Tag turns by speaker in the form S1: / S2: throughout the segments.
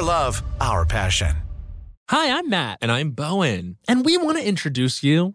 S1: love, our passion.
S2: Hi, I'm Matt,
S3: And I'm Bowen.
S2: and we want to introduce you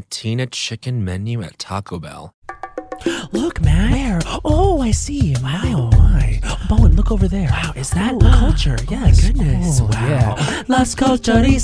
S3: chicken menu at Taco Bell.
S4: Look, man. Where? Oh, I see. Wow. Oh, my. Bowen, look over there. Oh, Wow, is that culture? yes. Oh, goodness. wow. Las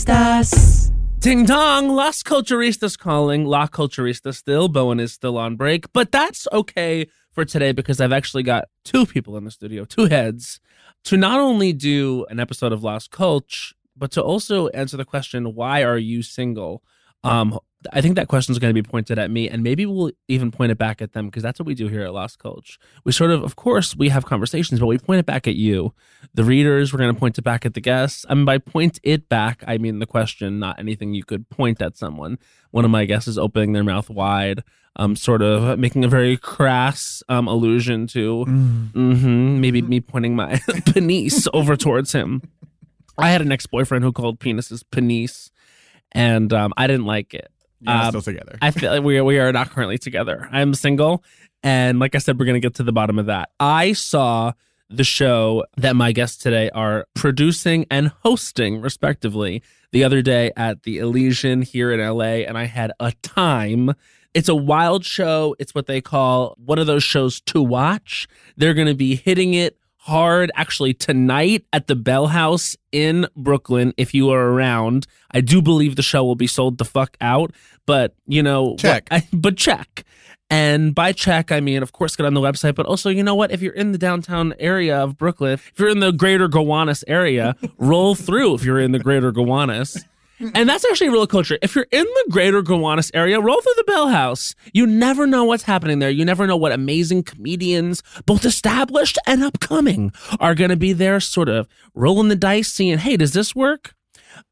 S4: culturistas.
S2: Ding dong, Las Culturistas calling. La Culturista still. Bowen is still on break, but that's okay for today because I've actually got two people in the studio, two heads, to not only do an episode of Las Culch, but to also answer the question, why are you single? Um, I think that question's going to be pointed at me, and maybe we'll even point it back at them because that's what we do here at Lost Culch. We sort of, of course, we have conversations, but we point it back at you, the readers. We're going to point it back at the guests. And by point it back, I mean the question, not anything you could point at someone. One of my guests is opening their mouth wide, um, sort of making a very crass um, allusion to
S5: Mm.
S2: hmm Maybe me pointing my penis over towards him. I had an ex boyfriend who called penises penis, and um, I didn't like it.
S5: You're not
S2: Um,
S5: still together.
S2: I feel like we are, we are not currently together. I'm single, and like I said, we're gonna get to the bottom of that. I saw the show that my guests today are producing and hosting, respectively, the other day at the Elysian here in LA, and I had a time. It's a wild show. It's what they call one of those shows to watch. They're going to be hitting it hard actually tonight at the Bell House in Brooklyn if you are around. I do believe the show will be sold the fuck out, but you know,
S5: Check.
S2: what- but check. And by check, I mean, of course, get on the website, but also, you know what? If you're in the downtown area of Brooklyn, if you're in the greater Gowanus area, roll through if you're in the greater Gowanus. And that's actually real culture. If you're in the greater Gowanus area, roll through the Bell House. You never know what's happening there. You never know what amazing comedians, both established and upcoming, are going to be there, sort of rolling the dice, seeing, hey, does this work?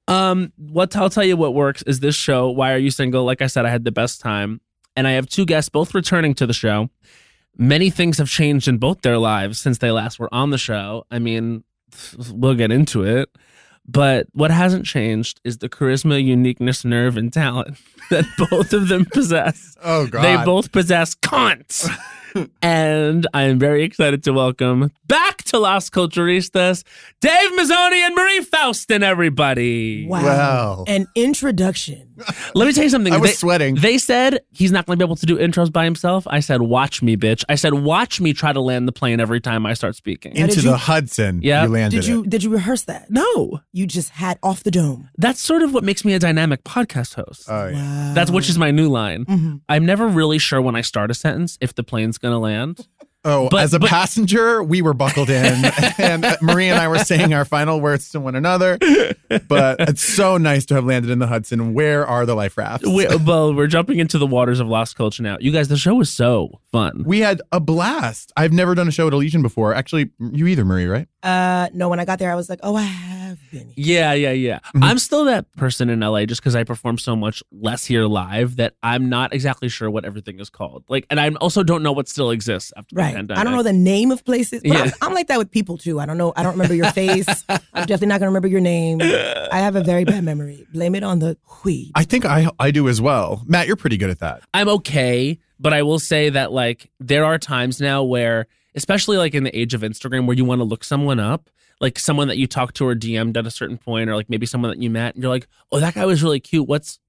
S2: Um, what I'll tell you what works is this show, Why Are You Single? Like I said, I had the best time. And I have two guests, both returning to the show. Many things have changed in both their lives since they last were on the show. I mean, we'll get into it. But what hasn't changed is the charisma, uniqueness, nerve, and talent that both of them possess.
S5: oh God.
S2: They both possess cons. and I am very excited to welcome back to Las Culturistas, Dave Mazzoni and Marie Faustin, everybody.
S4: Wow.
S5: Wow.
S4: An introduction.
S2: Let me tell you something.
S5: I was
S2: They-
S5: sweating.
S2: They said he's not going to be able to do intros by himself. I said, watch me, bitch. I said, watch me try to land the plane every time I start speaking.
S5: Into
S4: did
S5: the
S4: you-
S5: Hudson.
S2: Yeah.
S5: You landed
S4: Did you
S5: it.
S4: did you rehearse that?
S2: no,
S4: You just had off the dome.
S2: that's sort of what makes me a dynamic podcast host.
S5: Oh, yeah.
S4: Wow.
S2: that's which is my new line.
S5: Mm-hmm.
S4: Mhm.
S2: I'm never really sure when I start a sentence if the plane's going to land.
S5: Oh,
S2: But-
S5: as a
S2: but-
S5: passenger, we were buckled in, and Marie and I were saying our final words to one another. But it's so nice to have landed in the Hudson. Where are the life rafts?
S2: We, well, we're jumping into the waters of lost culture now. You guys, the show was so fun.
S5: We had a blast. I've never done a show at Elysian before. Actually, you either, Marie, right?
S4: Uh, no, when I got there, I was like, oh, I have
S6: Vinny.
S2: Yeah, yeah, yeah.
S5: Mhm.
S6: Mm-hmm.
S2: I'm still that person in LA just because I perform so much less here live that I'm not exactly sure what everything is called. Like, and I also don't know what still exists after
S6: Right.
S2: the pandemic.
S6: I don't know the name of places. But
S2: Yeah.
S6: I'm, I'm like that with people too. I don't know. I don't remember your face. I'm definitely not going to remember your name. I have a very bad memory. Blame it on the weed.
S5: I think I I do as well. Matt, you're pretty good at that.
S2: I'm okay, but I will say that like there are times now where, especially like in the age of Instagram, where you want to look someone up, like someone that you talked to or DM'd at a certain point, or like maybe someone that you met, and you're like, oh, that guy was really cute. What's,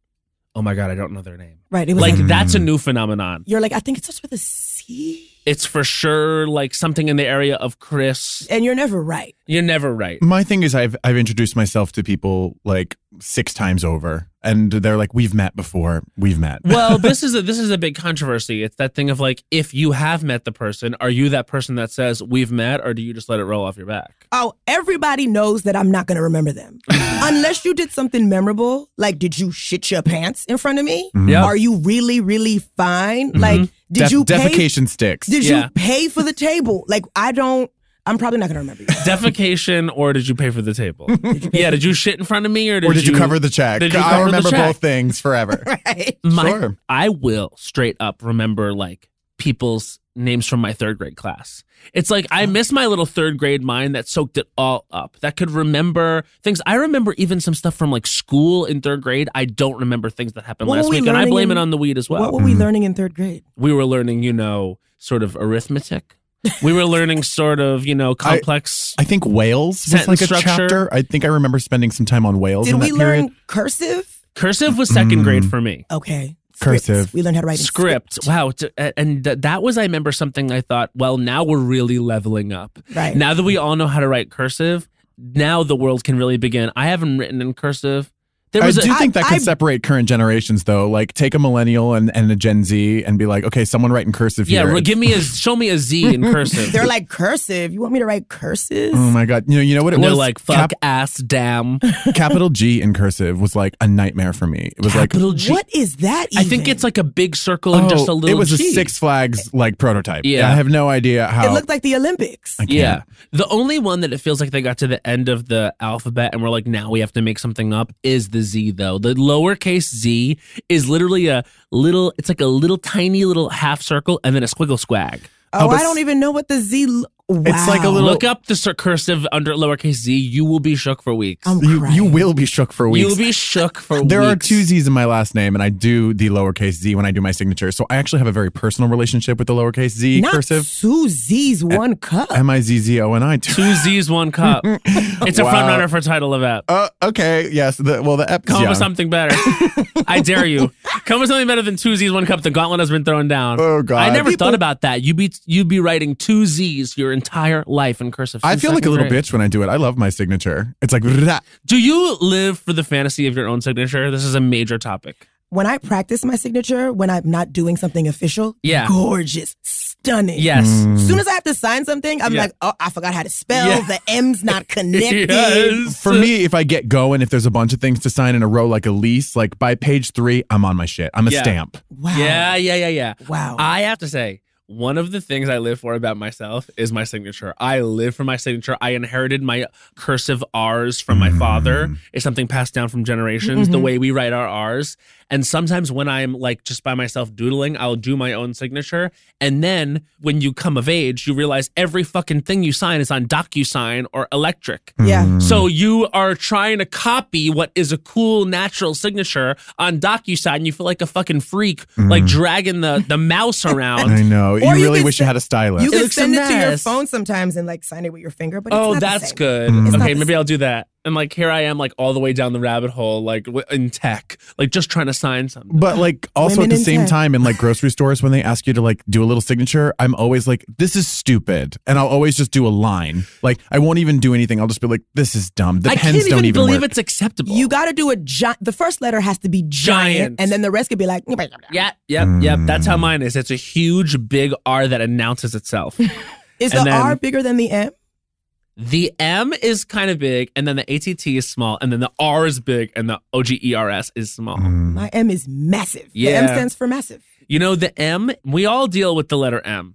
S2: oh my god, I don't know their name.
S6: Right. It was
S2: Like
S6: like,
S5: Mm.
S2: that's a new phenomenon.
S6: you're like I think it starts with a C,
S2: It's for sure like something in the area of Chris.
S6: and you're never right.
S2: You're never right.
S5: My thing is I've I've introduced myself to people like six times over, and they're like, "We've met before. We've met."
S2: well, this is a this is a big controversy. It's that thing of like, if you have met the person, are you that person that says we've met, or do you just let it roll off your back?
S6: Oh, everybody knows that I'm not going to remember them. Unless you did something memorable, like did you shit your pants in front of me?
S2: Yeah.
S6: Are you really really fine? Like did
S5: Def-
S6: you pay
S5: defecation sticks?
S6: Did
S2: Yeah.
S6: you pay for the table? Like I don't I'm probably not going to remember you.
S2: Defecation, or did you pay for the table? yeah, did you shit in front of me, or did,
S5: or did you, cover the check?
S2: did you
S5: I
S2: cover the
S5: remember
S2: check?
S5: both things forever.
S6: right.
S2: My,
S5: Sure.
S2: I will straight up remember like people's names from my third grade class. It's like I miss my little third grade mind that soaked it all up. That could remember things. I remember even some stuff from like school in third grade. I don't remember things that happened
S6: What
S2: last
S6: were we
S2: week, and I
S6: learning
S2: blame
S6: in-
S2: it on the weed as well. Mm-hmm.
S6: What were we learning in 3rd grade?
S2: we were learning, you know, sort of arithmetic. We were learning sort of, you know, complex.
S5: I think Wales was
S2: Sentence
S5: like a
S2: structure.
S5: chapter. I think I remember spending some time on Wales.
S6: Did
S5: in
S6: we
S5: that
S6: learn
S5: period.
S6: cursive?
S2: cursive was second grade
S5: Mm.
S2: for me.
S6: Okay. Scripts.
S5: Cursive.
S6: We learned how to write in
S2: Script. Wow. t- a- And th- that was, I remember something I thought, well, now we're really leveling up.
S6: Right.
S2: Now that we all know how to write cursive, now the world can really begin. I haven't written in cursive. There
S5: I
S2: was a
S5: do think that
S6: I-
S5: could
S6: I-
S5: separate current generations, though. Like, take a millennial and, and a Gen Z and be like, okay, someone write in cursive
S2: yeah,
S5: here.
S2: re- give me a, show me a Z in cursive.
S6: They're like cursive. You want me to write curses?
S5: oh my god! You know, you know what it
S2: And they're
S5: was.
S2: like, fuck,
S5: Cap-
S2: ass, damn.
S5: capital G in cursive was like a nightmare for me. It was like,
S2: Capital G.
S6: what is that
S2: I
S6: even?
S2: think it's like a big circle and just a
S5: oh,
S2: little
S5: It was
S2: G.
S5: a Six Flags like prototype.
S2: Yeah.
S5: I have no idea how.
S6: It looked like the Olympics.
S5: I can't.
S2: Yeah. The only one that it feels like they got to the end of the alphabet and we're like, now we have to make something up is the Z, though. The lowercase z is literally a little, it's like a little tiny little half circle and then a squiggle squag.
S6: Oh,
S5: Oh, but
S6: I don't
S5: s-
S6: even know what the Z. L- wow.
S5: It's like a little-
S2: Look up the cir- cursive under lowercase z. You will be shook for weeks.
S6: I'm
S5: You,
S6: crying.
S5: you will be shook for Um, weeks.
S2: You'll be shook for weeks.
S5: There are two Z's in my last name, and I do the lowercase Z when I do my signature. So I actually have a very personal relationship with the lowercase Z
S6: Not
S5: cursive.
S6: two Z's, one cup.
S5: M I Z Z O N I.
S2: Two Z's, one cup. It's a
S5: Wow.
S2: front runner for title of app.
S5: Uh, okay. Yes. The, well, the ep.
S2: Come
S5: yeah.
S2: with something better. I dare you. Come with something better than two Z's, one cup. The gauntlet has been thrown down.
S5: Oh, God.
S2: I never
S5: People-
S2: thought about that. You'd be you'd be writing two Z's your entire life in cursive.
S5: I
S2: since
S5: feel like a
S2: second
S5: little
S2: grade.
S5: bitch when I do it. I love my signature. It's like "Rah."
S2: Do you live for the fantasy of your own signature? This is a major topic.
S6: when I practice my signature, when I'm not doing something official,
S2: Yeah.
S6: gorgeous, stunning.
S2: Yes.
S5: Hmm.
S6: As soon as I have to sign something, I'm
S2: Mm. Yeah.
S6: like, oh, I forgot how to spell.
S2: Yeah.
S6: The M's not connected.
S2: Yes.
S5: for me. If I get going, if there's a bunch of things to sign in a row, like a lease, like by page three, I'm on my shit. I'm a
S2: Yeah.
S5: stamp.
S6: Wow.
S2: Yeah, yeah, yeah, yeah.
S6: Wow.
S2: I have to say, one of the things I live for about myself is my signature. I live for my signature. I inherited my cursive R's from my father.
S6: Mm.
S2: It's something passed down from generations,
S6: Mm-hmm.
S2: the way we write our R's. And sometimes when I'm like just by myself doodling, I'll do my own signature. And then when you come of age, you realize every fucking thing you sign is on DocuSign or electric.
S6: yeah.
S2: So you are trying to copy what is a cool natural signature on DocuSign. You feel like a fucking freak, like dragging the, the mouse
S5: Mm-hmm. I
S2: around.
S5: know. you
S6: you
S5: really
S6: could
S5: wish you
S6: say-
S5: had a stylist.
S6: You
S2: It
S6: can
S2: looks a
S6: send it to your
S2: mess.
S6: phone sometimes and like sign it with your finger, but it's
S2: oh,
S6: not the
S2: that's
S6: same.
S2: good.
S5: It's
S6: not
S2: Okay,
S6: the
S2: maybe I'll do that. And like here I am, like all the way down the rabbit hole, like w- in tech, like just trying to sign something.
S5: But like also
S6: Women
S5: at the
S6: in
S5: same
S6: tech.
S5: time in like grocery stores when they ask you to like do a little signature, I'm always like, this is stupid. And I'll always just do a line. Like I won't even do anything. I'll just be like, this is dumb. The
S2: I can't
S5: pens
S2: even
S5: don't even
S2: believe
S5: work.
S2: it's acceptable.
S6: You got to do a giant. The first letter has to be giant,
S2: Giant.
S6: and then the rest could be like.
S2: yeah, yep, yep. That's
S5: Mm.
S2: how mine is. It's a huge, big R that announces itself.
S6: Is the
S2: And then-
S6: R bigger than the M?
S2: The M is kind of big, and then the ATT is small, and then the R is big, and the OGERS is small.
S6: My M is massive. The M
S2: Mm. Yeah.
S6: stands for massive.
S2: You know, the M, we all deal with the letter M.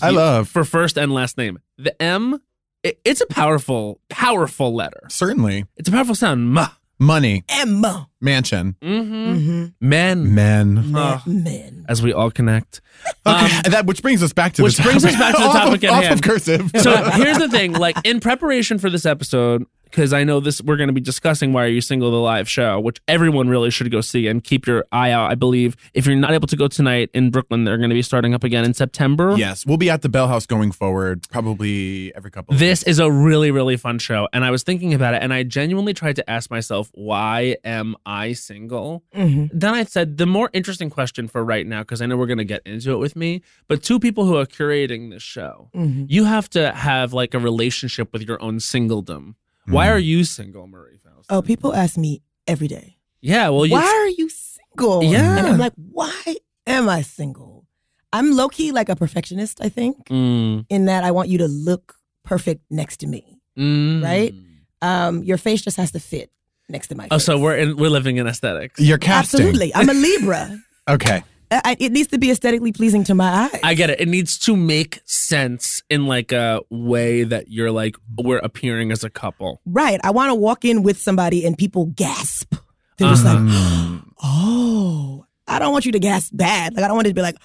S5: I love-
S2: For first and last name. The M it- it's a powerful, powerful letter.
S5: Certainly.
S2: It's a powerful sound. Ma.
S5: Money,
S6: Emma.
S5: mansion,
S2: Mm-hmm.
S6: Mm-hmm.
S2: Men.
S5: men.
S2: Ah,
S6: Men.
S2: as we all connect.
S5: Okay, that which brings us back to
S2: Um, which
S5: the
S2: brings us
S5: topic.
S2: back to the
S5: Off
S2: topic
S5: of,
S2: at
S5: off
S2: hand.
S5: of cursive.
S2: So uh, here's the thing, like in preparation for this episode, because I know this we're going to be discussing why are you single the live show, which everyone really should go see and keep your eye out. I believe if you're not able to go tonight in Brooklyn, they're going to be starting up again in September.
S5: yes, we'll be at the Bell House going forward, probably every couple. of
S2: This is a really, really fun show. And I was thinking about it and I genuinely tried to ask myself, why am I single?
S6: Mm-hmm.
S2: Then I said, the more interesting question for right now, because I know we're going to get into it with me, but two people who are curating this show,
S6: Mm-hmm.
S2: you have to have like a relationship with your own singledom. Why are you single, Marie Faust?
S6: Oh, people ask me every day,
S2: Yeah, well, you,
S6: why are you single?
S2: Yeah.
S6: And I'm like, why am I single? I'm low key like a perfectionist, I think,
S2: Mm,
S6: in that I want you to look perfect next to me.
S2: mm.
S6: Right? Um, your face just has to fit next to my face.
S2: Oh, so we're in, we're living in aesthetics.
S5: You're casting.
S6: Absolutely. I'm a Libra.
S5: Okay.
S6: I, I- it needs to be aesthetically pleasing to my eyes.
S2: I get it. It needs to make sense in like a way that you're like we're appearing as a couple.
S6: right. I want to walk in with somebody and people gasp. They're just like,
S2: Uh-huh.
S5: Mm.
S6: oh, I don't want you to gasp bad. Like, I don't want it to be like,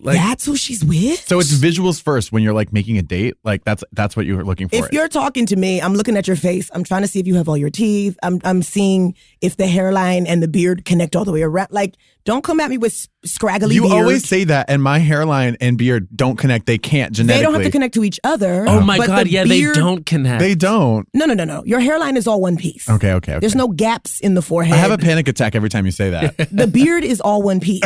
S5: Like-
S6: that's who she's with.
S5: So it's visuals first when you're like making a date. Like that's that's what you were looking for.
S6: If you're talking to me, I'm looking at your face. I'm trying to see if you have all your teeth. I'm I'm seeing if the hairline and the beard connect all the way around. Like, don't come at me with s- scraggly
S5: you
S6: beard.
S5: always say that, and my hairline and beard don't connect. They can't
S6: they
S5: genetically.
S6: don't have to connect to each other.
S2: Oh my
S6: Um, but the
S2: god, yeah,
S6: beard-
S2: they don't connect.
S5: They don't.
S6: No, no, no, no. Your hairline is all one piece.
S5: Okay, okay, okay.
S6: There's no gaps in the forehead.
S5: I have a panic attack every time you say that.
S6: the beard is all one piece.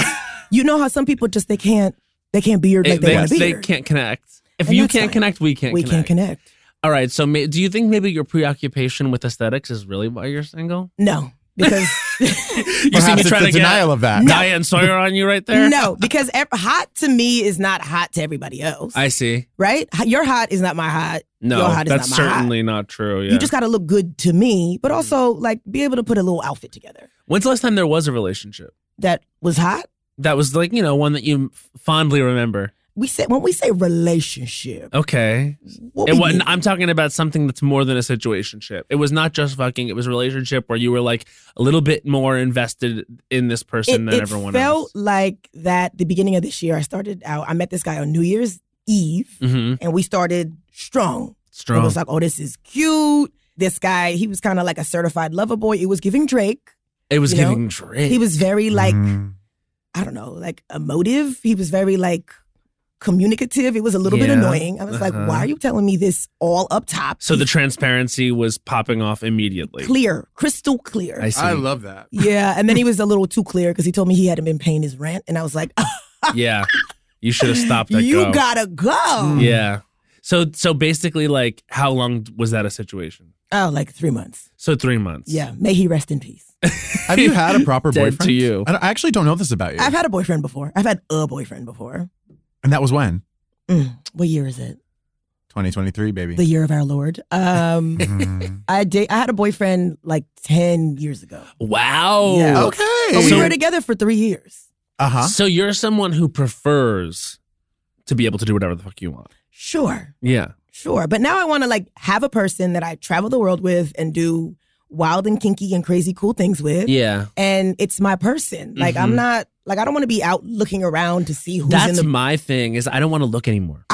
S6: you know how some people just they can't they can't beard like
S2: It-
S6: they,
S2: they,
S6: want a
S2: they
S6: beard.
S2: can't connect. If
S6: And
S2: you
S6: that's
S2: can't
S6: fine.
S2: connect, we can't.
S6: we
S2: connect.
S6: can't connect.
S2: All right. So, may, do you think maybe your preoccupation with aesthetics is really why you're single?
S6: No, because
S2: you
S5: Perhaps
S2: see me
S5: it's
S2: trying
S5: the
S2: to get
S5: denial of that.
S2: Diane Sawyer on you right there.
S6: no, because ev- hot to me is not hot to everybody else.
S2: I see.
S6: right? H- Your hot is not my hot. Your
S2: No,
S6: hot is
S2: that's
S6: not my hot.
S2: certainly not true. Yeah. Mm.
S6: You just got to look good to me, but also like be able to put a little outfit together
S2: When's the last time there was a relationship
S6: that was hot.
S2: that was like you know one that you fondly remember?
S6: We say when we say relationship,
S2: Okay.
S6: what
S2: It
S6: we
S2: was,
S6: mean-
S2: I'm talking about something that's more than a situationship. It was not just fucking. It was a relationship where you were like a little bit more invested in this
S6: it,
S2: person than
S6: it
S2: everyone
S6: felt
S2: else.
S6: like that the beginning of this year. I started out. I met this guy on New Year's Eve,
S2: Mm-hmm.
S6: and we started strong. It
S2: Strong.
S6: was like, oh, this is cute. This guy, he was kind of like a certified lover boy. It was giving Drake. you know,
S2: giving Drake.
S6: He was very like
S5: Mm.
S6: I don't know, like emotive. He was very like communicative. It was a little bit
S2: Yeah.
S6: annoying. I was
S2: Uh-huh.
S6: like, why are you telling me this all up top?
S2: So the
S6: He's
S2: transparency was popping off immediately.
S6: clear, crystal clear.
S2: I see.
S5: love that.
S6: yeah, and then he was a little too clear because he told me he hadn't been paying his rent, and I was like, "Oh,
S2: yeah, you should have stopped that.
S6: you
S2: go. Mm.
S6: gotta go.
S2: Yeah. So so basically, like, how long was that a situation?
S6: Oh, like three months.
S2: So three months.
S6: Yeah, may he rest in peace.
S5: Have you had a proper
S2: Dead to
S5: boyfriend?
S2: you.
S5: I, don't- I actually don't know this about you.
S6: I've had a boyfriend before. I've had a boyfriend before.
S5: and that was when
S6: Mm, what year is it?
S5: 2023, baby.
S6: The year of our Lord. Um,
S5: Mm.
S6: I date. I had a boyfriend like ten years ago.
S2: Wow.
S6: Yeah.
S5: okay.
S6: But we
S2: So-
S6: were together for three years.
S5: uh huh.
S2: So you're someone who prefers to be able to do whatever the fuck you want.
S6: Sure.
S2: Yeah.
S6: Sure. But now I want to like have a person that I travel the world with and do wild and kinky and crazy cool things with.
S2: Yeah.
S6: And it's my person. Like I'm
S2: Mhm.
S6: not like I don't want to be out looking around to see who's in
S2: That's
S6: the
S2: my thing is I don't want to look anymore.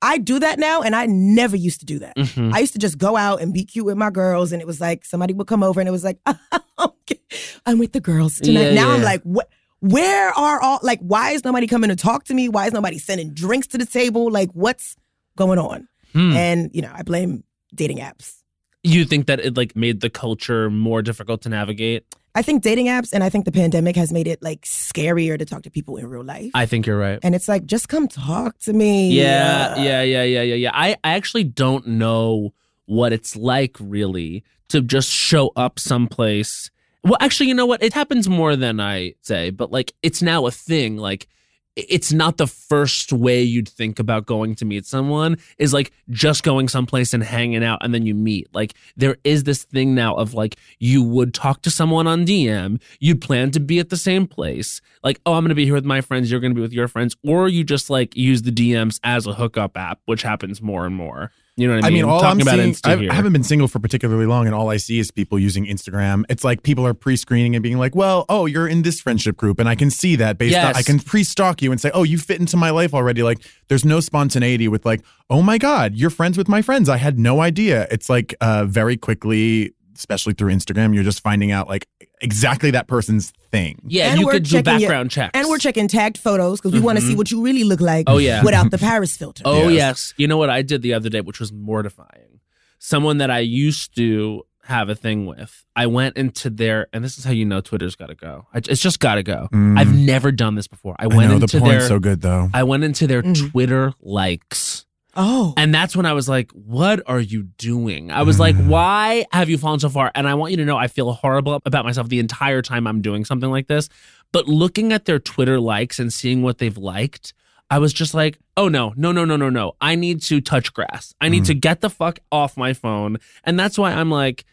S6: I do that now and I never used to do that.
S2: Mhm.
S6: I used to just go out and be cute with my girls and it was like somebody would come over and it was like okay, I'm with the girls tonight.
S2: Yeah,
S6: now I'm
S2: yeah.
S6: like what where are all like why is nobody coming to talk to me? Why is nobody sending drinks to the table? Like what's going on?
S2: Hmm.
S6: And you know, I blame dating apps.
S2: You think that it like made the culture more difficult to navigate?
S6: I think dating apps and I think the pandemic has made it like scarier to talk to people in real life.
S2: I think you're right.
S6: and it's like, just come talk to me.
S2: Yeah, yeah, yeah, yeah, yeah, yeah. I, I actually don't know what it's like really to just show up someplace. Well, actually, you know what? It happens more than I say, but like it's now a thing. Like i- it's not the first way you'd think about going to meet someone is like just going someplace and hanging out and then you meet. Like there is this thing now of like you would talk to someone on DM, you'd plan to be at the same place. Like, oh, I'm going to be here with my friends, you're going to be with your friends, or you just like use the DMs as a hookup app, which happens more and more. You know what I
S5: I
S2: mean?
S5: mean, all
S2: talking
S5: I'm
S2: about
S5: seeing,
S2: Insta
S5: I've-
S2: here.
S5: I haven't been single for particularly long, and all I see is people using Instagram. It's like people are pre-screening and being like, "Well, oh, you're in this friendship group," and I can see that based
S2: Yes.
S5: on I can pre-stalk you and say, "Oh, you fit into my life already." Like, there's no spontaneity with like, "Oh my God, you're friends with my friends." I had no idea. It's like uh, very quickly, especially through Instagram, you're just finding out like exactly that person's thing.
S2: yeah,
S6: And
S2: you
S6: we're
S2: could do
S6: checking your-
S2: background checks.
S6: And we're checking tagged photos because we want to
S5: Mm-hmm.
S6: see what you really look like
S2: Oh, yeah.
S6: without the Paris filter.
S2: Oh yes.
S5: Yes.
S2: You know what I did the other day, which was mortifying. Someone that I used to have a thing with, I went into their, and this is how you know Twitter's got to go. I, it's just got to go.
S5: Mm.
S2: I've never done this before. I
S5: I
S2: went
S5: know the
S2: into
S5: porn's
S2: their,
S5: so good though.
S2: I went into their
S6: Mhm.
S2: Twitter likes.
S6: Oh.
S2: And that's when I was like, what are you doing? I was like, why have you fallen so far? And I want you to know I feel horrible about myself the entire time I'm doing something like this. But looking at their Twitter likes and seeing what they've liked, I was just like, oh no, no, no, no, no, no. I need to touch grass. I need to get the fuck off my phone. And that's why I'm like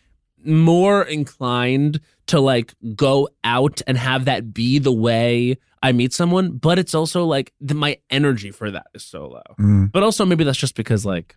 S2: more inclined to like go out and have that be the way I meet someone. But it's also like the, my energy for that is so low.
S5: Mm.
S2: But also maybe that's just because like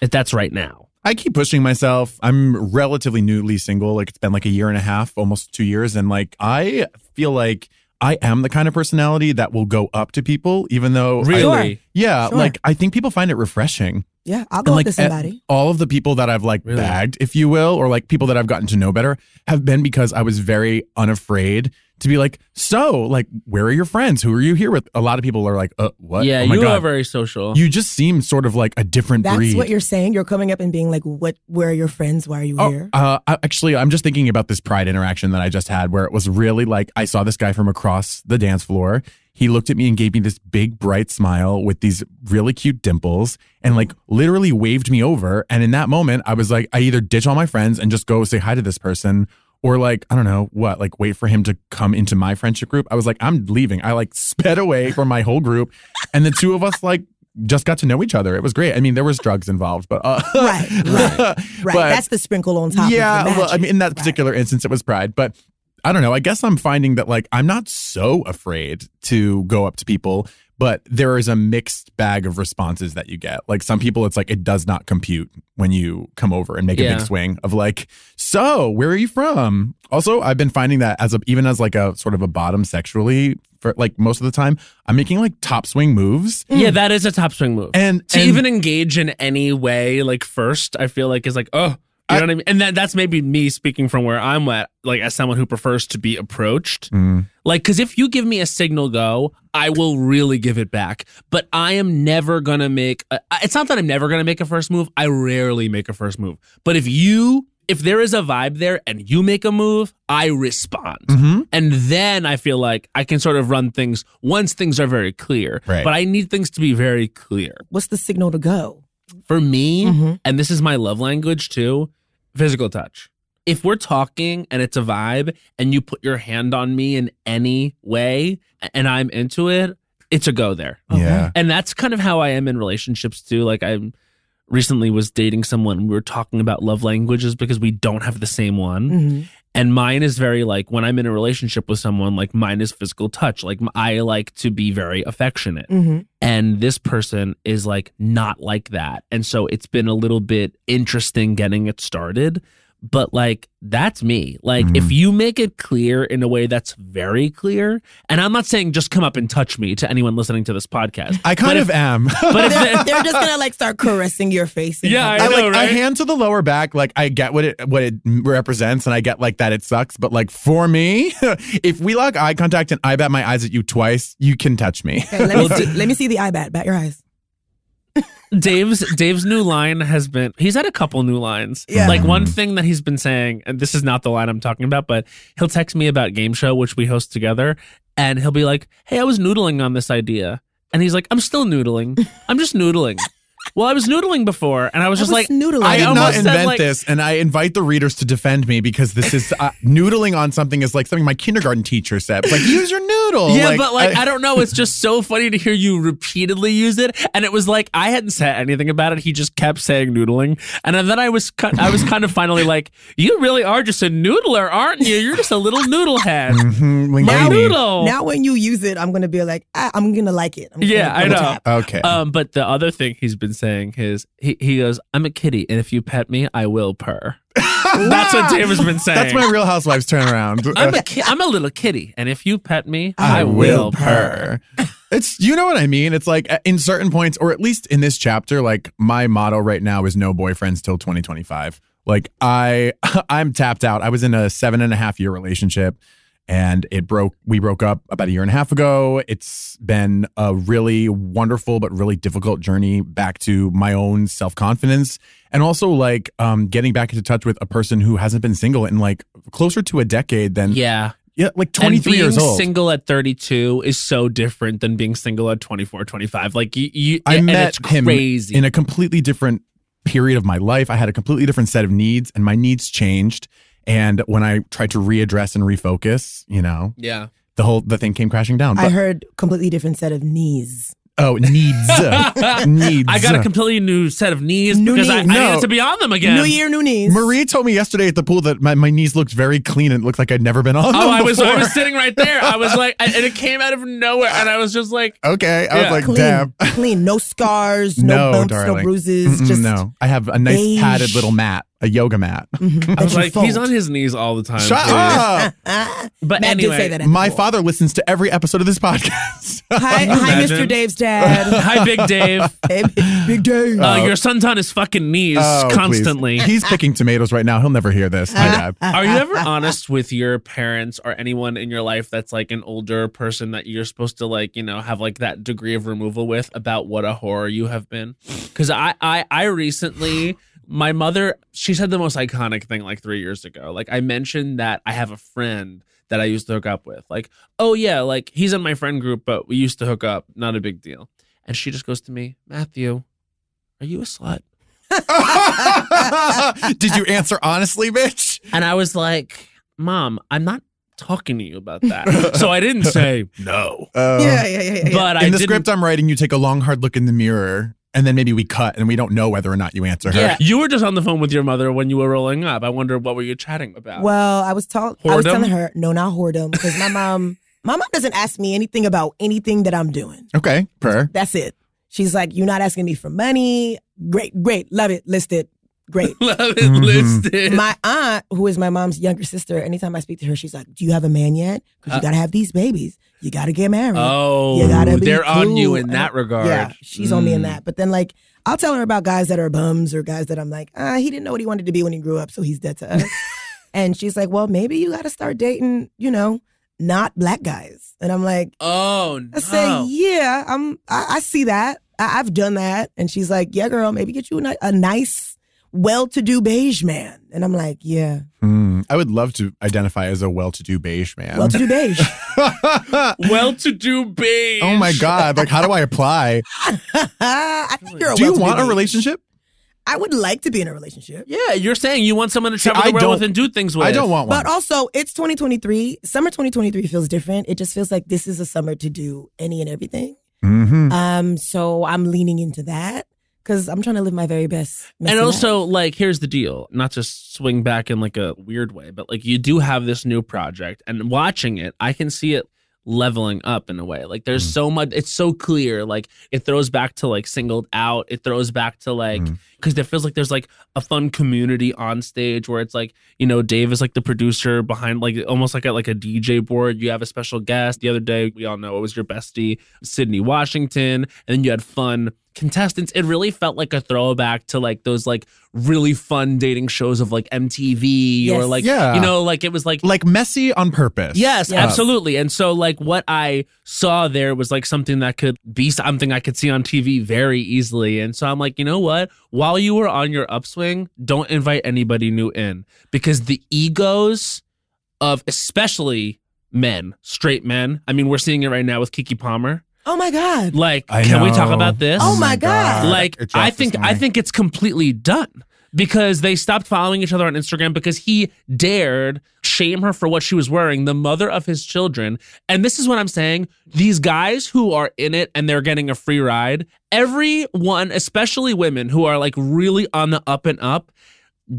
S2: if that's right now.
S5: I keep pushing myself. I'm relatively newly single. Like it's been like a year and a half, almost two years. And like I feel like I am the kind of personality that will go up to people, even though I-
S2: Really? Sure.
S5: yeah,
S6: Sure.
S5: like I think people find it refreshing.
S6: yeah, I'll go
S5: like eh,
S6: up to somebody.
S5: all of the people that I've like
S2: Really?
S5: bagged, if you will, or like people that I've gotten to know better have been because I was very unafraid to be like, so like, where are your friends? Who are you here with? A lot of people are like, uh, what?
S2: Yeah,
S5: Oh my
S2: you
S5: God.
S2: are very social.
S5: you just seem sort of like a different
S6: That's
S5: breed.
S6: what you're saying. You're coming up and being like, "What? Where are your friends? Why are you here?"
S5: Uh, I- actually, I'm just thinking about this pride interaction that I just had where it was really like I saw this guy from across the dance floor. He looked at me and gave me this big, bright smile with these really cute dimples and like literally waved me over. And in that moment, I was like, I either ditch all my friends and just go say hi to this person or like, I don't know what, like wait for him to come into my friendship group. I was like, I'm leaving. I like sped away from my whole group. And the two of us like, just got to know each other. It was great. I mean, there was drugs involved, but uh,
S6: Right, right, right.
S5: but-
S6: That's the sprinkle on top.
S5: yeah,
S6: of the magic.
S5: well, I mean, in that
S6: Right.
S5: particular instance, it was pride, but I don't know. I guess I'm finding that like I'm not so afraid to go up to people, but there is a mixed bag of responses that you get. Like some people, it's like it does not compute when you come over and make a
S2: Yeah.
S5: big swing of like, so where are you from? Also, I've been finding that as a even as like a sort of a bottom sexually for like most of the time, I'm making like top swing moves.
S2: yeah, that is a top swing move.
S5: And,
S2: to
S5: and-
S2: even engage in any way, like first, I feel like is like, oh, you know what I mean? And that that's maybe me speaking from where I'm at, like as someone who prefers to be approached.
S5: Mm.
S2: Like, cause if you give me a signal go, I will really give it back. But I am never gonna make. A, it's not that I'm never gonna make a first move. I rarely make a first move. But if you, if there is a vibe there and you make a move, I respond,
S5: Mm-hmm.
S2: and then I feel like I can sort of run things once things are very clear.
S5: Right.
S2: But I need things to be very clear
S6: what's the signal to go?
S2: for me,
S6: Mhm.
S2: and this is my love language too, physical touch. If we're talking and it's a vibe and you put your hand on me in any way a- and I'm into it, it's a go there.
S5: Yeah.
S2: And that's kind of how I am in relationships too. Like I recently was dating someone, we were talking about love languages because we don't have the same one.
S5: Mm-hmm.
S6: hmm
S2: And mine is very like when I'm in a relationship with someone, like mine is physical touch. Like I like to be very affectionate
S6: hmm
S2: and this person is like not like that and so it's been a little bit interesting getting it started but like that's me like
S5: Mhm.
S2: if you make it clear in a way that's very clear and i'm not saying just come up and touch me to anyone listening to this podcast
S5: I kind
S2: But
S5: of am.
S2: but if
S6: They're,
S2: the-
S6: they're just gonna like start caressing your face. and
S2: Yeah,
S6: stuff.
S2: I
S5: I,
S2: know,
S5: like
S2: right?
S5: a hand to the lower back. Like I get what it what it represents, and I get like that it sucks. But like for me, if we lock eye contact and I bat my eyes at you twice, you can touch me.
S6: Okay, let, me
S2: Well,
S6: see,
S2: d-
S6: let me see the eye bat. Bat your eyes.
S2: Dave's Dave's new line has been he's had a couple new lines.
S6: Yeah.
S2: Like one thing that he's been saying, and this is not the line I'm talking about, but he'll text me about game show which we host together, and he'll be like, "Hey, I was noodling on this idea," and he's like, "I'm still noodling. I'm just noodling." well, I was noodling before, and I was
S6: I
S2: just like,
S6: was noodling.
S5: I
S2: I
S5: did
S2: almost
S5: not
S2: said,
S5: invent
S2: like-
S5: this, and I invite the readers to defend me because this is uh, noodling on something is like something my kindergarten teacher said. It's like use your noodle.
S2: Yeah, but Oh, like I, don't know. It's just so funny to hear you repeatedly use it, and it was like I hadn't said anything about it. He just kept saying noodling, and then I was ki- I was kind of finally like, you really are just a noodler, aren't you? You're just a little noodle head.
S5: Mhm,
S2: My
S5: linguini.
S2: noodle.
S6: Now, when you use it, I'm gonna be like, I, I'm gonna like it. I'm
S2: Yeah,
S6: gonna
S2: I
S6: double
S2: know.
S6: tap.
S5: Okay.
S2: um, but the other thing he's been saying his he, he goes, I'm a kitty, and if you pet me, I will purr. That's what David's been saying.
S5: That's my Real Housewives turnaround.
S2: I'm a ki- I'm a little kitty, and if you pet me, I, will purr.
S5: It's you know what I mean. It's like uh, in certain points, or at least in this chapter, like my motto right now is no boyfriends till 2025. Like I, I'm tapped out. I was in a seven and a half year relationship, and it broke. We broke up about a year and a half ago. It's been a really wonderful but really difficult journey back to my own self confidence, and also like um, getting back into touch with a person who hasn't been single in like closer to a decade than
S2: Yeah.
S5: yeah, like 23
S2: and being
S5: years old.
S2: single at 32 is so different than being single at 24, 25. Like you, you
S5: I
S2: and
S5: met
S2: it's
S5: him
S2: crazy.
S5: in a completely different period of my life. I had a completely different set of needs, and my needs changed. And when I tried to readdress and refocus, you know,
S2: yeah.
S5: the whole the thing came crashing down.
S6: I
S5: But-
S6: heard completely different set of knees.
S5: oh, needs, needs.
S2: I got a completely new set of knees
S6: New
S2: because I,
S6: knee.
S2: I
S5: No.
S2: needed to be on them again.
S6: New year, new knees.
S5: Marie told me yesterday at the pool that my, my knees looked very clean and it looked like I'd never been on them
S2: Oh, I was
S5: before.
S2: I was sitting right there. I was like, and it came out of nowhere, and I was just like,
S5: okay, I
S2: Yeah.
S5: was like,
S6: clean,
S5: damn.
S6: clean. No scars,
S5: No,
S6: no, bumps, no
S5: darling.
S6: bruises.
S5: Mm-mm,
S6: just
S5: no, I have a nice
S6: beige.
S5: padded little mat, a yoga mat.
S6: Mhm,
S2: I
S6: that
S2: was
S6: you
S2: like,
S6: fold.
S2: he's on his knees all the time.
S5: Shut
S2: please.
S5: up!
S6: Ah,
S2: But
S6: Matt
S2: anyway,
S6: did say that. at the
S5: My
S6: pool.
S5: father listens to every episode of this podcast.
S6: Hi,
S2: Can you
S6: hi,
S2: imagine?
S6: Mr. Dave's dad.
S2: Hi, Big Dave.
S6: Hey, Big Dave.
S2: Uh, your son's on his fucking knees
S5: Oh, please.
S2: constantly.
S5: He's picking tomatoes right now. He'll never hear this. My
S6: Uh,
S5: dad.
S2: Are you ever honest with your parents or anyone in your life that's like an older person that you're supposed to like, you know, have like that degree of removal with about what a horror you have been? Because I, I, I recently, my mother, she said the most iconic thing like three years ago. Like I mentioned that I have a friend that I used to hook up with. Like, oh yeah, like he's in my friend group, but we used to hook up. Not a big deal. And she just goes to me, Matthew, are you a slut?
S6: uh.
S5: Did you answer honestly, bitch?
S2: And I was like, Mom, I'm not talking to you about that. so I didn't say no.
S5: Uh,
S6: yeah, yeah, yeah, yeah.
S2: But I
S5: in the
S2: didn't-
S5: script I'm writing, you take a long, hard look in the mirror, and then maybe we cut, and we don't know whether or not you answer her.
S2: Yeah, you were just on the phone with your mother when you were rolling up. I wonder what were you chatting about.
S6: Well, I was told I was
S2: Whoredom?
S6: telling her, no, not whoredom, because my mom, my mom doesn't ask me anything about anything that I'm doing.
S5: Okay, purr.
S6: That's it. She's like, you're not asking me for money. Great, great, love it, listed, great.
S2: Love it
S5: Mhm.
S2: listed.
S6: my aunt, who is my mom's younger sister, anytime I speak to her, she's like, do you have a man yet? Because
S2: Uh,
S6: you gotta have these babies. You gotta get married.
S2: oh,
S6: You gotta be
S2: they're on you
S6: cool.
S2: in that regard.
S6: Yeah, she's on me in
S2: Mm.
S6: that. But then, like, I'll tell her about guys that are bums or guys that I'm like, ah, he didn't know what he wanted to be when he grew up, so he's dead to us. and she's like, well, maybe you got to start dating, you know, not black guys. And I'm like,
S2: Oh
S6: I
S2: no.
S6: say, yeah, I'm. I, I see that. I, I've done that. And she's like, yeah, girl, maybe get you a, ni- a nice, well-to-do beige man. And I'm like, yeah,
S5: Hmm. I would love to identify as a well-to-do beige man.
S6: well-to-do beige.
S2: Well-to-do beige.
S5: oh my god! Like, how do I apply?
S6: I think you're. A
S5: Do you
S6: well-to-do
S5: want a
S6: beige.
S5: relationship?
S6: I would like to be in a relationship.
S2: Yeah, you're saying you want someone to travel
S5: I
S2: the world
S5: don't-
S2: with and do things with.
S5: I don't want one.
S6: But also, it's 2023. Summer 2023 feels different. It just feels like this is a summer to do any and everything.
S5: Mhm.
S6: Um, so I'm leaning into that because I'm trying to live my very best. messy
S2: and also
S6: life.
S2: like here's the deal not to swing back in like a weird way but like you do have this new project and watching it i can see it leveling up in a way like there's
S5: Mm.
S2: so much it's so clear like it throws back to like singled out it throws back to like
S5: Mm.
S2: because there feels like there's like a fun community on stage where it's like you know dave is like the producer behind like almost like a like a dj board you have a special guest the other day we all know it was your bestie Sydney Washington, and then you had fun contestants. It really felt like a throwback to like those like really fun dating shows of like MTV or
S6: Yes.
S2: like
S5: Yeah.
S2: you know like it was like
S5: like messy on purpose. Uh,
S2: Yes,
S6: Yeah.
S2: absolutely. And so, like, what I saw there was like something that could be something I could see on TV very easily. And so I'm like, you know what? While you were on your upswing, don't invite anybody new in because the egos of especially men, straight men. I mean, we're seeing it right now with Kiki Palmer.
S6: oh my god,
S2: Like,
S5: I
S2: can we
S5: know.
S2: talk about this?
S6: Oh my God.
S2: like
S5: It dropped
S2: I
S5: this
S2: think I
S5: morning.
S2: think it's completely done because they stopped following each other on Instagram because he dared shame her for what she was wearing, the mother of his children. And this is what I'm saying, these guys who are in it and they're getting a free ride, everyone, especially women who are like really on the up and up,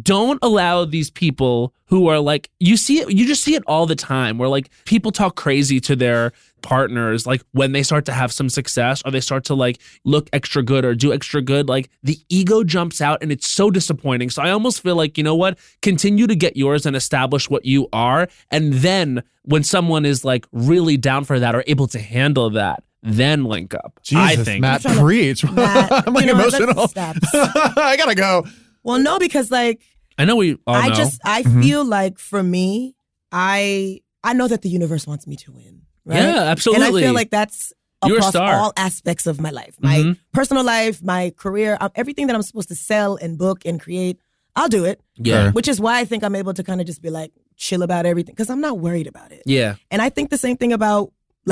S2: don't allow these people who are like you see it you just see it all the time where like people talk crazy to their partners like when they start to have some success or they start to like look extra good or do extra good like the ego jumps out and it's so disappointing so i almost feel like you know what continue to get yours and establish what you are and then when someone is like really down for that or able to handle that then link up i
S5: Jesus,
S2: think
S5: Matt,
S6: I'm trying to-
S5: preach.
S6: Matt,
S5: I'm like
S6: you know what, let's
S5: emotional.
S6: stop.
S5: I gotta go.
S6: Well, no, because like
S2: i know we all
S6: I
S2: know
S6: just I
S5: Mhm.
S6: feel like for me, I I know that the universe wants me to win. Right?
S2: yeah absolutely
S6: And I feel like that's
S2: You're a
S6: across
S2: star.
S6: all aspects of my life, my
S2: Mhm.
S6: personal life, my career, um, everything that I'm supposed to sell and book and create. I'll do it,
S2: yeah
S5: Sure.
S6: which is why I think I'm able to kind of just be like chill about everything because I'm not worried about it.
S2: yeah
S6: And I think the same thing about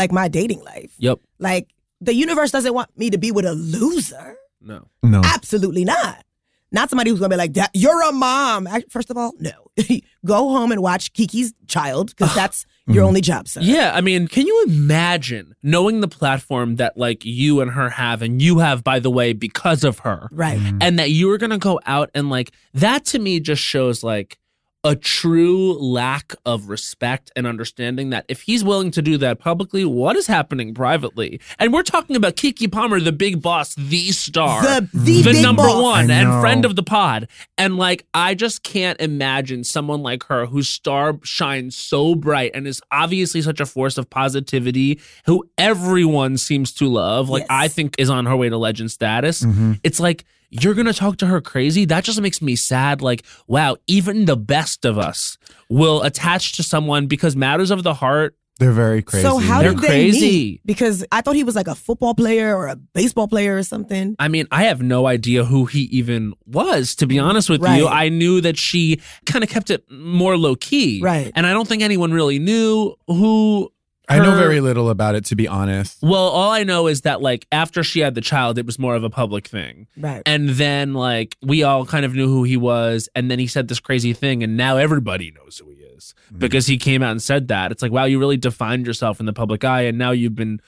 S6: like my dating life.
S2: Yep.
S6: Like the universe doesn't want me to be with a loser.
S2: no
S5: No.
S6: Absolutely not. Not somebody who's gonna be like, "Dad, "You're a mom." I, first of all, no. Go home and watch Kiki's Child because that's your
S5: Mhm.
S6: only job, sir.
S2: Mm-hmm. Yeah, I mean, can you imagine knowing the platform that like you and her have and you have by the way because of her
S6: Right.
S2: and that you are going to go out and like that to me just shows like a true lack of respect and understanding that if he's willing to do that publicly, what is happening privately? And we're talking about Kiki Palmer, the big boss, the star
S6: The, the,
S2: the
S6: big
S2: number
S6: boss.
S2: one
S5: I
S2: and
S5: know.
S2: friend of the pod. And like, I just can't imagine someone like her whose star shines so bright and is obviously such a force of positivity, who everyone seems to love. Like,
S6: Yes.
S2: I think is on her way to legend status. It's like, you're gonna talk to her crazy? That just makes me sad. Like, wow, even the best of us will attach to someone because matters of the heart.
S5: They're very crazy.
S6: So how
S2: They're
S6: did they
S2: crazy.
S6: meet? Because I thought he was like a football player or a baseball player or something.
S2: I mean, I have no idea who he even was, to be honest with you.
S6: Mm-hmm. Right.
S2: I knew that she kind of kept it more low key.
S6: Right.
S2: And I don't think anyone really knew who.
S5: I know
S2: her-
S5: very little about it, to be honest.
S2: Well, all I know is that, like, after she had the child, it was more of a public thing.
S6: Right.
S2: And then, like, we all kind of knew who he was. And then he said this crazy thing. And now everybody knows who he is
S5: Mm-hmm.
S2: because he came out and said that. It's like, wow, you really defined yourself in the public eye. And now you've been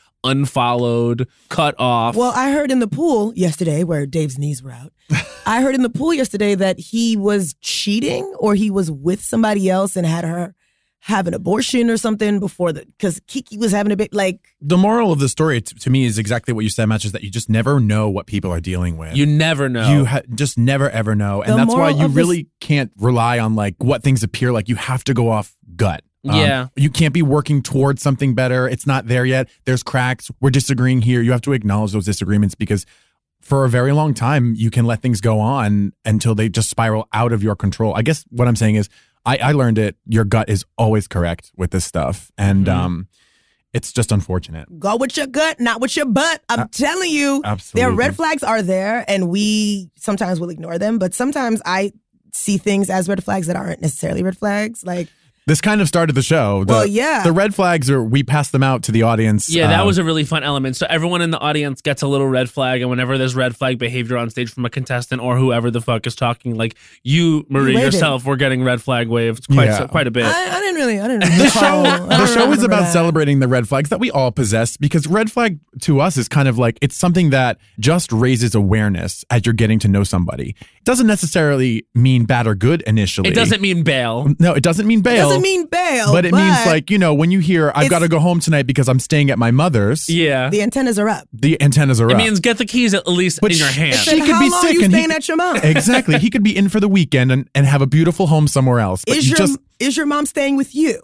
S2: unfollowed, cut off.
S6: Well, I heard in the pool yesterday where Dave's knees were out. I heard in the pool yesterday that he was cheating or he was with somebody else and had her have an abortion or something before the because Kiki was having a bit like
S5: The moral of the story t- to me is exactly what you said, Match, is that you just never know what people are dealing with.
S2: you never know.
S5: You ha- just never ever know. And
S6: The
S5: that's why
S6: moral
S5: you
S6: of this-
S5: really can't rely on like what things appear like. You have to go off gut.
S2: Yeah.
S5: Um, You can't be working towards something better. It's not there yet. There's cracks. We're disagreeing here. You have to acknowledge those disagreements because for a very long time, you can let things go on until they just spiral out of your control. I guess what I'm saying is, I, I learned it. Your gut is always correct with this stuff. And
S2: Mhm.
S5: um, it's just unfortunate.
S6: go with your gut, not with your butt. I'm
S5: A-
S6: telling you.
S5: Absolutely.
S6: Their red flags are there and we sometimes will ignore them, but sometimes I see things as red flags that aren't necessarily red flags. Like,
S5: This kind of started the show. The,
S6: well, yeah.
S5: the red flags are, we pass them out to the audience.
S2: Yeah, that
S5: um,
S2: was a really fun element. So everyone in the audience gets a little red flag, and whenever there's red flag behavior on stage from a contestant or whoever the fuck is talking, like you, Marie
S6: Waving.
S2: yourself, were getting red flag waved quite
S5: Yeah.
S2: so- quite a bit.
S6: I, I didn't really, I didn't
S5: the
S6: recall.
S5: show
S6: I
S5: the
S6: don't
S5: show is
S6: remember
S5: about
S6: that.
S5: celebrating the red flags that we all possess because red flag to us is kind of like it's something that just raises awareness as you're getting to know somebody. It doesn't necessarily mean bad or good initially.
S2: it doesn't mean bail.
S5: No, it doesn't mean
S6: It
S5: bail.
S6: doesn't mean bail,
S5: but it means like you know when you hear I've
S6: It's-
S5: got to go home tonight because I'm staying at my mother's.
S2: Yeah,
S6: the antennas are up.
S5: The antennas are
S2: it
S5: up.
S2: means get the keys at least
S5: But
S2: in your
S5: sh-
S2: hand.
S5: She
S6: Then
S5: could
S6: how
S5: be
S6: long
S5: sick
S6: Are you
S5: and he-
S6: staying at your mom?
S5: exactly. He could be in for the weekend and, and have a beautiful home somewhere else. But
S6: Is
S5: you
S6: your
S5: just
S6: is your mom staying with you?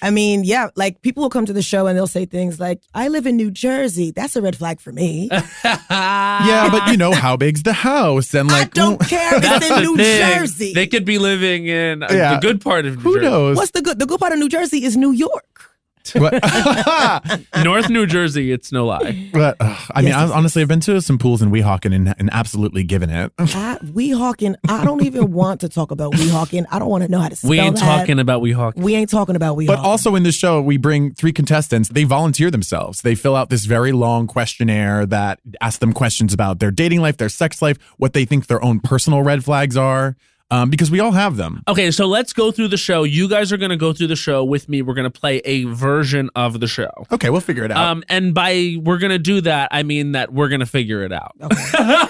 S6: I mean, yeah, like people will come to the show and they'll say things like, "I live in New Jersey." That's a red flag for me.
S5: yeah, but you know how big's the house and
S6: I
S5: like
S6: don't care if it's in New
S2: Thing,
S6: Jersey.
S2: They could be living in uh,
S5: Yeah.
S2: the good part of New
S5: who
S2: Jersey.
S5: knows.
S6: What's the good? The good part of New Jersey is New York.
S5: What-
S2: North New Jersey, it's no lie.
S5: But uh, I mean,
S6: Yes,
S5: I,
S6: yes,
S5: honestly, I've been to some pools in Weehawken and, and absolutely given it.
S6: I, Weehawken. I don't even want to talk about Weehawken. I don't want to know how to spell
S2: We ain't
S6: that.
S2: talking about Weehawken.
S6: We ain't talking about Weehawken.
S5: But also in the show, we bring three contestants. They volunteer themselves. They fill out this very long questionnaire that asks them questions about their dating life, their sex life, what they think their own personal red flags are. um, because we all have them.
S2: Okay, so let's go through the show. You guys are going to go through the show with me. We're going to play a version of the show.
S5: Okay, we'll figure it out.
S2: Um, and by we're going to do that, I mean that we're going to figure it out.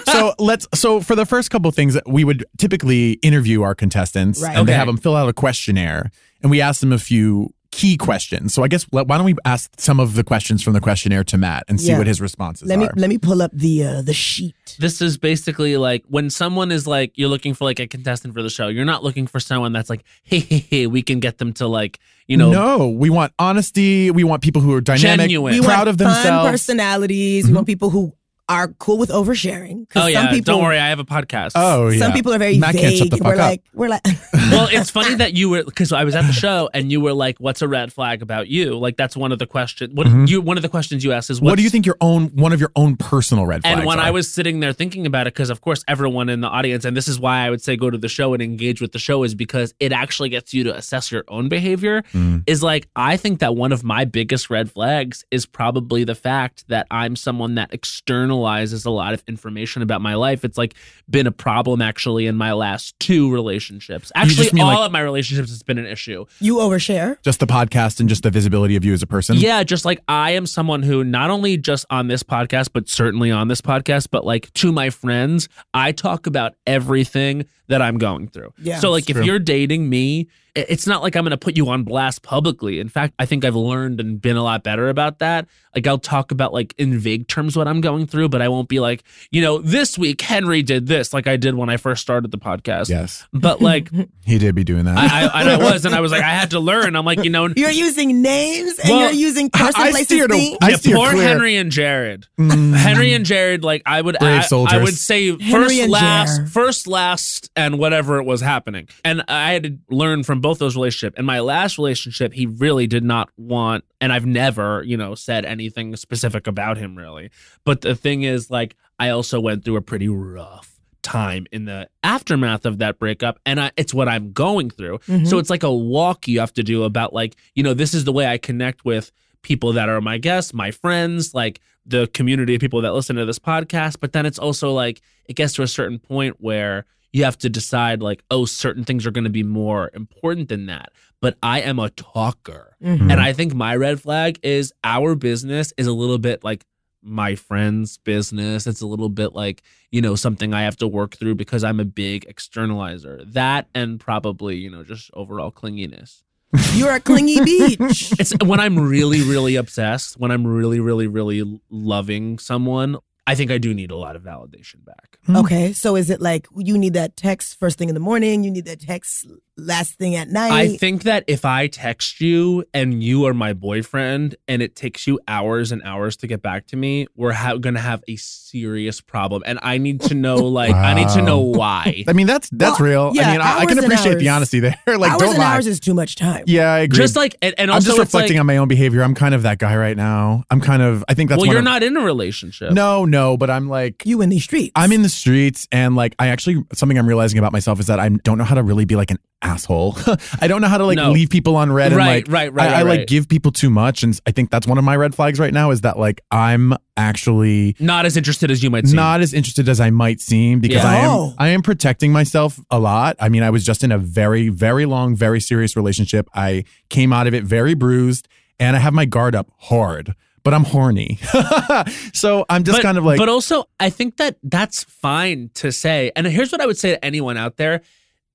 S5: so let's so for the first couple things we would typically interview our contestants
S6: Right.
S5: and they
S2: Okay.
S5: have them fill out a questionnaire and we ask them a few key questions so i guess let- why don't we ask some of the questions from the questionnaire to matt and see
S6: Yeah.
S5: what his responses
S6: Let me
S5: are
S6: let me pull up the uh, the sheet.
S2: This is basically like when someone is like, you're looking for like a contestant for the show. You're not looking for someone that's like, hey, hey, hey, we can get them to like, you know,
S5: no we want honesty we want people who are dynamic
S2: Genuine.
S6: We
S5: proud
S6: want
S5: of
S6: Fun
S5: themselves Mm-hmm.
S6: personalities. We want people who are cool with oversharing. 'Cause
S2: oh yeah,
S6: some people,
S2: don't worry, I have a podcast.
S5: oh yeah
S6: Some people are very
S5: Matt
S6: vague.
S5: can't shut the
S6: and
S5: fuck
S6: we're
S5: up.
S6: like we're like
S2: well, it's funny that you were because I was at the show and you were like, "What's a red flag about you?" Like that's one of the questions. What
S5: Mhm.
S2: you one of the questions you asked is,
S5: what do you
S2: what's-
S5: think your own one of your own personal red flags
S2: And when
S5: are?
S2: I was sitting there thinking about it, because of course everyone in the audience, and this is why I would say go to the show and engage with the show, is because it actually gets you to assess your own behavior.
S5: Mm.
S2: Is like I think that one of my biggest red flags is probably the fact that I'm someone that externalizes a lot of information about my life. It's like been a problem actually in my last two relationships. Actually,
S5: mean,
S2: all
S5: like-
S2: of my relationships has been an issue.
S6: you overshare.
S5: just the podcast and just the visibility of you as a person
S2: Yeah, just like I am someone who not only just on this podcast, but certainly on this podcast, but like to my friends, I talk about everything that I'm going through.
S6: Yeah,
S2: so like if
S5: true.
S2: you're dating me, i- it's not like I'm going to put you on blast publicly. In fact, I think I've learned and been a lot better about that. Like I'll talk about like in vague terms what I'm going through, but I won't be like, you know, this week Henry did this like I did when I first started the podcast.
S5: yes
S2: But like
S5: he did be doing that
S2: I, I and I was and I was like I had to learn. I'm like, you know,
S6: You're using names and
S2: Well,
S6: you're using
S5: I-
S6: person
S5: I
S6: places
S5: steered a-
S6: thing.
S5: I
S2: yeah,
S5: steer
S2: poor
S5: clear.
S2: Henry and Jared.
S5: Mm.
S2: Henry and Jared, like I would,
S5: Brave
S2: I- I,
S5: soldiers.
S2: would say
S6: Henry
S2: first,
S6: and
S2: last,
S6: Jer.
S2: first, last, and whatever it was happening. And I had to learn from both those relationships. And my last relationship, he really did not want, and I've never, you know, said anything specific about him really. But the thing is, like, I also went through a pretty rough time in the aftermath of that breakup, and I, it's what I'm going through.
S6: Mhm.
S2: So it's like a walk you have to do about like, you know, this is the way I connect with people that are my guests, my friends, like the community of people that listen to this podcast. But then it's also like it gets to a certain point where you have to decide like, oh, certain things are going to be more important than that. But I am a talker.
S6: Mhm.
S2: And I think my red flag is our business is a little bit like my friend's business. It's a little bit like, you know, something I have to work through because I'm a big externalizer. That and probably, you know, just overall clinginess.
S5: Mm-hmm.
S6: You're a clingy beach.
S2: It's when I'm really, really obsessed, when I'm really, really, really loving someone, I think I do need a lot of validation back.
S6: Okay, so is it like you need that text first thing in the morning? You need that text last thing at night?
S2: I think that if I text you and you are my boyfriend and it takes you hours and hours to get back to me, we're ha- going to have a serious problem. And I need to know, like, I need to know why.
S5: I mean, that's that's
S6: Well,
S5: real.
S6: yeah,
S5: I mean, I, I
S6: hours
S5: can
S6: and
S5: appreciate the
S6: hours.
S5: honesty there. like,
S6: hours
S5: don't
S6: and
S5: lie.
S6: hours is too much time.
S5: yeah, I agree.
S2: Just like, and, and also,
S5: I'm just
S2: it's like,
S5: reflecting on my own behavior. I'm kind of that guy right now. I'm kind of. I think that's.
S2: well,
S5: one
S2: you're
S5: of-
S2: not in a relationship.
S5: No, no, but I'm like.
S6: You in these streets?
S5: I'm in the streets, and like, I actually something I'm realizing about myself is that I don't know how to really be like an asshole. I don't know how to like
S2: No.
S5: leave people on red and
S2: Right,
S5: like,
S2: right, right,
S5: I,
S2: right,
S5: I like
S2: right.
S5: give people too much, and I think that's one of my red flags right now is that like I'm actually
S2: Not as interested as you might seem.
S5: not as interested as I might seem because
S2: Yeah.
S5: I am
S6: Oh.
S5: I am protecting myself a lot. I mean, I was just in a very very long, very serious relationship. I came out of it very bruised, and I have my guard up hard. But I'm horny, so I'm just
S2: but,
S5: kind of like
S2: But also, I think that that's fine to say. And here's what I would say to anyone out there: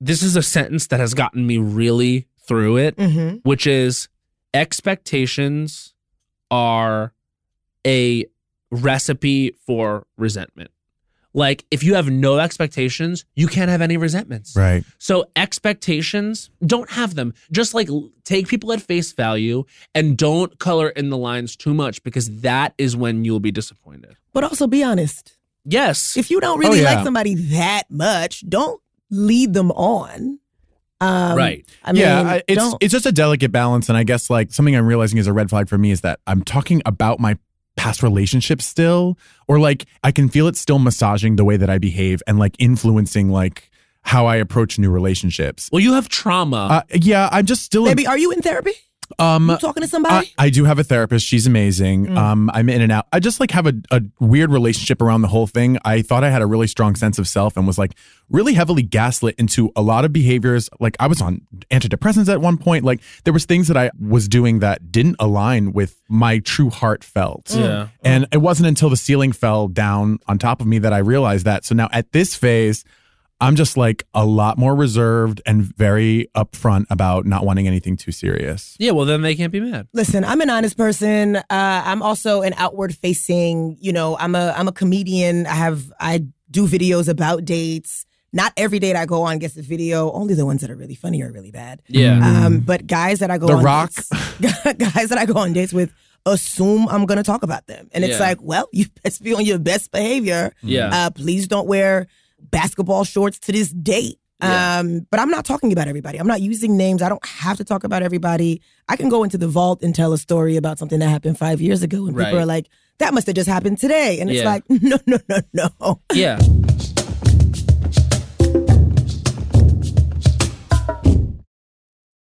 S2: This is a sentence that has gotten me really through it,
S6: hmm
S2: which is expectations are a recipe for resentment. Like if you have no expectations, you can't have any resentments.
S5: right.
S2: So expectations, don't have them. Just like l- take people at face value and don't color in the lines too much because that is when you'll be disappointed.
S6: But also be honest.
S2: Yes.
S6: If you don't really
S5: Oh, yeah.
S6: like somebody that much, don't lead them on. Um,
S2: Right.
S6: I mean,
S5: yeah, I, it's
S6: don't-
S5: it's just a delicate balance, and I guess like something I'm realizing is a red flag for me is that I'm talking about my past relationships still, or like I can feel it still massaging the way that I behave and like influencing like how I approach new relationships.
S2: well, you have trauma.
S5: Uh, yeah, I'm just still.
S6: baby, are you in therapy?
S5: Um,
S6: You talking to somebody?
S5: I, I do have a therapist. She's amazing.
S6: Mm.
S5: Um, I'm in and out. I just like have a, a weird relationship around the whole thing. I thought I had a really strong sense of self and was like really heavily gaslit into a lot of behaviors. Like I was on antidepressants at one point. Like there was things that I was doing that didn't align with my true heart felt.
S2: Yeah.
S5: And it wasn't until the ceiling fell down on top of me that I realized that. So now at this phase, I'm just like a lot more reserved and very upfront about not wanting anything too serious.
S2: Yeah, well, then they can't be mad.
S6: Listen, I'm an honest person. Uh, I'm also an outward facing. You know, I'm a I'm a comedian. I have I do videos about dates. Not every date I go on gets a video. Only the ones that are really funny are really bad.
S2: Yeah.
S6: Um, but guys that I go
S5: The
S6: on
S5: Rock.
S6: dates- guys that I go on dates with assume I'm gonna talk about them, and it's
S2: Yeah.
S6: like, well, you best be on your best behavior.
S2: Yeah.
S6: Uh, please don't wear basketball shorts to this date.
S2: Yeah.
S6: Um, but I'm not talking about everybody. I'm not using names. I don't have to talk about everybody. I can go into the vault and tell a story about something that happened five years ago, and
S2: Right.
S6: people are like, "That must have just happened today," and it's
S2: Yeah.
S6: like, "No, no, no, no."
S2: yeah.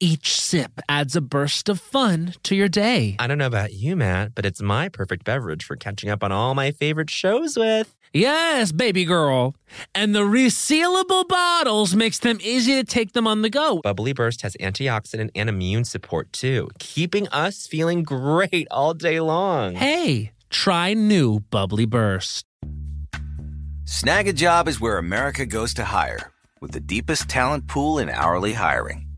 S2: Each sip adds a burst of fun to your day.
S7: I don't know about you, Matt, but it's my perfect beverage for catching up on all my favorite shows with.
S2: Yes, baby girl. And the resealable bottles makes them easy to take them on the go.
S7: Bubbly Burst has antioxidant and immune support too, keeping us feeling great all day long.
S2: Hey, try new Bubbly Burst.
S8: Snag a job is where America goes to hire, with the deepest talent pool in hourly hiring.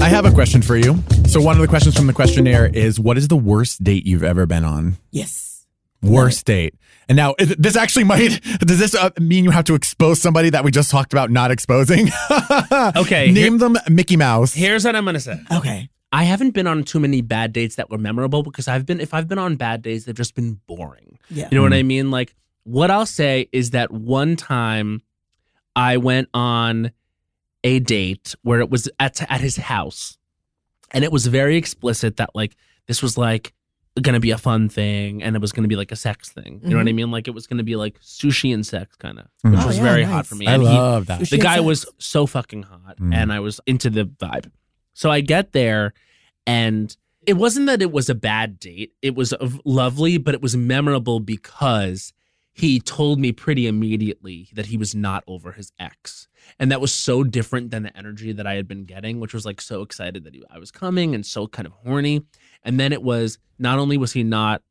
S5: I have a question for you. So one of the questions from the questionnaire is what is the worst date you've ever been on?
S6: Yes.
S5: Worst date. And now is- this actually might does this uh, mean you have to expose somebody that we just talked about not exposing?
S2: Okay,
S5: Name them Mickey Mouse.
S2: Here's what I'm going to say.
S6: Okay.
S2: I haven't been on too many bad dates that were memorable because I've been if I've been on bad days, they've just been boring.
S6: Yeah.
S2: You know what I mean? Like what I'll say is that one time I went on a date where it was at at his house. And it was very explicit that like this was like gonna be a fun thing and it was gonna be like a sex thing. You know what I mean? Like it was gonna be like sushi and sex kind of, which
S5: Oh,
S2: was
S6: yeah,
S2: very
S6: nice.
S2: hot for me.
S5: I
S2: And he-
S5: love that.
S6: Sushi
S2: the
S6: and
S2: guy
S6: sex.
S2: was so fucking hot
S5: Mm.
S2: and I was into the vibe. So I get there and it wasn't that it was a bad date. It was uh, lovely, but it was memorable because he told me pretty immediately that he was not over his ex. And that was so different than the energy that I had been getting, which was like so excited that he, I was coming and so kind of horny. And then it was not only was he not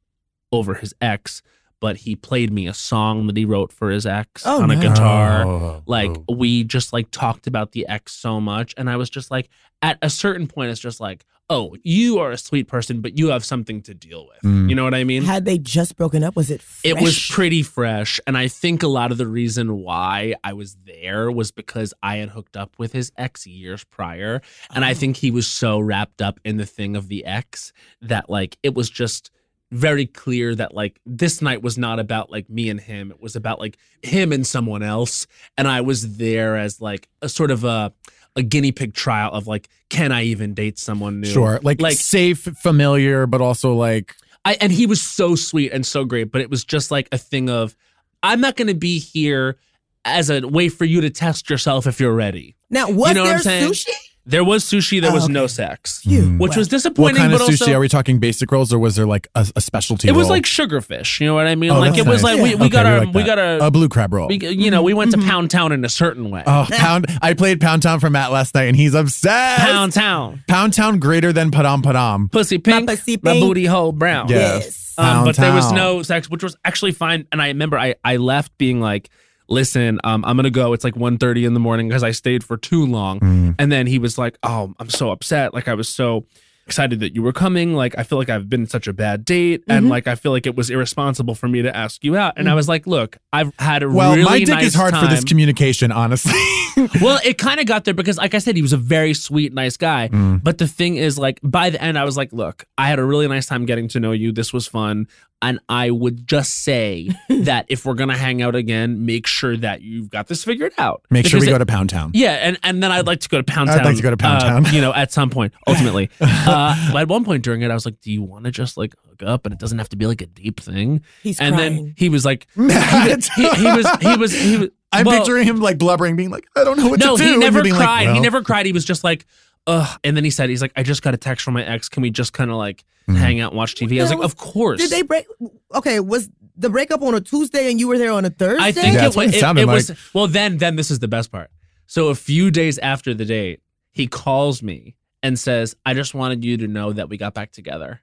S2: over his ex, but he played me a song that he wrote for his ex
S6: Oh,
S2: on a
S6: nice.
S2: guitar
S5: Oh,
S2: like
S5: oh.
S2: we just like talked about the ex so much and i was just like at a certain point it's just like oh you are a sweet person but you have something to deal with
S5: Mm.
S2: you know what i mean
S6: Had they just broken up? Was it fresh?
S2: it was pretty fresh and i think a lot of the reason why i was there was because i had hooked up with his ex years prior and i think he was so wrapped up in the thing of the ex that like it was just very clear that like this night was not about like me and him it was about like him and someone else and i was there as like a sort of a a guinea pig trial of like can i even date someone new
S5: Sure, like,
S2: Like-
S5: safe, familiar, but also like
S2: I and he was so sweet and so great, but it was just like a thing of I'm not going to be here as a way for you to test yourself if you're ready.
S6: Now, was
S2: You know what
S6: there
S2: I'm saying?
S6: sushi?
S2: There was sushi, there
S6: Oh,
S2: was
S6: okay.
S2: no sex,
S6: You.
S5: Hmm.
S2: which was
S5: what
S2: disappointing.
S5: kind of
S2: but
S5: sushi
S2: also,
S5: are we talking? Basic rolls, or was there like a, a specialty?
S2: it was
S5: roll?
S2: like sugarfish. You know what I mean?
S5: Oh,
S2: like
S5: that's
S2: it was
S5: nice.
S2: like we, we
S5: Okay,
S2: got
S5: we
S2: our
S5: like
S2: we
S5: that.
S2: got a,
S5: a blue crab roll.
S2: we, you know we went to Pound Town in a certain way.
S5: Oh, pound! I played Pound Town from Matt last night, and he's obsessed.
S2: Pound Town,
S5: Pound Town greater than Padam Padam.
S2: pussy pink,
S6: pussy
S2: my
S6: pink.
S2: booty hole brown.
S5: Yeah.
S6: Yes.
S2: Um,
S5: Pound
S2: but there was
S5: town.
S2: no sex, which was actually fine. And I remember I, I left being like, listen, um, I'm going to go. It's like 1.30 in the morning because I stayed for too long.
S5: Mm.
S2: And then he was like, oh, I'm so upset. Like I was so excited that you were coming. Like I feel like I've been such a bad date.
S5: Mm-hmm.
S2: And like I feel like it was irresponsible for me to ask you out. And I was like, look, I've had a
S5: Mm. Well,
S2: really
S5: my dick
S2: nice
S5: is hard for this
S2: time."
S5: communication, honestly.
S2: well, it kind of got there because, like I said, he was a very sweet, nice guy.
S5: Mm.
S2: But the thing is, like, by the end, I was like, look, I had a really nice time getting to know you. This was fun. And I would just say that if we're going to hang out again, make sure that you've got this figured out.
S5: Make sure we
S2: Because
S5: go
S2: it-
S5: to Pound Town.
S2: yeah, and, and then I'd like to go to Pound
S5: I'd
S2: Town.
S5: like to go to Pound
S2: uh,
S5: Town.
S2: You know, at some point, ultimately. uh, but at one point during it, I was like, "Do you want to just like hook up?" And it doesn't have to be like a deep thing.
S6: He's
S2: and
S6: crying.
S2: then he was like, he,
S5: Matt.
S2: he- he was he was he was.
S5: I'm
S2: well-
S5: picturing him like blubbering, being like, "I don't know what
S2: no,
S5: to do."
S2: he
S5: and
S2: never
S5: you're being like,
S2: cried. He
S5: "Well."
S2: never cried. He was just like, ugh. And then he said, he's like, I just got a text from my ex. Can we just kind of like
S5: Mm-hmm.
S2: hang out, and watch TV? I was
S6: the
S2: like,
S6: hell
S2: of course.
S6: Did they break? Okay, was the breakup on a Tuesday and you were there on a Thursday?
S2: I think
S5: Yeah,
S2: it,
S5: that's
S2: wa-
S5: what it
S2: it,
S5: sounded
S2: it was. Well, then, then this is the best part. So a few days after the date, he calls me and says, I just wanted you to know that we got back together.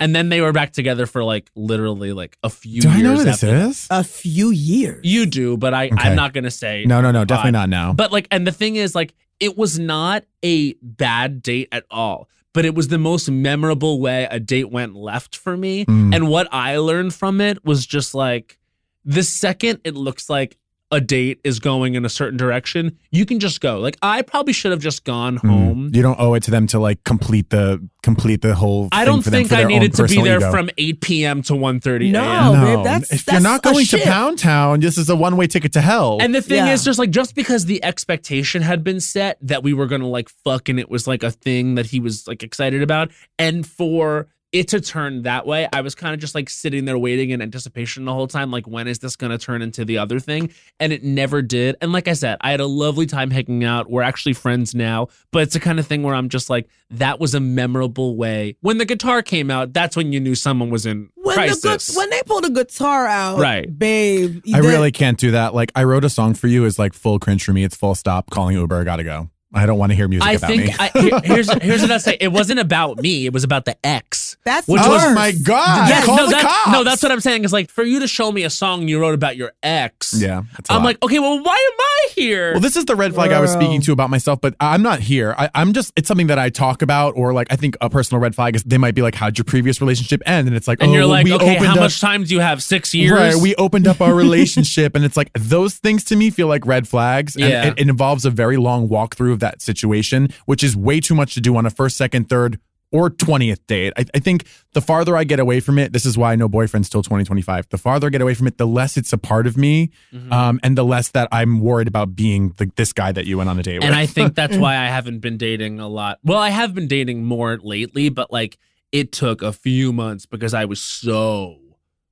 S2: And then they were back together for like literally like a few
S5: Do I
S2: years
S5: know what this
S2: after.
S5: is?
S6: a few years.
S2: You do, but I,
S5: Okay.
S2: I'm not going to say.
S5: No, no, no, definitely
S2: But-
S5: not now.
S2: But like, and the thing is, like, it was not a bad date at all. But it was the most memorable way a date went left for me.
S5: Mm.
S2: And what I learned from it was just like the second it looks like a date is going in a certain direction, you can just go. Like I probably should have just gone
S5: Mm.
S2: home.
S5: You don't owe it to them to like complete the complete the whole.
S2: I
S5: thing
S2: don't
S5: for them
S2: think
S5: for
S2: I
S5: their own
S2: needed to be
S5: personal
S2: there
S5: ego.
S2: from 8 p.m. to 1.30
S6: No.
S2: a.m.
S6: Oh, babe, that's-
S5: if you're
S6: that's
S5: not
S6: a
S5: going to
S6: shift.
S5: Pound Town, this is a one way ticket to hell.
S2: And the thing
S6: Yeah.
S2: is, just like just because the expectation had been set that we were gonna like fuck, and it was like a thing that he was like excited about, and for it to turn that way, I was kind of just like sitting there waiting in anticipation the whole time, like when is this gonna turn into the other thing? And it never did. And like I said, I had a lovely time hanging out. We're actually friends now, but it's the kind of thing where I'm just like, that was a memorable way. When the guitar came out, that's when you knew someone was in
S6: when
S2: crisis.
S6: the gu- when they pulled a guitar out,
S2: Right.
S6: babe?
S5: I
S6: that-
S5: really can't do that. Like I wrote a song for you is like full cringe for me. It's full stop calling Uber. I gotta go. I don't want to hear music
S2: I
S5: about me.
S2: think I, here- here's here's what I say. It wasn't about me. It was about the ex.
S6: That's
S2: Which
S5: oh
S2: was-
S6: worse.
S5: my god!
S2: Yes,
S5: Call
S2: no,
S5: the
S2: that-
S5: cops.
S2: no, that's what I'm saying. Is like for you to show me a song you wrote about your ex.
S5: Yeah, that's a
S2: I'm
S5: lot.
S2: like, okay, well, why am I here?
S5: Well, this is the red flag I was speaking to about myself, but I'm not here. I, I'm just, it's something that I talk about, or like, I think a personal red flag is they might be like, How'd your previous relationship end? And it's like,
S2: and
S5: oh,
S2: you're
S5: well,
S2: like,
S5: we
S2: okay,
S5: opened
S2: how
S5: up,
S2: much time do you have? Six years.
S5: Right. We opened up our relationship. and it's like, those things to me feel like red flags. And
S2: Yeah.
S5: it, it involves a very long walkthrough of that situation, which is way too much to do on a first, second, third, or 20th date. I, I think the farther I get away from it, this is why no boyfriends till 2025. The farther I get away from it, the less it's a part of me.
S2: Mm-hmm.
S5: Um, and the less that I'm worried about being the, this guy that you went on a date with.
S2: and I think that's why I haven't been dating a lot. Well, I have been dating more lately, but like it took a few months because I was so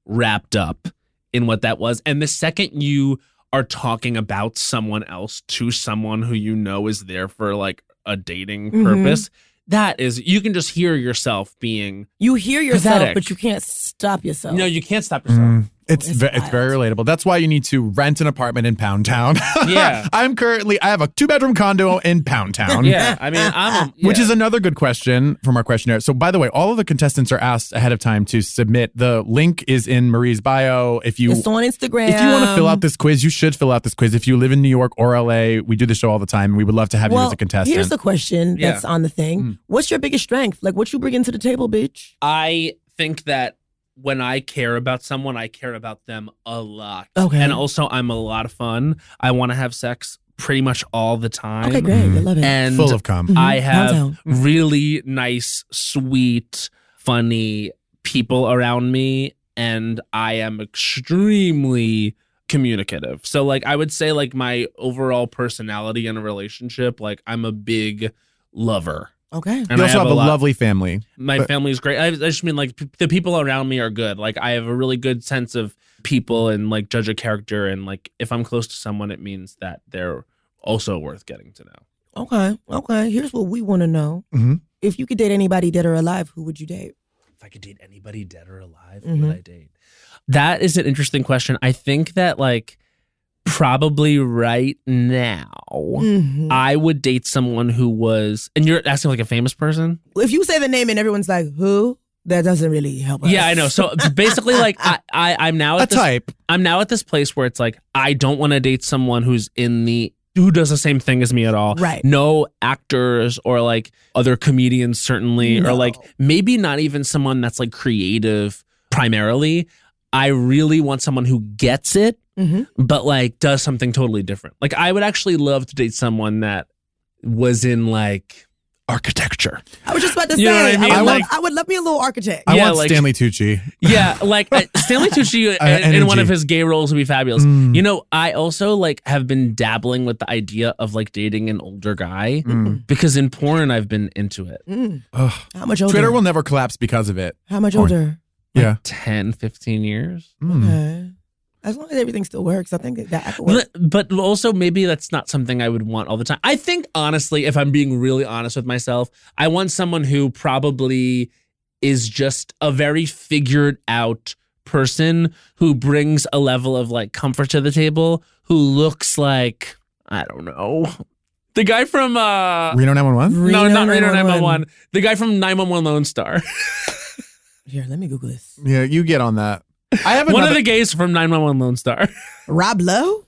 S2: wrapped up in what that was. And the second you are talking about someone else to someone who you know is there for like a dating
S5: Mm-hmm.
S6: Mhm.
S2: purpose, that is you can just hear yourself being
S6: You hear yourself,
S2: Pathetic.
S6: but you can't stop yourself.
S2: No, you can't stop yourself.
S5: Mm, It's
S6: It's
S5: ve- it's very relatable. That's why you need to rent an apartment in Pound Town.
S2: Yeah.
S5: I'm currently I have a two bedroom condo in Pound Town.
S2: Yeah, I mean, I'm. A,
S5: Which
S2: yeah.
S5: is another good question from our questionnaire. So, by the way, all of the contestants are asked ahead of time to submit. The link is in Marie's bio. If you
S6: It's on Instagram.
S5: if you want to fill out this quiz, you should fill out this quiz. If you live in New York or LA, we do the show all the time. We would love to have you
S6: well,
S5: as a contestant.
S6: here's the question
S2: Yeah. Mm.
S6: that's on the thing. What's your biggest strength? Like, what you bringing to the table, bitch?
S2: I think that when I care about someone, I care about them a lot.
S6: Okay.
S2: And also, I'm a lot of fun. I want to have sex pretty much all the time.
S6: Okay, great. I love it.
S2: And
S5: Full of cum.
S6: Mhm.
S2: I
S6: Pound
S2: have
S6: Town.
S2: really nice, sweet, funny people around me, and I am extremely communicative. So, like, I would say, like, my overall personality in a relationship, like, I'm a big lover.
S6: Okay.
S2: And
S5: you
S2: I
S5: also have, a,
S2: lot-
S5: lovely family.
S2: my
S5: But-
S2: family is great. I, I just mean like p- the people around me are good. Like I have a really good sense of people and like judge a character and like if I'm close to someone, it means that they're also worth getting to know.
S6: Okay. Okay. Here's what we want to know.
S2: Mm-hmm.
S5: Mhm.
S6: If you could date anybody dead or alive, who would you date?
S2: If I could date anybody dead or alive,
S6: who would
S2: I date? That is an interesting question. I think that like probably right now.
S6: Mhm.
S2: I would date someone who was, and you're asking like a famous person.
S6: if you say the name and everyone's like, who? That doesn't really help us.
S2: Yeah, I know. So basically, like I, I, I'm now at
S5: A
S2: this
S5: type.
S2: I'm now at this place where it's like I don't want to date someone who's in the who does the same thing as me at all.
S6: Right.
S2: No actors or like other comedians certainly or
S6: No.
S2: like maybe not even someone that's like creative primarily. I really want someone who gets it
S6: Mhm.
S2: but like does something totally different. Like I would actually love to date someone that was in like architecture.
S6: I was just about to say,
S2: You know what I
S6: I,
S2: mean?
S6: would
S2: Like-
S6: love, I would love me a little architect.
S5: I
S2: Yeah,
S5: want
S2: like-
S5: Stanley Tucci.
S2: Yeah, like uh, Stanley Tucci
S5: Uh,
S2: in, in one
S5: energy.
S2: of his gay roles would be fabulous.
S5: Mm.
S2: You know, I also like have been dabbling with the idea of like dating an older guy
S5: Mm.
S2: because in porn I've been into it.
S6: Mm.
S5: Ugh.
S6: How much older?
S5: Twitter will never collapse because of it.
S6: How much
S5: Porn.
S6: older?
S5: Yeah.
S2: 10, 15 years.
S5: Mm.
S6: Okay. As long as everything still works, I think that I could work.
S2: But, but also maybe that's not something I would want all the time. I think honestly, if I'm being really honest with myself, I want someone who probably is just a very figured out person who brings a level of like comfort to the table, who looks like I don't know. The guy from uh
S5: Reno 911?
S2: No,
S6: Reno
S2: not Reno
S6: 911.
S2: 911. The guy from 911 Lone Star.
S6: Here, let me Google this.
S5: Yeah, you get on that. I have
S2: One
S5: another.
S2: of the gays from 911 Lone Star.
S6: Rob Lowe?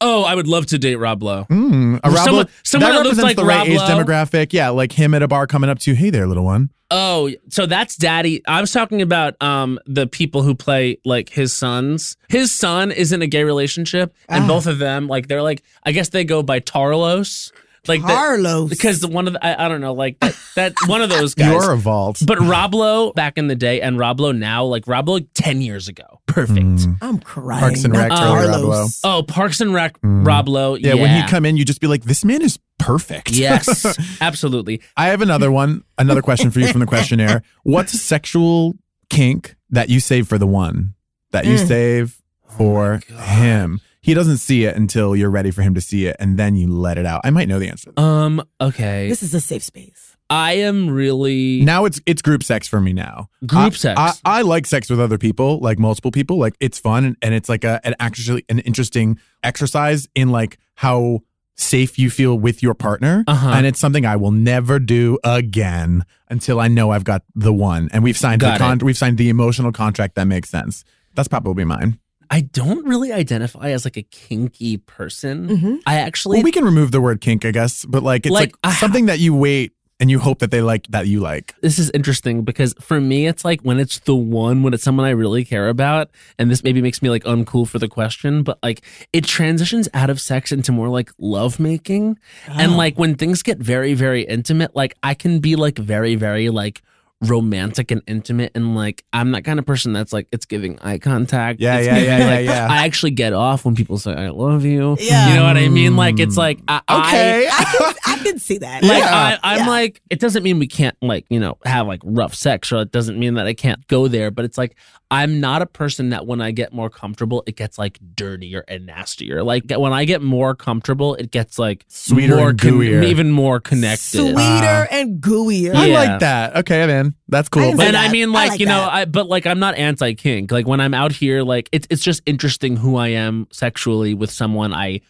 S2: Oh, I would love to date Rob Lowe.
S5: Mm, a
S2: Or
S5: Rob
S2: someone-
S5: Lo-
S2: someone
S5: that
S2: that looks
S5: represents
S2: like
S5: the right
S2: Rob
S5: age
S2: Lowe.
S5: demographic. Yeah, like him at a bar coming up to you. Hey there, little one.
S2: Oh, so that's daddy. I was talking about um the people who play like his sons. His son is in a gay relationship, and
S6: Ah.
S2: both of them like they're like I guess they go by Tarlos, like the-
S6: Carlos.
S2: because the one of the, I, I don't know like that, that one of those guys.
S5: You're a vault.
S2: but Roblo back in the day and Roblo now, like Roblo 10 years ago. Perfect.
S5: Mm.
S6: I'm crying.
S5: Parks and
S6: not
S5: Rec,
S2: early
S6: Carlos.
S5: Rob Lowe.
S2: Oh, Parks and Rec
S5: Mm.
S2: Roblo.
S5: Yeah,
S2: Yeah,
S5: when he come in, you just be like, this man is perfect.
S2: Yes, absolutely.
S5: I have another one, another question for you from the questionnaire. What's a sexual kink that you save for the one that you
S2: Hmm.
S6: Mm.
S5: save
S2: Oh
S5: for him? He doesn't see it until you're ready for him to see it, and then you let it out. I might know the answer.
S2: Um, okay.
S6: This is a safe space.
S2: I am really
S5: Now it's it's group sex for me now.
S2: group
S5: I-
S2: sex.
S5: I, I like sex with other people, like multiple people. Like it's fun and, and it's like a, an actually an interesting exercise in like how safe you feel with your partner.
S2: Uh-huh.
S5: And it's something I will never do again until I know I've got the one. And we've signed
S2: Got
S5: the con- we've signed the emotional contract that makes sense. That's probably mine.
S2: I don't really identify as like a kinky person.
S6: Mm-hmm.
S2: I actually
S5: Well, we can remove the word kink, I guess, but like it's
S2: Like,
S5: like,
S2: ah.
S5: something that you wait and you hope that they like that you like.
S2: this is interesting because for me it's like when it's the one when it's someone I really care about and this maybe makes me like uncool for the question but like it transitions out of sex into more like lovemaking
S5: Oh.
S2: and like when things get very very intimate like I can be like very very like romantic and intimate and like I'm that kind of person that's like it's giving eye contact
S5: Yeah,
S2: It's
S5: yeah,
S2: giving,
S5: yeah,
S2: like,
S5: yeah, yeah.
S2: I actually get off when people say I love you
S6: Yeah.
S2: you know what I mean like it's like I, I-
S5: Mm. Okay.
S6: I can, I can see that.
S2: like
S5: Yeah.
S2: I, I'm
S6: Yeah.
S2: like, it doesn't mean we can't like you know have like rough sex, or it doesn't mean that I can't go there. But it's like I'm not a person that when I get more comfortable, it gets like dirtier and nastier. Like when I get more comfortable, it gets like
S5: Sweeter
S2: more
S5: and
S2: con-
S5: gooier.
S2: even more connected.
S6: Sweeter and gooier.
S5: I
S2: Yeah.
S5: like that. Okay, I'm in. fine. That's cool.
S6: didn't
S5: But
S6: say
S2: and I
S6: that.
S2: mean,
S6: I
S2: like,
S6: like
S2: you know,
S6: that.
S2: I but like, I'm not anti kink. Like, when I'm out here, like, it's it's just interesting who I am sexually with someone I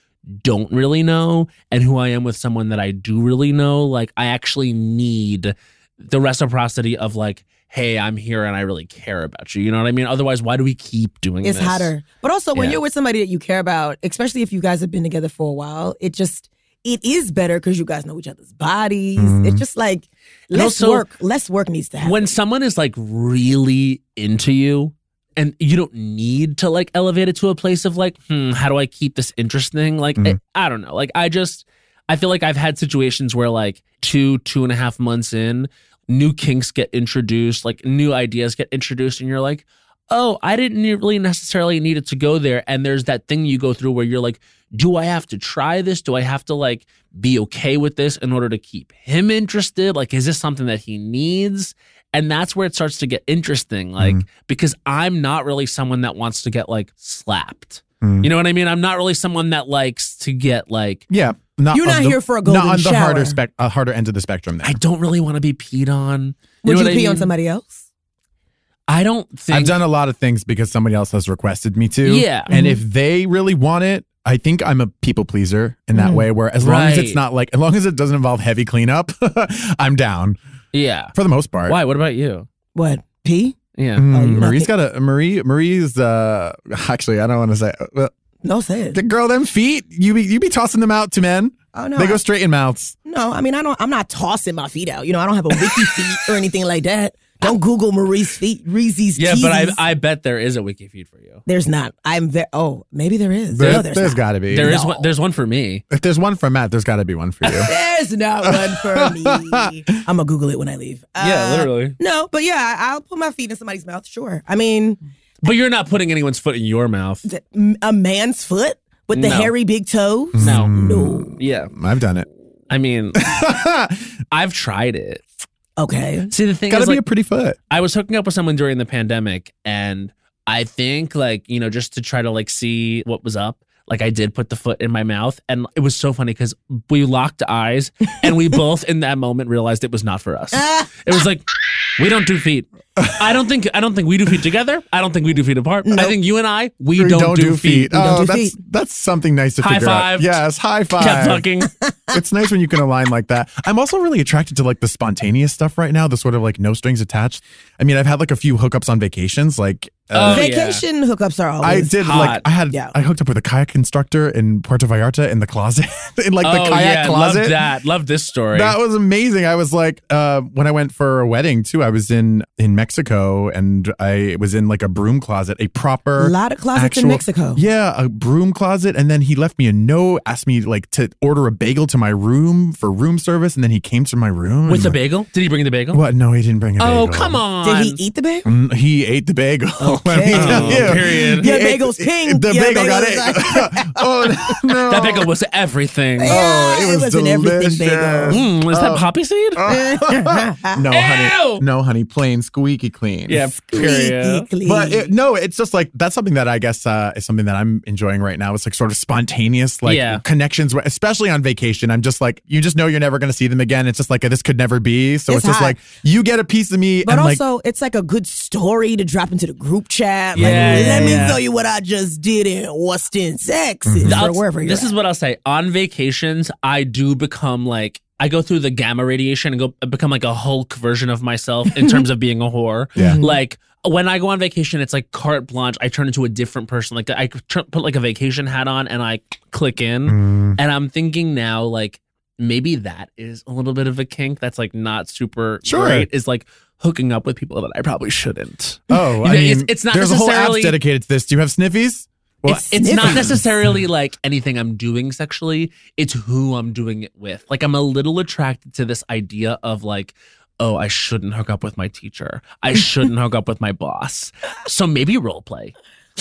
S2: don't really know, and who I am with someone that I do really know. Like, I actually need the reciprocity of like, hey, I'm here and I really care about you. You know what I mean? Otherwise, why do we keep doing
S6: It's
S2: this?
S6: hotter. But also, when
S2: Yeah.
S6: you're with somebody that you care about, especially if you guys have been together for a while, it just it is better because you guys know each other's bodies. It's just like
S2: And
S6: less
S2: also,
S6: work. Less work needs to happen.
S2: when someone is like really into you and you don't need to like elevate it to a place of like hmm how do i keep this interesting like
S5: Mhm.
S2: I, I don't know like i just i feel like i've had situations where like two two and a half months in new kinks get introduced like new ideas get introduced and you're like oh i didn't ne- really necessarily need it to go there and there's that thing you go through where you're like do i have to try this do i have to like be okay with this in order to keep him interested like is this something that he needs and that's where it starts to get interesting like
S5: Mm-hmm.
S2: because i'm not really someone that wants to get like slapped
S5: Mm.
S2: you know what i mean i'm not really someone that likes to get like
S5: yeah, not
S6: You're
S5: on
S6: not
S5: the-
S6: here for a
S5: not
S6: golden
S5: on the harder
S6: shower.
S5: spec, uh, harder end of the spectrum. There,
S2: i don't really want to be peed on
S6: Would
S2: know what
S6: you
S2: I
S6: pee on
S2: mean?
S6: somebody else?
S2: i don't think
S5: I've done a lot of things because somebody else has requested me to.
S2: Yeah.
S6: Mm-hmm.
S5: and if they really want it. I think I'm a people pleaser in that
S6: Mm.
S5: way, where as long as it's
S2: Right.
S5: not like, as long as it doesn't involve heavy cleanup, I'm down
S2: yeah
S5: for the most part.
S2: why what about you
S6: What pee?
S2: yeah
S5: Mm,
S6: Oh, you're not
S5: Marie's
S6: pick-
S5: got a Marie. Marie's uh, actually, I don't want to say well,
S6: No, say it.
S5: the girl. Them feet, you be you be tossing them out to men.
S6: Oh no,
S5: they
S6: I-
S5: go straight in mouths.
S6: no. I mean, I don't. I'm not tossing my feet out. You know, I don't have a wiki feet or anything like that. Don't Google Marie's feet, Reezy's.
S2: yeah but i
S6: Teezies.
S2: i bet there is a wiki feed for you
S6: there's not. I'm very. Oh, maybe there is. no, there's,
S5: there's
S6: not.
S5: got to be.
S2: There is
S6: No.
S2: one there's one for me
S5: If there's one for Matt, there's got to be one for you.
S6: There's not one for me. I'm gonna Google it when I leave. Uh,
S2: literally
S6: No, but yeah, I- I'll put my feet in somebody's mouth. Sure. I mean,
S2: but you're not putting anyone's foot in your mouth
S6: th- m- a man's foot with the
S2: No.
S6: hairy big toes.
S2: no
S6: No.
S2: yeah
S5: Mm. I've done it.
S2: i mean
S5: gotta
S2: i've tried it
S6: Okay.
S2: see the thing
S5: be
S2: is like,
S5: a pretty foot.
S2: I was hooking up with someone during the pandemic, and I think like you know just to try to like see what was up. Like I did put the foot in my mouth, and it was so funny because we locked eyes, and we both in that moment realized it was not for
S5: Oh,
S2: us.
S6: Ah,
S2: It was like we don't do feet. I don't think I don't think we do feet together. I don't think we do feet apart. I think you and I we
S5: You
S2: don't, do feet.
S5: Oh,
S6: do
S5: that's
S6: feet.
S5: that's something nice to
S2: High
S5: figure out.
S2: five.
S5: Yes, high
S2: Kept
S5: five.
S2: fucking.
S5: it's nice when you can align like that. I'm also really attracted to like the spontaneous stuff right now. The sort of like no strings attached. I mean, I've had like a few hookups on vacations. Like uh,
S2: Oh, yeah.
S6: vacation hookups are
S5: I
S6: always.
S5: did
S2: Oh, hot.
S5: like I had
S6: Yeah.
S5: I hooked up with a kayak instructor in Puerto Vallarta in the closet in like the
S2: oh
S5: kayak
S2: yeah,
S5: closet.
S2: love that. Love this story.
S5: That was amazing. I was like, uh, when I went for a wedding too, I was in in Mexico and I was in like a broom closet, a proper
S6: A lot of closets in
S5: actual-
S6: Mexico.
S5: Yeah, a broom closet. And then he left me a note, asked me like to order a bagel to my room for room service, and then he came to my room
S2: with the
S5: and-
S2: bagel. Did he bring the bagel?
S5: What? No, he didn't bring a bagel.
S2: Oh come on.
S6: Did he eat the bagel?
S5: Mm, He ate the bagel. Let me
S6: Okay.
S5: tell
S2: Oh,
S5: you.
S2: period.
S5: He
S6: Your
S5: ate-
S6: bagel's king.
S5: The
S6: Your
S5: bagel got
S6: bagel is
S5: it. oh no!
S2: That bagel was everything.
S5: Oh,
S6: Yeah,
S5: it
S6: it
S5: was
S6: was an everything
S5: delicious.
S2: Mm, was
S6: Uh,
S2: that poppy seed?
S5: no, honey.
S2: Ew!
S5: No, honey. Plain squeaky clean.
S2: Yeah, period.
S6: Squeaky
S5: But
S6: clean.
S5: it, no, it's just like that's something that I guess uh, is something that I'm enjoying right now. It's like sort of spontaneous, like
S2: Yeah.
S5: connections, where- especially on vacation. I'm just like, you just know you're never going to see them again. It's just like this could never be. So it's,
S6: It's
S5: just
S6: hot.
S5: like you get a piece of me,
S6: But
S5: and like
S6: also, it's like a good story to drop into the group chat. Like,
S2: Yeah, yeah,
S6: let me
S2: yeah.
S6: tell you what I just did in Austin, Texas, or
S2: I'll-
S6: wherever you're
S2: this is
S6: at.
S2: what I'll say. On vacations, I do become like I go through the gamma radiation and go become like a Hulk version of myself in terms of being a whore.
S5: Yeah.
S6: Mm-hmm.
S2: Like when I go on vacation, it's like carte blanche. I turn into a different person. Like I tr- put like a vacation hat on and I click in.
S5: Mm,
S2: And I'm thinking now, like maybe that is a little bit of a kink that's like not super
S5: Sure.
S2: great. Is like hooking up with people that I probably shouldn't.
S5: oh, I
S2: know,
S5: mean,
S2: it's- it's not
S5: there's a whole app
S2: necessarily-
S5: dedicated to this. Do you have sniffies? Well,
S6: It's
S2: it's not
S6: sniffing.
S2: necessarily like anything I'm doing sexually, it's who I'm doing it with. Like I'm a little attracted to this idea of like Oh, I shouldn't hook up with my teacher. I shouldn't hook up with my boss. So maybe role play.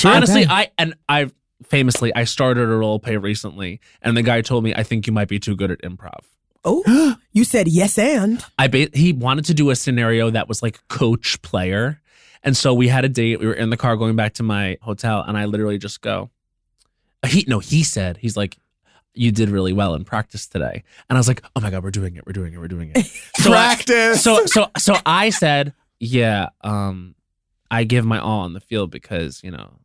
S2: Honestly, I and I famously I started a role play recently, and the guy told me I think you might be too good at improv.
S6: Oh, you said yes and.
S2: I ba- he wanted to do a scenario that was like coach player, and so we had a date. We were in the car going back to my hotel, and I literally just go. He no, he said he's like, you did really well in practice today. And I was like, oh my God, we're doing it. We're doing it. We're doing it. So I-
S5: Practice.
S2: so so so I said, yeah, um, I give my all on the field because you know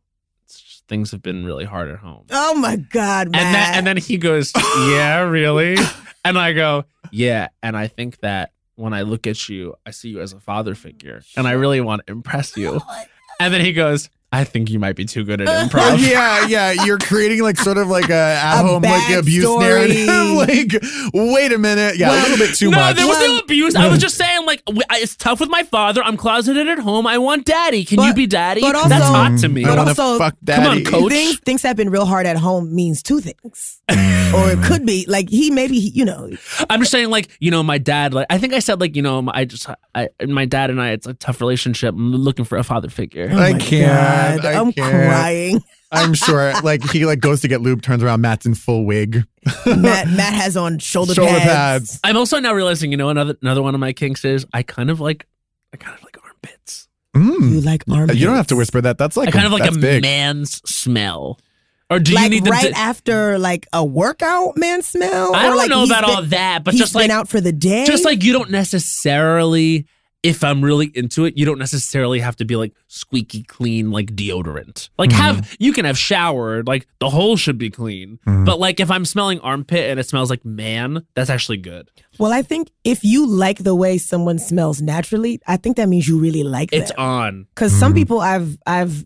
S2: it's just- things have been really hard at home.
S6: Oh my God, man.
S2: And then and then he goes, yeah, really? And I go, yeah. And I think that when I look at you, I see you as a father figure, and I really want to impress you. And then he goes, I think you might be too good at improv.
S5: yeah, yeah. You're creating like sort of like a at home like abuse
S6: backstory.
S5: narrative. like, wait a minute. Yeah, a little bit too
S2: no,
S5: much.
S2: there was no
S6: Well-
S2: abuse. I was just saying, like, w- I- it's tough with my father. I'm closeted at home. I want daddy. Can you
S6: But-
S2: be daddy?
S6: but also-
S2: That's hot to me.
S5: I
S6: But
S5: wanna
S6: also-
S5: fuck
S2: Come on,
S5: daddy.
S2: coach.
S6: Things things have been real hard at home means two things,
S2: Mm.
S6: or it could be like he maybe he, you know
S2: I'm just saying, like, you know, my dad. Like, I think I said, like, you know, my, I just, I, my dad and I, it's a tough relationship. I'm looking for a father figure.
S5: I
S6: Oh my
S5: can't.
S6: God,
S5: I
S6: I'm
S5: can't.
S6: crying.
S5: I'm sure. Like he like goes to get lube, turns around, Matt's in full wig,
S6: Matt Matt has on shoulder,
S5: shoulder
S6: pads.
S5: pads.
S2: I'm also now realizing, you know, another another one of my kinks is I kind of like, I kind of like armpits.
S5: Mm.
S6: You like armpits?
S5: You don't have to whisper that. That's like
S2: I kind of like
S5: that's
S2: a
S5: big.
S2: man's smell. Or do you
S6: like
S2: need them
S6: right
S2: to?
S6: after like a workout, man smell.
S2: I
S6: Or,
S2: don't
S6: like,
S2: know
S6: he's
S2: about all
S6: been-
S2: that, but
S6: he's
S2: just like
S6: been out for the day.
S2: Just like you don't necessarily, if I'm really into it, you don't necessarily have to be like squeaky clean, like deodorant. Like
S5: Mm-hmm.
S2: have you can have showered, like the whole should be clean.
S5: Mm-hmm.
S2: But like if I'm smelling armpit and it smells like man, that's actually good.
S6: well, I think if you like the way someone smells naturally, I think that means you really like
S2: It's
S6: them.
S2: on.
S6: Because some people I've I've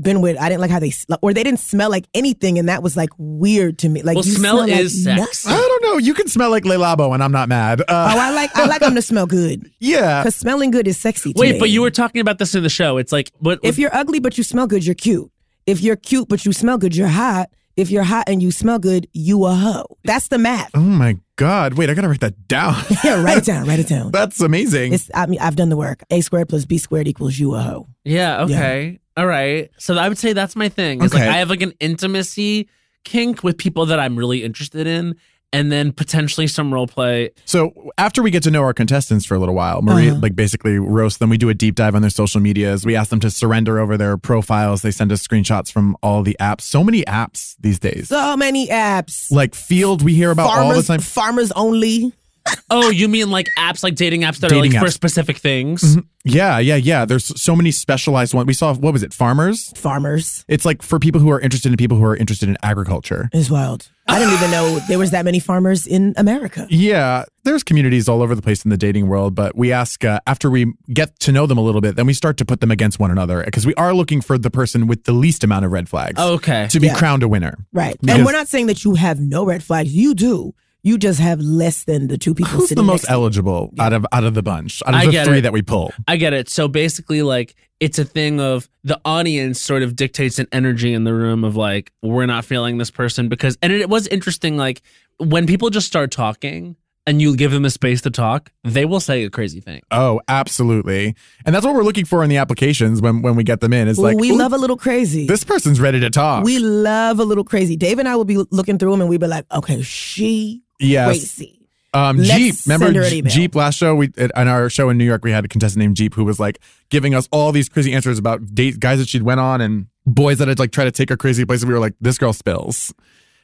S6: been with, I didn't like how they sl- or they didn't smell like anything, and that was like weird to me. Like
S2: well,
S6: you
S2: smell,
S6: like
S2: is sex.
S5: I don't know. You can smell like Lelabo, and I'm not mad.
S6: Oh,
S5: Uh,
S6: I like I like them to smell good
S5: yeah.
S6: because smelling good is sexy. To
S2: Wait,
S6: me.
S2: but you were talking about this in the show. It's like, what?
S6: if you're ugly but you smell good, you're cute. If you're cute but you smell good, you're hot. If you're hot and you smell good, you a hoe. That's the math.
S5: Oh my God. Wait, I gotta write that down.
S6: Yeah, write it down. Write it down.
S5: That's amazing.
S6: It's, I mean, I've done the work. A squared plus B squared equals you a hoe.
S2: yeah, okay, all right. So I would say that's my thing. It's like
S5: Okay.
S2: I have like an intimacy kink with people that I'm really interested in, and then potentially some role play
S5: So after we get to know our contestants for a little while, Marie
S6: Uh-huh.
S5: like basically roasts them. We do a deep dive on their social medias. We ask them to surrender over their profiles. They send us screenshots from all the apps. So many apps these days.
S6: So many apps.
S5: like Field, we hear about
S6: farmers,
S5: all the time.
S6: Farmers only.
S2: Oh, you mean like apps, like dating apps that
S5: Dating
S2: are like for
S5: apps.
S2: specific things?
S5: Yeah, yeah, yeah. There's so many specialized ones. We saw what was it? Farmers.
S6: Farmers
S5: It's like for people who are interested in people who are interested in agriculture.
S6: is wild. I didn't even know there was that many farmers in America.
S5: Yeah, there's communities all over the place in the dating world, but we ask uh, after we get to know them a little bit, then we start to put them against one another because we are looking for the person with the least amount of red flags.
S2: Oh, Okay.
S5: to be
S6: Oh, Yeah.
S5: crowned a winner.
S6: Right.
S5: Because-
S6: and we're not saying that you have no red flags. You do. You just have less than the two people
S5: Who's
S6: sitting
S5: the most
S6: next to you.
S5: eligible out of out of the bunch? Out of
S2: I
S5: the
S2: get
S5: three
S2: it.
S5: that we pull.
S2: I get it. So basically, like, it's a thing of the audience sort of dictates an energy in the room of like, we're not feeling this person because, and it was interesting, like, when people just start talking and you give them a space to talk, they will say a crazy thing.
S5: Oh, absolutely. And that's what we're looking for in the applications when when we get them in. Is like
S6: we
S5: "Ooh,
S6: love a little crazy.
S5: this person's ready to talk.
S6: we love a little crazy. Dave and I will be looking through them and we'd be like, okay, she
S5: Yes.
S6: crazy.
S5: Um,
S6: Let's
S5: Jeep,
S6: send
S5: remember
S6: her an
S5: Je-
S6: email.
S5: Jeep last show? We at- on our show in New York, we had a contestant named Jeep who was like giving us all these crazy answers about date guys that she'd went on and boys that had like tried to take her crazy places. We were like, this girl spills.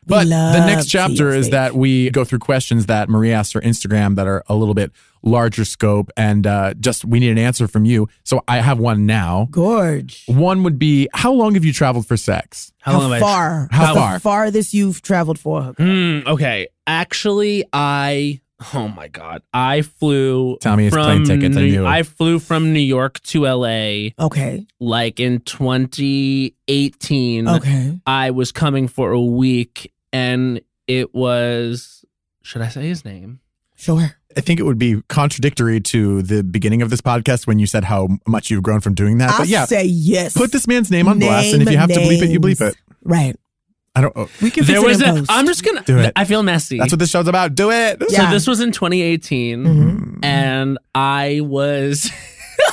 S5: But the
S6: love
S5: next chapter
S6: Jeep.
S5: is that we go through questions that Marie asked her Instagram that are a little bit larger scope and uh, just we need an answer from you. So I have one now.
S6: Gorge.
S5: One would be, how long have you traveled for sex?
S6: How,
S2: long have I-
S6: far?
S5: How
S6: What's
S5: far?
S6: The farthest you've traveled for a hookup?
S2: Hmm, okay. Actually, I. Oh my God! I flew.
S5: Tommy is
S2: from
S5: plane tickets, I
S2: New-
S5: knew it.
S2: I flew from New York to L.A.
S6: Okay.
S2: like in 2018.
S6: Okay.
S2: I was coming for a week and it was should I say his name?
S6: Sure.
S5: I think it would be contradictory to the beginning of this podcast when you said how much you've grown from doing that.
S6: I
S5: but yeah,
S6: say yes.
S5: Put this man's name on blast, and if you have to bleep it, you bleep
S6: names.
S5: it.
S6: Right.
S5: I don't. Oh,
S6: We can
S2: There
S6: fix
S2: was
S6: it in
S2: a
S6: post.
S2: I'm just gonna
S5: Do it.
S2: I feel messy.
S5: that's what Mm-hmm. this hmm. show's about. Do it.
S2: so
S6: Yeah.
S2: this was in 2018
S6: Mhm.
S2: and I was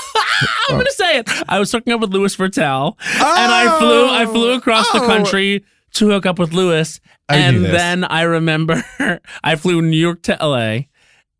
S2: I'm gonna say it. I was hooking up with Louis Vertel and I flew I flew across
S5: Oh.
S2: the country to hook up with Louis.
S5: I knew
S2: and
S5: this.
S2: then I remember I flew New York to LA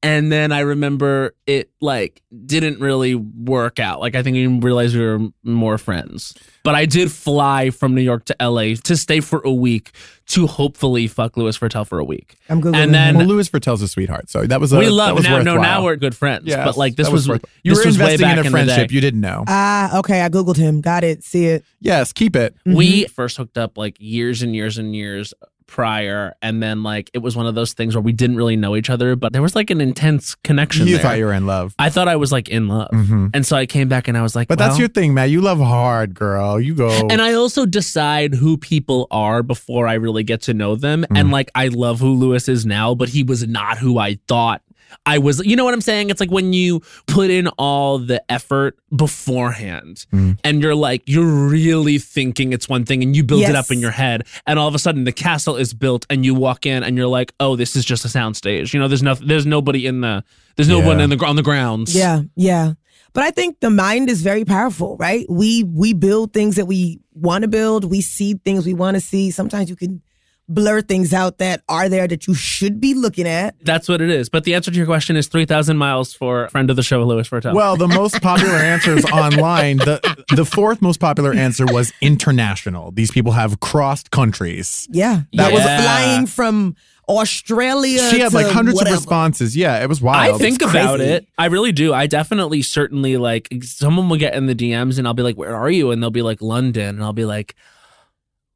S2: And then I remember it like didn't really work out. Like I think we realized we were more friends. But I did fly from New York to LA to stay for a week to hopefully fuck Louis Fertel for a week.
S6: I'm Googling.
S2: And then-
S5: well, Louis Fertel's a sweetheart, so that was a,
S2: we
S5: that
S2: love
S5: was
S2: now. No,
S5: worthwhile.
S2: now we're good friends.
S5: Yes,
S2: but like this
S5: that
S2: was,
S5: worthwhile.
S2: you
S5: you
S2: this
S5: were
S2: was way
S5: investing
S2: back
S5: in a friendship
S2: the day.
S5: you didn't
S2: Uh,
S5: know.
S6: ah, okay. I Googled him. Got it. See it.
S5: yes, keep it.
S2: We first hooked up like years and years and years prior, and then like it was one of those things where we didn't really know each other, but there was like an intense connection.
S5: You
S2: there.
S5: thought you were in love,
S2: I thought I was like in love,
S5: Mhm.
S2: and so I came back and I was like,
S5: but that's
S2: well-
S5: your thing, Matt. You love hard, girl. You go.
S2: And I also decide who people are before I really get to know them,
S5: Hmm.
S2: and like I love who Lewis is now, but he was not who I thought. I was, you know what I'm saying? It's like when you put in all the effort beforehand
S5: Mm.
S2: and you're like, you're really thinking it's one thing and you build it
S6: Yes.
S2: up in your head. And all of a sudden the castle is built and you walk in and you're like, oh, this is just a soundstage. You know, there's nothing, there's nobody in the, there's no
S5: Yeah.
S2: one in the, gr- on the grounds.
S6: Yeah, yeah. But I think the mind is very powerful, right? We we build things that we want to build. We see things we want to see. Sometimes you can blur things out that are there that you should be looking at.
S2: That's what it is. But the answer to your question is 3,000 miles for friend of the show, Louis Fertel.
S5: well, the most popular answers online. The the fourth most popular answer was international. These people have crossed countries.
S6: Yeah,
S2: That was-
S6: flying from Australia.
S5: She had like
S6: to
S5: hundreds
S6: whatever.
S5: of responses. Yeah, it was wild.
S2: I think
S6: It's
S2: about
S6: crazy.
S2: it. I really do. I definitely, certainly, like someone will get in the DMs and I'll be like, "Where are you?" and they'll be like, "London," and I'll be like,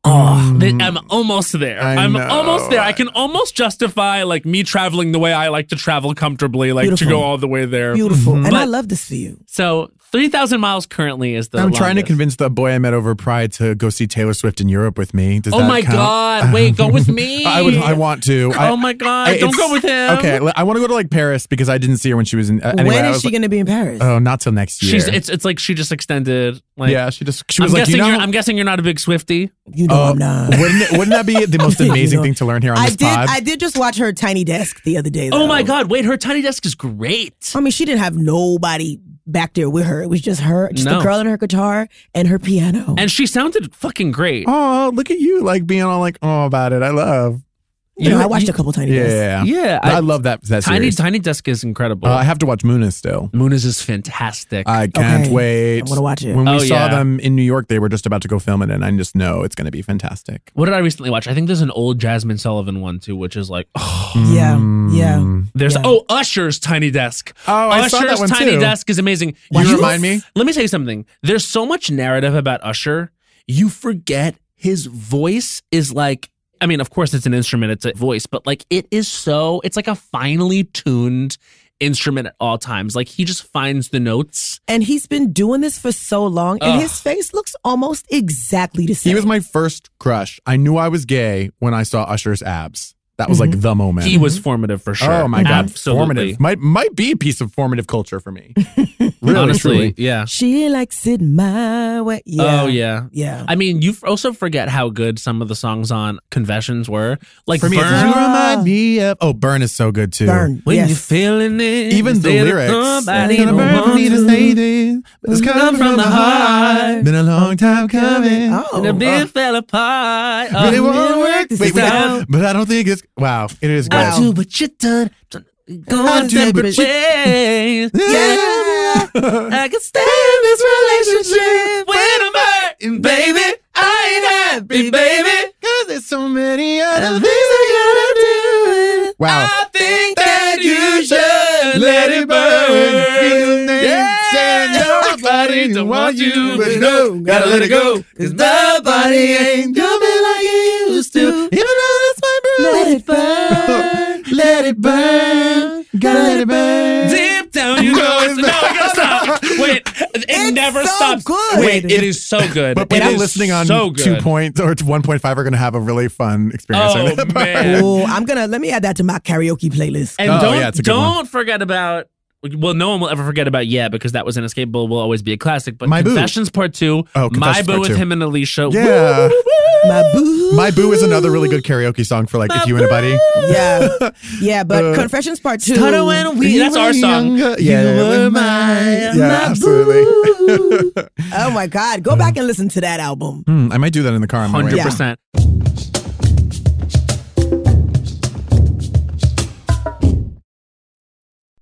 S2: "Oh,
S5: Mm.
S2: th- I'm almost there.
S5: I
S2: I'm
S5: know.
S2: almost there. I can almost justify like me traveling the way I like to travel comfortably, like to go
S6: Beautiful.
S2: all the way there."
S6: Beautiful, and I
S2: Mm-hmm. But-
S6: love this for you.
S2: So three thousand miles currently is the.
S5: I'm trying to
S2: longest.
S5: convince the boy I met over Pride to go see Taylor Swift in Europe with me. Does
S2: Oh
S5: that
S2: my
S5: count?
S2: god! Wait, go with me.
S5: I would. I want to. I,
S2: oh my god!
S5: I-
S2: don't
S5: it's-
S2: go with him.
S5: Okay, li- I want to go to like Paris because I didn't see her when she was in. Uh, anyway,
S6: when
S5: I
S6: is
S5: was
S6: she
S5: like,
S6: going to be in Paris?
S5: Oh, not till next year.
S2: She's. It's. It's like she just extended. Like,
S5: yeah, she just she was
S2: I'm
S5: like,
S2: guessing
S5: you know,
S2: are I'm guessing you're not a big Swifty.
S6: you know
S5: uh,
S6: I'm not.
S5: wouldn't it, wouldn't that be the most amazing
S6: know.
S5: thing to learn here on
S6: I
S5: this
S6: did.
S5: pod?
S6: I did just watch her Tiny Desk the other day.
S2: Oh
S6: though.
S2: my god! Wait, her tiny desk is great.
S5: Oh.
S6: I mean, she didn't have nobody back there with her. It was just her, just
S2: No.
S6: a girl and her guitar and her piano.
S2: And she sounded fucking great.
S5: oh, look at you, like being all like, oh, about it. I love.
S6: you know, I watched
S2: you-
S6: a couple tiny
S5: Yeah,
S6: Desks.
S5: yeah, yeah.
S2: yeah,
S5: I,
S2: I-
S5: love that. That
S2: Tiny
S5: series.
S2: Tiny Desk is incredible.
S5: Uh, I have to watch Muna still.
S2: Moon's is fantastic.
S5: I can't
S6: Okay.
S5: wait.
S6: I wanna watch it.
S5: When we
S2: Oh,
S5: saw
S2: yeah.
S5: them in New York, they were just about to go film it, and I just know it's going to be fantastic.
S2: what did I recently watch? I think there's an old Jasmine Sullivan one too, which is like, oh,
S6: Yeah,
S5: Mm.
S6: yeah.
S2: there's
S6: Yeah.
S2: oh Usher's Tiny Desk.
S5: Oh, I
S2: Usher's
S5: saw that one
S2: Tiny
S5: too.
S2: Desk is amazing.
S5: You remind me?
S2: Let me tell you something. There's so much narrative about Usher, you forget his voice is like. I mean, of course, it's an instrument, it's a voice, but like it is so. It's like a finely tuned instrument at all times. Like he just finds the notes.
S6: And he's been doing this for so long, and
S2: Ugh.
S6: his face looks almost exactly the same.
S5: He was my first crush. I knew I was gay when I saw Usher's abs. That was like the moment.
S2: He was formative for sure.
S5: Oh my god,
S2: Absolutely.
S5: formative. Might might be a piece of formative culture for me. really,
S2: Honestly,
S5: truly.
S2: yeah.
S6: She likes it my way. Yeah.
S2: Oh yeah.
S6: Yeah.
S2: I mean, you f- also forget how good some of the songs on Confessions were. Like
S5: For me, it's,
S2: Burn.
S5: you remind me of. Oh, burn is so good too.
S6: Burn.
S2: when
S6: yes.
S2: you're feeling it,
S5: Even the
S2: instead of
S5: lyrics.
S2: somebody
S5: It's gonna
S2: who
S5: burn for me to
S2: wants
S5: say this. but It's coming from the heart. Been a long time coming.
S6: Oh.
S2: And the bed fell apart. Oh,
S5: uh. Really won't
S6: work
S5: work.
S6: this
S5: Wait, we
S2: out.
S5: did- but I don't think it's. Wow, it is good.
S2: I do what you done.
S6: I
S2: Going
S6: do
S2: separate
S6: what you-
S2: ways. Yeah. I can stand this relationship when I'm hurting, baby. I ain't happy, baby.
S5: Cause there's so many other things.
S2: I gotta do
S5: Wow.
S2: I think that you should let it burn. Yeah, nobody don't want you, but you know, gotta let it go. Cause the body ain't coming like it used to. Even though that's my brother.
S6: Let it burn.
S5: Let it burn. Gotta let it burn.
S2: Deep down, you know it's no, I gotta stop. Wait, it never
S6: so
S2: stops.
S6: good.
S2: Wait, it is so good.
S5: But
S2: It
S5: people
S2: is
S5: listening on
S2: so good.
S5: two point or one point five are going to have a really fun experience.
S2: Oh,
S5: But-
S2: man.
S6: Oh, I'm gonna let me add that to my karaoke playlist.
S2: And
S5: Oh,
S2: don't
S5: yeah, it's a good
S2: don't
S5: one.
S2: forget about. Well, no one will ever forget about yeah because that was inescapable. Will always be a classic. But
S5: My Boo.
S2: Confessions Part Two,
S5: Oh,
S2: my
S5: Confessions
S2: boo
S5: Part
S2: with
S5: Two.
S2: him and Alicia.
S5: Yeah.
S6: my boo.
S5: My boo is another really good karaoke song for like if you and a buddy.
S6: Yeah, yeah. But
S5: Uh,
S6: Confessions Part Two.
S2: Toto and we. That's our song.
S5: Yeah,
S2: You were
S5: yeah,
S2: mine. my
S5: absolutely.
S6: Oh my God, go back and listen to that album.
S5: Hmm, I might do that in the car. on my way.
S2: Hundred percent.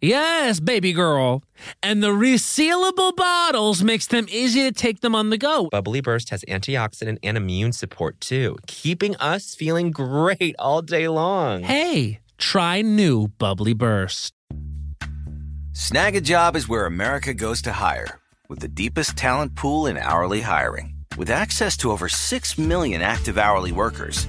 S2: Yes, baby girl. And the resealable bottles makes them easy to take them on the go.
S7: Bubbly Burst has antioxidant and immune support too, keeping us feeling great all day long.
S2: Hey, try new Bubbly Burst.
S8: Snag a job is where America goes to hire, with the deepest talent pool in hourly hiring. With access to over 6 million active hourly workers,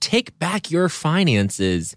S7: Take back your finances.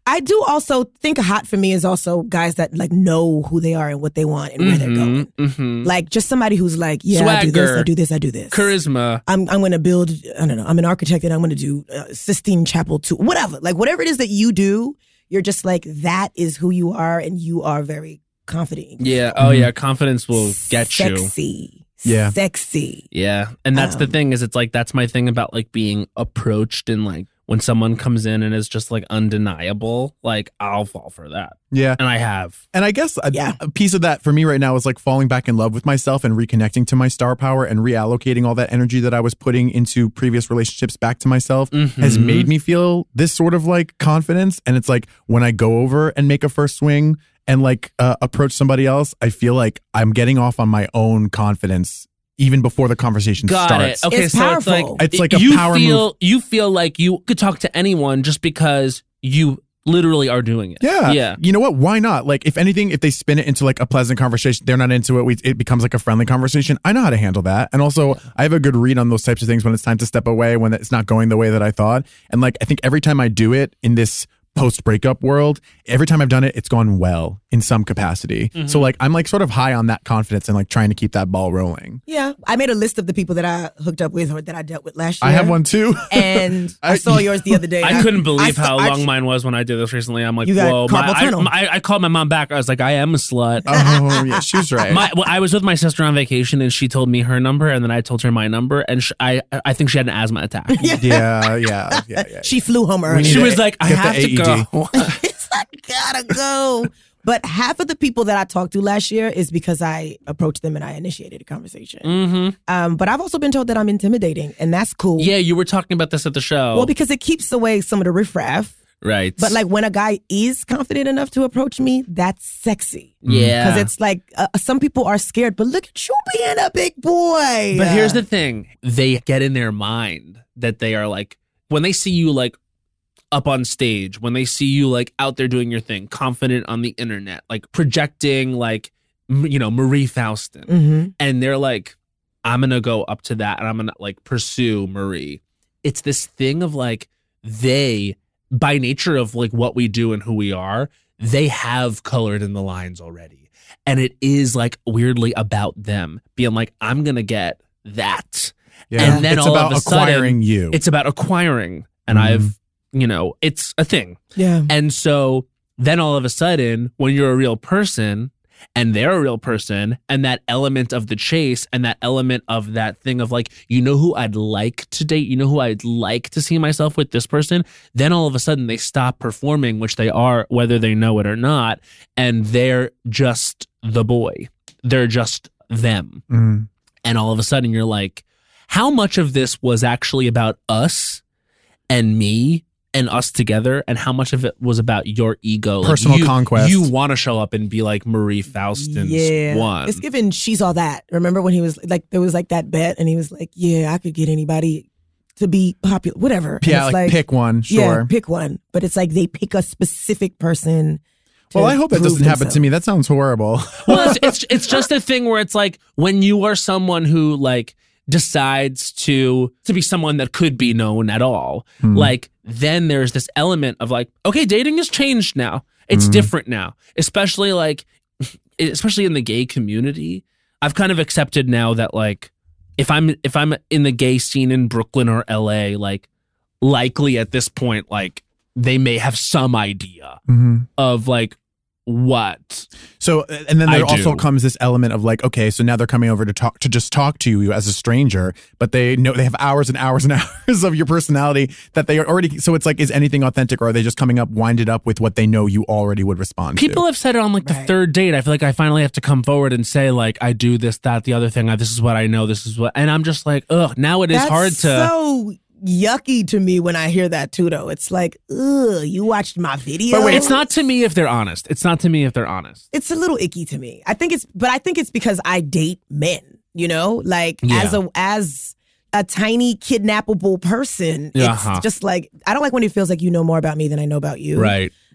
S6: I do also think hot for me is also guys that like know who they are and what they want and where they're going.
S2: hmm
S6: Like just somebody who's like, yeah, I do this,
S2: Swagger.
S6: I do this, I do this.
S2: Charisma.
S6: I'm I'm gonna build. I don't know. I'm an architect, and I'm gonna do uh, Sistine Chapel too. Whatever, like whatever it is that you do, you're just like that is who you are, and you are very confident.
S2: Yeah. Oh yeah. Confidence will get you.
S6: sexy.
S5: Yeah.
S6: sexy.
S2: Yeah. And that's the
S6: Um,
S2: thing is it's like that's my thing about like being approached and like when someone comes in and is just like undeniable, like I'll fall for that.
S5: Yeah.
S2: And I have.
S5: And I guess a,
S6: Yeah.
S5: a piece of that for me right now is like falling back in love with myself and reconnecting to my star power and reallocating all that energy that I was putting into previous relationships back to myself has
S2: Mhm.
S5: made me feel this sort of like confidence. And it's like when I go over and make a first swing and like uh, approach somebody else, I feel like I'm getting off on my own confidence even before the conversation
S2: Got
S5: starts.
S2: it. Okay,
S6: It's
S2: so it's
S6: powerful.
S2: like
S5: It's like a
S2: you
S5: power
S2: feel you feel like you could talk to anyone just because you literally are doing it.
S5: Yeah.
S2: Yeah.
S5: You know what? Why not? Like, if anything, if they spin it into like a pleasant conversation, they're not into it. We, it becomes like a friendly conversation. I know how to handle that. And also, I have a good read on those types of things when it's time to step away, when it's not going the way that I thought. And like, I think every time I do it in this post breakup world, every time I've done it, it's gone well in some capacity.
S2: Mm-hmm.
S5: So, like, I'm like sort of high on that confidence and like trying to keep that ball rolling.
S6: Yeah, I made a list of the people that I hooked up with or that I dealt with last year.
S5: I have one too.
S6: and
S5: I-
S6: I saw yours the other day.
S2: I couldn't believe
S6: I-
S2: how
S6: I-
S2: long mine was when I did this recently. I'm like,
S6: You got
S2: whoa! My,
S6: carpal
S2: I,
S6: tunnel.
S2: my- I called my mom back. I was like, I am a slut.
S5: oh, yeah. She was right.
S2: My, well, I was with my sister on vacation, and she told me her number, and then I told her my number, and sh- I I think she had an asthma attack.
S5: yeah. Yeah. Yeah. yeah.
S6: She flew home
S5: We
S6: early.
S5: need
S2: She
S5: to
S2: was like, I
S5: get the E
S2: have to
S5: AED.
S2: go.
S6: it's I gotta go. But half of the people that I talked to last year is because I approached them and I initiated a conversation.
S2: hmm
S6: Um, but I've also been told that I'm intimidating, and that's cool.
S2: Yeah, you were talking about this at the show.
S6: Well, because it keeps away some of the riffraff.
S2: right.
S6: But like when a guy is confident enough to approach me, that's sexy.
S2: yeah.
S6: Because it's like uh, some people are scared, but look at you being a big boy.
S2: But here's the thing: they get in their mind that they are like when they see you like up on stage, when they see you like out there doing your thing, confident on the internet, like projecting like m- you know Marie Faustin,
S6: Mhm.
S2: and they're like, I'm gonna go up to that and I'm gonna like pursue Marie. It's this thing of like they by nature of like what we do and who we are, they have colored in the lines already. And it is like weirdly about them being like, I'm gonna get that.
S5: Yeah.
S2: And then
S5: it's
S2: all
S5: about
S2: of a sudden,
S5: acquiring you.
S2: It's about acquiring. And
S5: Mhm.
S2: I've, you know, it's a thing.
S6: Yeah.
S2: And so then all of a sudden, when you're a real person and they're a real person, and that element of the chase and that element of that thing of like, you know who I'd like to date, you know who I'd like to see myself with this person, then all of a sudden they stop performing, which they are, whether they know it or not. And they're just the boy, they're just them.
S5: Mm.
S2: And all of a sudden you're like, how much of this was actually about us and me and us together, and how much of it was about your ego, Like,
S5: Personal
S2: you-
S5: conquest.
S2: You want to show up and be like Marie Faustin's
S6: yeah.
S2: one.
S6: It's given she's all that. Remember when he was like there was like that bet and he was like, Yeah, I could get anybody to be popular whatever. And
S5: Yeah,
S6: it's
S5: like, pick one,
S6: Yeah,
S5: sure.
S6: pick one. But it's like they pick a specific person. to
S5: well, I hope that
S6: prove
S5: doesn't happen to
S6: themselves.
S5: me. That sounds horrible.
S2: well, it's, it's it's just a thing where it's like when you are someone who like decides to to be someone that could be known at all,
S5: Hmm.
S2: like then there's this element of like, okay, dating has changed now. It's
S5: Mhm.
S2: different now, especially like especially in the gay community. I've kind of accepted now that like if I'm if I'm in the gay scene in Brooklyn or LA, like likely at this point, like they may have some idea
S6: Mm-hmm.
S2: of like what
S5: So, uh, and then
S2: I
S5: there also
S2: do.
S5: comes this element of like, okay, so now they're coming over to talk to just talk to you as a stranger, but they know they have hours and hours and hours of your personality that they are already. So it's like, is anything authentic, or are they just coming up winded up with what they know you already would respond
S2: People
S5: to?
S2: have said it on like the
S6: Right.
S2: third date. I feel like I finally have to come forward and say like I do this, that, the other thing. I, this is what I know. This is what, and I'm just like, ugh. Now it is
S6: That's
S2: hard to.
S6: so yucky to me when I hear that too though. It's like, ugh, you watched my video.
S2: it's not to me if they're honest. It's not to me if they're honest.
S6: it's a little icky to me. I think it's, but I think it's because I date men. You know, like
S2: Yeah.
S6: as a as a tiny kidnappable person,
S2: Yeah,
S6: it's
S2: uh-huh.
S6: just like I don't like when it feels like you know more about me than I know about you.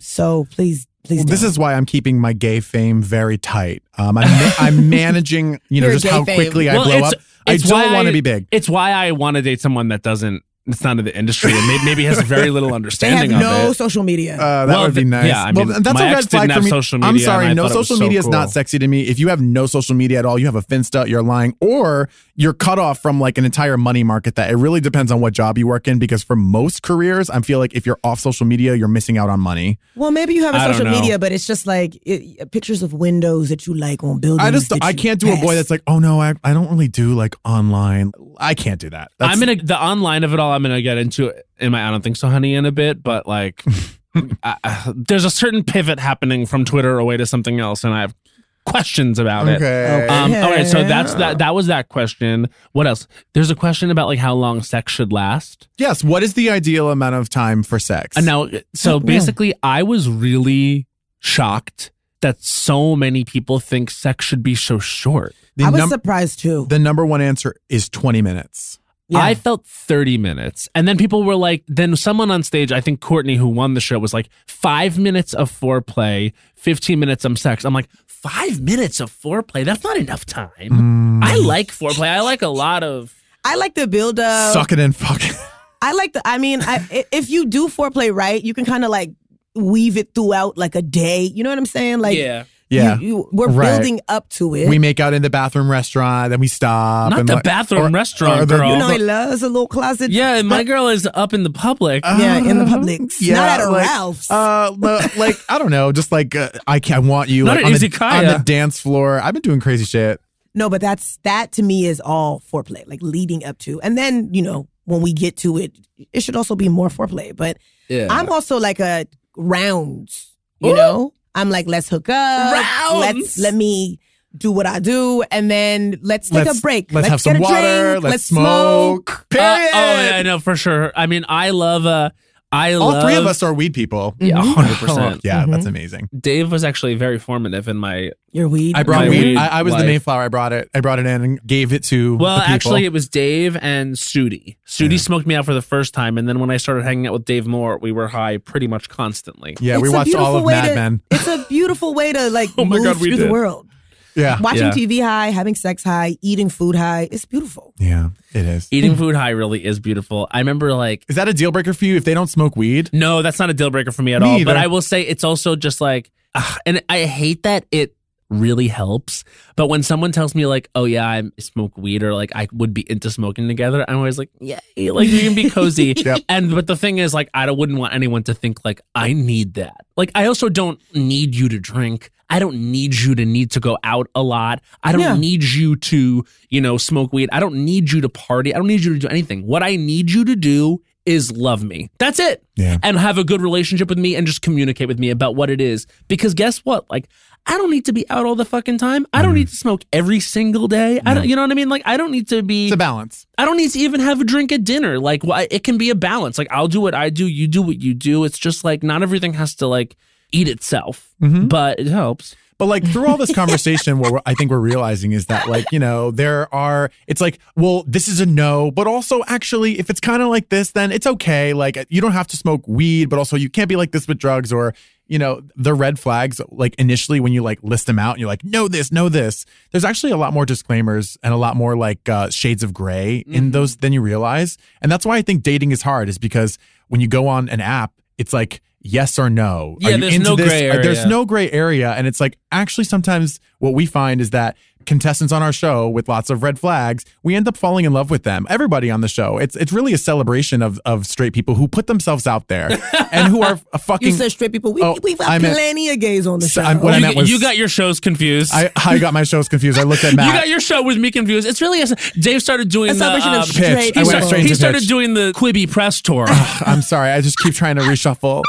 S6: So please, please.
S5: Well, this
S6: don't.
S5: is why I'm keeping my gay fame very tight. Um, I'm, ma- I'm managing, you know,
S6: Your
S5: just
S6: gay
S5: how
S6: fame.
S5: quickly I
S2: Well,
S5: blow
S2: it's-
S5: up. I
S2: it's
S5: don't
S2: why
S5: want
S2: I-
S5: to be big.
S2: It's why I want to date someone that doesn't. It's not in the industry and may- maybe has very little
S6: they have
S2: understanding of
S6: no
S2: it.
S6: social media.
S5: Uh, that
S2: Well,
S5: would be
S2: th-
S5: nice.
S2: yeah, I
S5: well,
S2: mean,
S5: that's
S2: my
S5: a red
S2: ex didn't
S5: flag for
S2: have
S5: me.
S2: social
S5: I'm
S2: media,
S5: sorry,
S2: and I
S5: no
S2: thought it was
S5: social
S2: so
S5: media is not
S2: cool.
S5: sexy to me. If you have no social media at all, you have a Finsta, you're lying, or you're cut off from like an entire money market. That it really depends on what job you work in, because for most careers, I feel like if you're off social media, you're missing out on money.
S6: well, maybe you have a
S2: I don't know.
S6: social media, but it's just like it, pictures of windows that you like on buildings.
S5: I just
S6: that
S5: I
S6: you
S5: can't do a boy
S6: pass.
S5: that's like, oh no, I I don't really do like online. I can't do that. That's,
S2: I'm in a, the online of it all. all I'm going to get into in my I don't think so, honey, in a bit, but like, I, I- there's a certain pivot happening from Twitter away to something else, and I have questions about it.
S5: Okay.
S2: Um, all right, so
S6: Yeah.
S2: that's that. That was that question. What else? There's a question about like how long sex should last.
S5: Yes. What is the ideal amount of time for sex?
S2: And Uh, now, so basically, I was really shocked that so many people think sex should be so short.
S5: the,
S6: I was
S5: num-
S6: surprised too.
S5: the number one answer is 20 minutes.
S6: Yeah.
S2: I felt 30 minutes. And then people were like, then someone on stage, I think Courtney, who won the show, was like, five minutes of foreplay, 15 minutes of sex. I'm like, five minutes of foreplay? That's not enough time.
S6: Mm.
S2: I like foreplay. I like a lot of.
S6: I like the build up.
S5: Suck it and fuck it.
S6: I like the. I mean, I, i- if you do foreplay right, you can kind of like weave it throughout like a day. You know what I'm saying? Like,
S2: yeah.
S5: Yeah.
S6: you, you, we're
S5: Right.
S6: building up to it.
S5: we make out in the bathroom restaurant, then we stop.
S2: Not
S5: and
S2: the
S5: like-
S2: bathroom
S5: or-
S2: restaurant,
S5: or the-
S2: girl.
S6: you know, he loves a little closet.
S2: Yeah, and my girl is up in the public.
S6: Yeah, in the
S5: Uh,
S6: Publix. Not at a Ralph's.
S5: Uh, lo- like I don't know, just like uh, I can I want you
S2: Not
S5: like,
S2: at
S5: on, the,
S2: Izakaya.
S5: on the dance floor. I've been doing crazy shit.
S6: No, but that's that to me is all foreplay, like leading up to, and then you know when we get to it, it should also be more foreplay. But
S2: Yeah. Uh,
S6: I'm also like a rounds, you know. I'm like, let's hook up,
S2: Rounds.
S6: let's let me do what I do, and then let's take
S5: Let's-
S6: a break.
S5: Let's, have some
S6: get a
S5: water.
S6: drink,
S5: let's, smoke.
S2: Uh,
S5: Period.
S2: oh, yeah, I know for sure. I mean, I love. Uh, I
S5: All
S2: love.
S5: three of us are weed people.
S2: Yeah, hundred
S5: Oh,
S2: percent.
S5: yeah,
S6: Mhm.
S5: that's amazing.
S2: Dave was actually very formative in my.
S6: Your weed.
S5: I brought
S2: My
S5: weed.
S2: weed
S5: I, I was
S2: life.
S5: the Mayflower. I brought it. I brought it in and gave it to.
S2: Well,
S5: the people.
S2: actually, it was Dave and Sudi. Sudi
S5: Yeah.
S2: smoked me out for the first time, and then when I started hanging out with Dave more, we were high pretty much constantly.
S5: yeah, we
S6: It's a
S5: watched all
S6: beautiful
S5: of
S6: way
S5: Mad
S6: to-
S5: Men.
S6: It's a beautiful way to like
S2: Oh my
S6: move
S2: God, we
S6: through
S2: did.
S6: the world.
S5: Yeah,
S6: Watching
S2: Yeah.
S6: TV high, having sex high, eating food high. It's beautiful.
S5: yeah, it is.
S2: Eating food high really is beautiful. I remember like.
S5: Is that a deal breaker for you if they don't smoke weed?
S2: No, that's not a deal breaker for me at
S5: Me
S2: all. But
S5: either.
S2: I will say it's also just like, ugh, and I hate that it really helps. But when someone tells me like, "Oh yeah, I smoke weed," or like I would be into smoking together, I'm always like, "Yeah, like we can be cozy."
S5: Yep.
S2: And but the thing is, like, I don't- wouldn't want anyone to think like I need that. Like I also don't need you to drink. I don't need you to need to go out a lot. I don't
S6: Yeah.
S2: need you to, you know, smoke weed. I don't need you to party. I don't need you to do anything. What I need you to do is love me. That's it
S5: Yeah.
S2: and have a good relationship with me and just communicate with me about what it is. Because guess what? Like, I don't need to be out all the fucking time. I
S5: Mm-hmm.
S2: don't need to smoke every single day. I don't, you know what I mean? Like, I don't need to be,
S5: It's a balance.
S2: I don't need to even have a drink at dinner. Like, why? It can be a balance. Like, I'll do what I do. You do what you do. It's just like, not everything has to like eat itself,
S5: Mm-hmm.
S2: but it helps.
S5: But like through all this conversation, what we're- I think we're realizing is that like you know there are it's like well this is a no, but also actually if it's kind of like this, then it's okay. Like you don't have to smoke weed, but also you can't be like this with drugs or you know the red flags. Like initially when you like list them out, and you're like no this, no this. There's actually a lot more disclaimers and a lot more like uh, shades of gray
S2: Mm-hmm.
S5: in those than you realize, and that's why I think dating is hard is because when you go on an app, it's like yes or no.
S2: Yeah,
S5: Are you
S2: there's
S5: into
S2: no
S5: this?
S2: gray
S5: Are-
S2: area.
S5: There's no no gray area. And it's like, actually, sometimes what we find is that contestants on our show with lots of red flags, we end up falling in love with them. Everybody on the show. It's it's really a celebration of of straight people who put themselves out there and who are a fucking.
S6: You said straight people. We,
S5: Oh,
S6: we've got
S5: I meant-
S6: plenty of gays on the
S5: So
S6: show.
S5: I'm- what I
S2: you,
S5: meant was-
S2: you got your shows confused.
S5: I, I got my shows confused. I looked at
S2: you
S5: Matt.
S2: got your show with me confused. It's really, Dave started doing
S6: a
S2: the,
S6: celebration
S2: um,
S6: of
S5: I
S6: straight
S2: he,
S5: went
S2: started-
S6: people.
S5: straight
S2: he
S5: into
S2: started
S5: pitch.
S2: doing the Quibi press tour.
S5: I'm sorry. I just keep trying to reshuffle.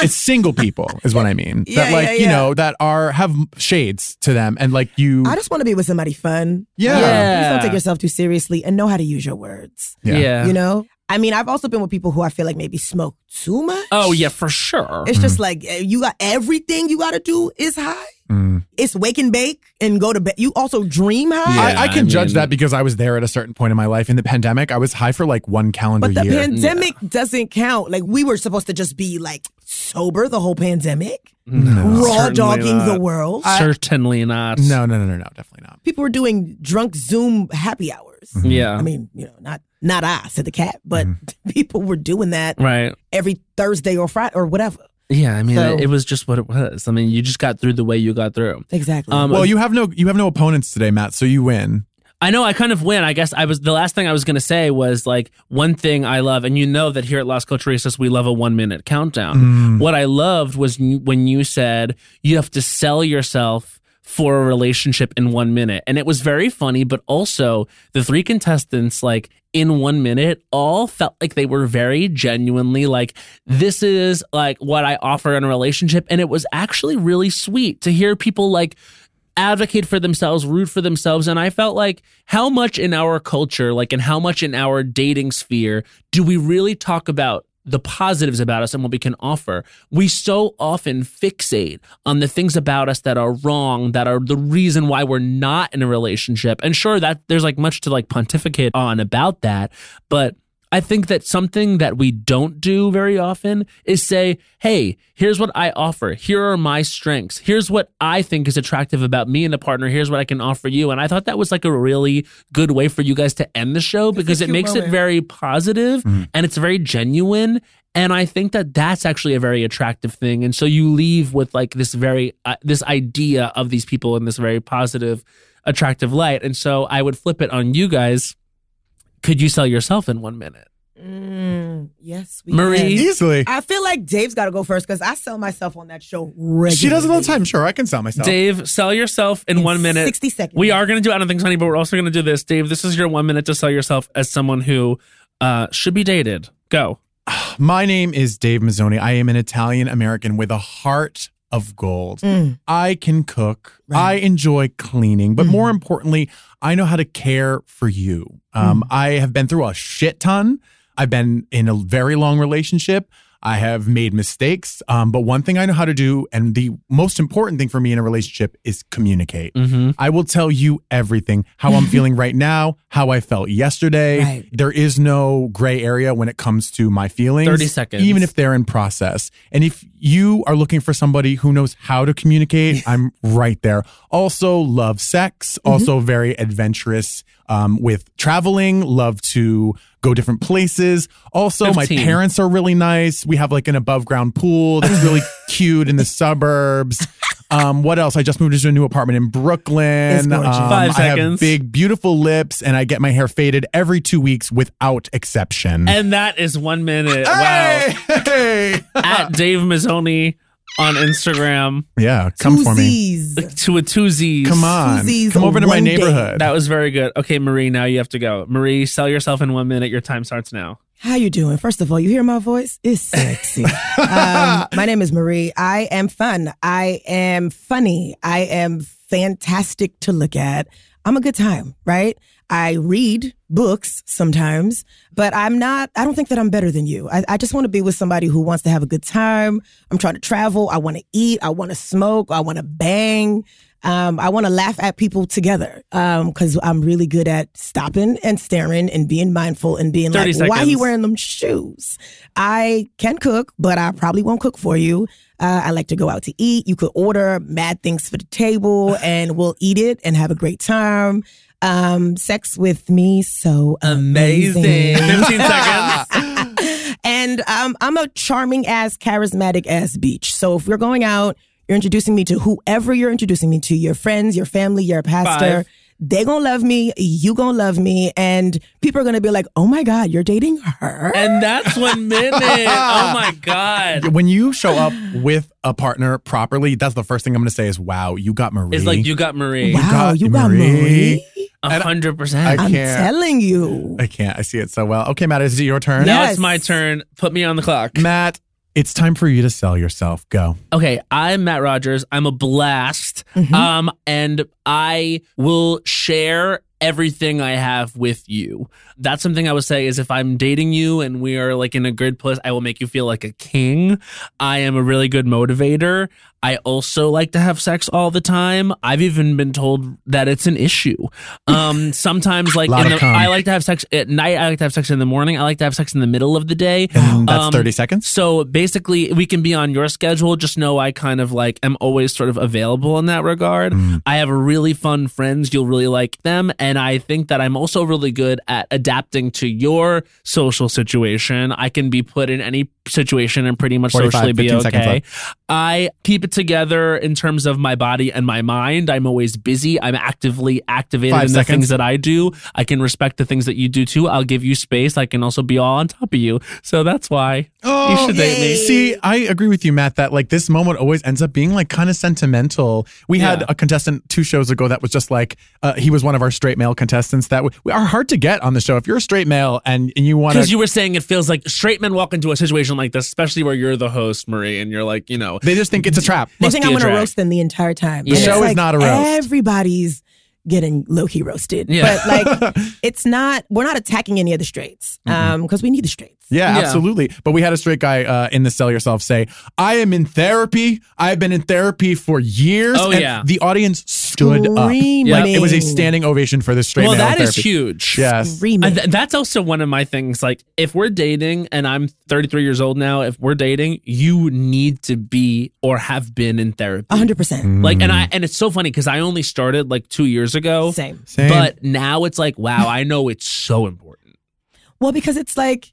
S5: It's single people is what I mean. that
S6: Yeah,
S5: like
S6: yeah,
S5: you
S6: yeah.
S5: know that are have shades to them and like you.
S6: I just want to be with somebody fun.
S5: Yeah. Yeah.
S6: Please don't take yourself too seriously and know how to use your words. You know? I mean, I've also been with people who I feel like maybe smoke too much.
S2: Oh yeah, for sure.
S6: It's
S5: Mm-hmm.
S6: just like eh, you got everything you got to do is high.
S5: Mm.
S6: It's wake and bake and go to bed. You also dream high.
S5: I, I
S2: Yeah,
S5: can
S2: I
S5: judge
S2: mean-
S5: that because I was there at a certain point in my life in the pandemic. I was high for like one calendar
S6: But the
S5: year.
S6: pandemic doesn't count. Like we were supposed to just be like sober the whole pandemic, raw
S2: Certainly
S6: dogging the
S2: not.
S6: world. Uh,
S2: Certainly not.
S5: no, no, no, no, no, definitely not.
S6: People were doing drunk Zoom happy hours.
S2: Yeah.
S6: I mean, you know, not not I said the cat, but
S2: Mm-hmm.
S6: people were doing that
S2: right.
S6: every Thursday or Friday or whatever.
S2: Yeah. I mean,
S6: So-
S2: it was just what it was. I mean, you just got through the way you got through.
S6: Exactly.
S2: Um,
S5: Well, you have no you have no opponents today, Matt, so you win.
S2: I know I kind of win. I guess I was the last thing I was going to say was like one thing I love, and you know that here at Las Culturistas we love a one minute countdown. What I loved was n- when you said you have to sell yourself for a relationship in one minute. And it was very funny, but also the three contestants, like in one minute, all felt like they were very genuinely like, this is like what I offer in a relationship. And it was actually really sweet to hear people like, advocate for themselves, root for themselves. And I felt like how much in our culture, like, and how much in our dating sphere do we really talk about the positives about us and what we can offer? We so often fixate on the things about us that are wrong, that are the reason why we're not in a relationship. And sure, that there's like much to like pontificate on about that, but. I think that something that we don't do very often is say, hey, here's what I offer. Here are my strengths. Here's what I think is attractive about me and a partner. Here's what I can offer you. And I thought that was like a really good way for you guys to end the show because it
S6: cute
S2: makes it
S6: moment.
S2: very positive and it's very genuine. And I think that that's actually a very attractive thing. And so you leave with like this very, uh, this idea of these people in this very positive, attractive light. And so I would flip it on you guys. Could you sell yourself in one minute?
S6: Mm, yes, we
S2: Marie.
S6: can.
S5: Easily.
S6: I feel like Dave's got to go first because I sell myself on that show regularly.
S5: She does it all the time. Sure, I can sell myself.
S2: Dave, sell yourself in, one minute.
S6: sixty seconds.
S2: we are going to do I don't think, honey, but we're also going to do this. Dave, this is your one minute to sell yourself as someone who uh, should be dated. Go.
S5: My name is Dave Mazzoni. I am an Italian American with a heart of gold.
S6: Mm.
S5: I can cook. I
S6: Right.
S5: enjoy cleaning, but more
S6: Mhm.
S5: importantly, I know how to care for you.
S6: Mm.
S5: Um, I have been through a shit ton. I've been in a very long relationship. I have made mistakes. Um, but one thing I know how to do, and the most important thing for me in a relationship is communicate.
S2: Mm-hmm.
S5: I will tell you everything how I'm feeling right now, how I felt yesterday.
S6: Right.
S5: There is no gray area when it comes to my feelings.
S2: 30 seconds.
S5: Even if they're in process. And if you are looking for somebody who knows how to communicate, I'm right there. Also, love sex,
S2: Mm-hmm.
S5: also very adventurous um, with traveling, love to go different places. Also, my
S2: 15.
S5: parents are really nice. We have like an above ground pool that's really cute in the suburbs. Um, what else? I just moved into a new apartment in Brooklyn.
S6: It's gorgeous.
S5: Um,
S2: Five
S5: I have
S2: seconds.
S5: big, beautiful lips, and I get my hair faded every two weeks without exception.
S2: And that is one minute.
S5: hey! Hey!
S2: Wow. At Dave Mazzoni on Instagram
S5: yeah, come for me.
S6: Koozies.
S2: to a two Z's.
S5: Come on.
S6: Koozies
S5: Come over to my
S6: one day.
S5: neighborhood.
S2: That was very good. Okay, Marie, now you have to go. Marie, sell yourself in one minute. Your time starts now.
S6: How you doing? First of all, you hear my voice? It's sexy. um, my name is Marie. I am fun. I am funny. I am fantastic to look at. I'm a good time, right? I read books sometimes, but I'm not, I don't think that I'm better than you. I, I just want to be with somebody who wants to have a good time. I'm trying to travel. I want to eat. I want to smoke. I want to bang. Um, I want to laugh at people together because I'm really good at stopping and staring and being mindful and being
S2: 30
S6: like, why he
S2: seconds.
S6: wearing them shoes? I can cook, but I probably won't cook for you. Uh, I like to go out to eat. You could order mad things for the table and we'll eat it and have a great time. Um, sex with me, so amazing.
S2: 15 seconds.
S6: and um, I'm a charming ass, charismatic ass beach. So if we're going out, you're introducing me to whoever you're introducing me to, your friends, your family, your pastor.
S2: Five.
S6: They gonna love me. You gonna love me, and people are gonna be like, "Oh my god, you're dating her."
S2: And that's one minute. Oh my God.
S5: when you show up with a partner properly, that's the first thing I'm going to say is, wow, you got Marie.
S2: It's like you got Marie.
S6: wow,
S5: got
S6: you got
S5: Marie.
S6: Marie.
S2: A hundred
S5: I
S2: percent.
S6: I'm
S5: can't.
S6: telling you.
S5: I can't. I see it so well. Okay, Matt, is it your turn?
S2: Now it's
S6: Yes.
S2: my turn. Put me on the clock.
S5: Matt, it's time for you to sell yourself. Go.
S2: Okay, I'm Matt Rogers. I'm a blast.
S6: Mhm.
S2: Um, and I will share everything I have with you. That's something I would say is if I'm dating you and we are like in a good place, I will make you feel like a king. I am a really good motivator. I also like to have sex all the time. I've even been told that it's an issue. Um, sometimes like
S5: Lot
S2: in
S5: of
S2: the,
S5: cum.
S2: I like to have sex at night. I like to have sex in the morning. I like to have sex in the middle of the day.
S5: And that's
S2: Um,
S5: 30 seconds.
S2: So basically, we can be on your schedule. Just know I kind of like am always sort of available in that regard.
S5: Mm.
S2: I have really fun friends. You'll really like them. And I think that I'm also really good at adapting to your social situation. I can be put in any situation and pretty much
S5: 45,
S2: socially be
S5: 15 seconds
S2: okay. I keep it it together in terms of my body and my mind. I'm always busy. I'm actively activated
S5: Five
S2: in the
S5: seconds.
S2: things that I do. I can respect the things that you do too. I'll give you space. I can also be all on top of you. So that's why
S5: Oh,
S2: you should date me.
S5: See, I agree with you, Matt, that like this moment always ends up being like kind of sentimental. We had
S2: Yeah.
S5: a contestant two shows ago that was just like, uh, he was one of our straight male contestants that w- are hard to get on the show. If you're a straight male and, and you want
S2: Because
S5: to.
S2: you were saying it feels like straight men walk into a situation like this, especially where you're the host, Marie, and you're like, you know,
S5: They just think it's a trap.
S6: They
S2: Must
S6: think
S2: be
S6: I'm
S2: a
S6: going to
S2: drag.
S6: roast them the entire time.
S2: The
S6: And it's
S5: show is
S6: like
S5: not a roast.
S6: Everybody's getting low key roasted.
S2: Yeah.
S6: But like, it's not, we're not attacking any of the straights
S2: Mm-hmm.
S6: because we need the straights.
S5: Yeah,
S2: Yeah.
S5: absolutely. But we had a straight guy uh, in the Sell Yourself say, I am in therapy. I've been in therapy for years.
S2: Oh,
S5: And
S2: yeah.
S5: The audience stood up.
S6: Screaming.
S2: Yeah.
S5: It was a standing ovation for this straight
S2: well,
S5: male. in
S2: that is
S5: therapy.
S2: huge.
S5: Yes.
S6: Screaming.
S2: And th- that's also one of my things. Like, if we're dating and I'm 33 years old now, if we're dating, you need to be or have been in therapy.
S6: 100%.
S2: Like, and I, and it's so funny because I only started like two years ago,
S6: Same.
S5: Same.
S2: but now it's like, wow, I know it's so important.
S6: Well, because it's like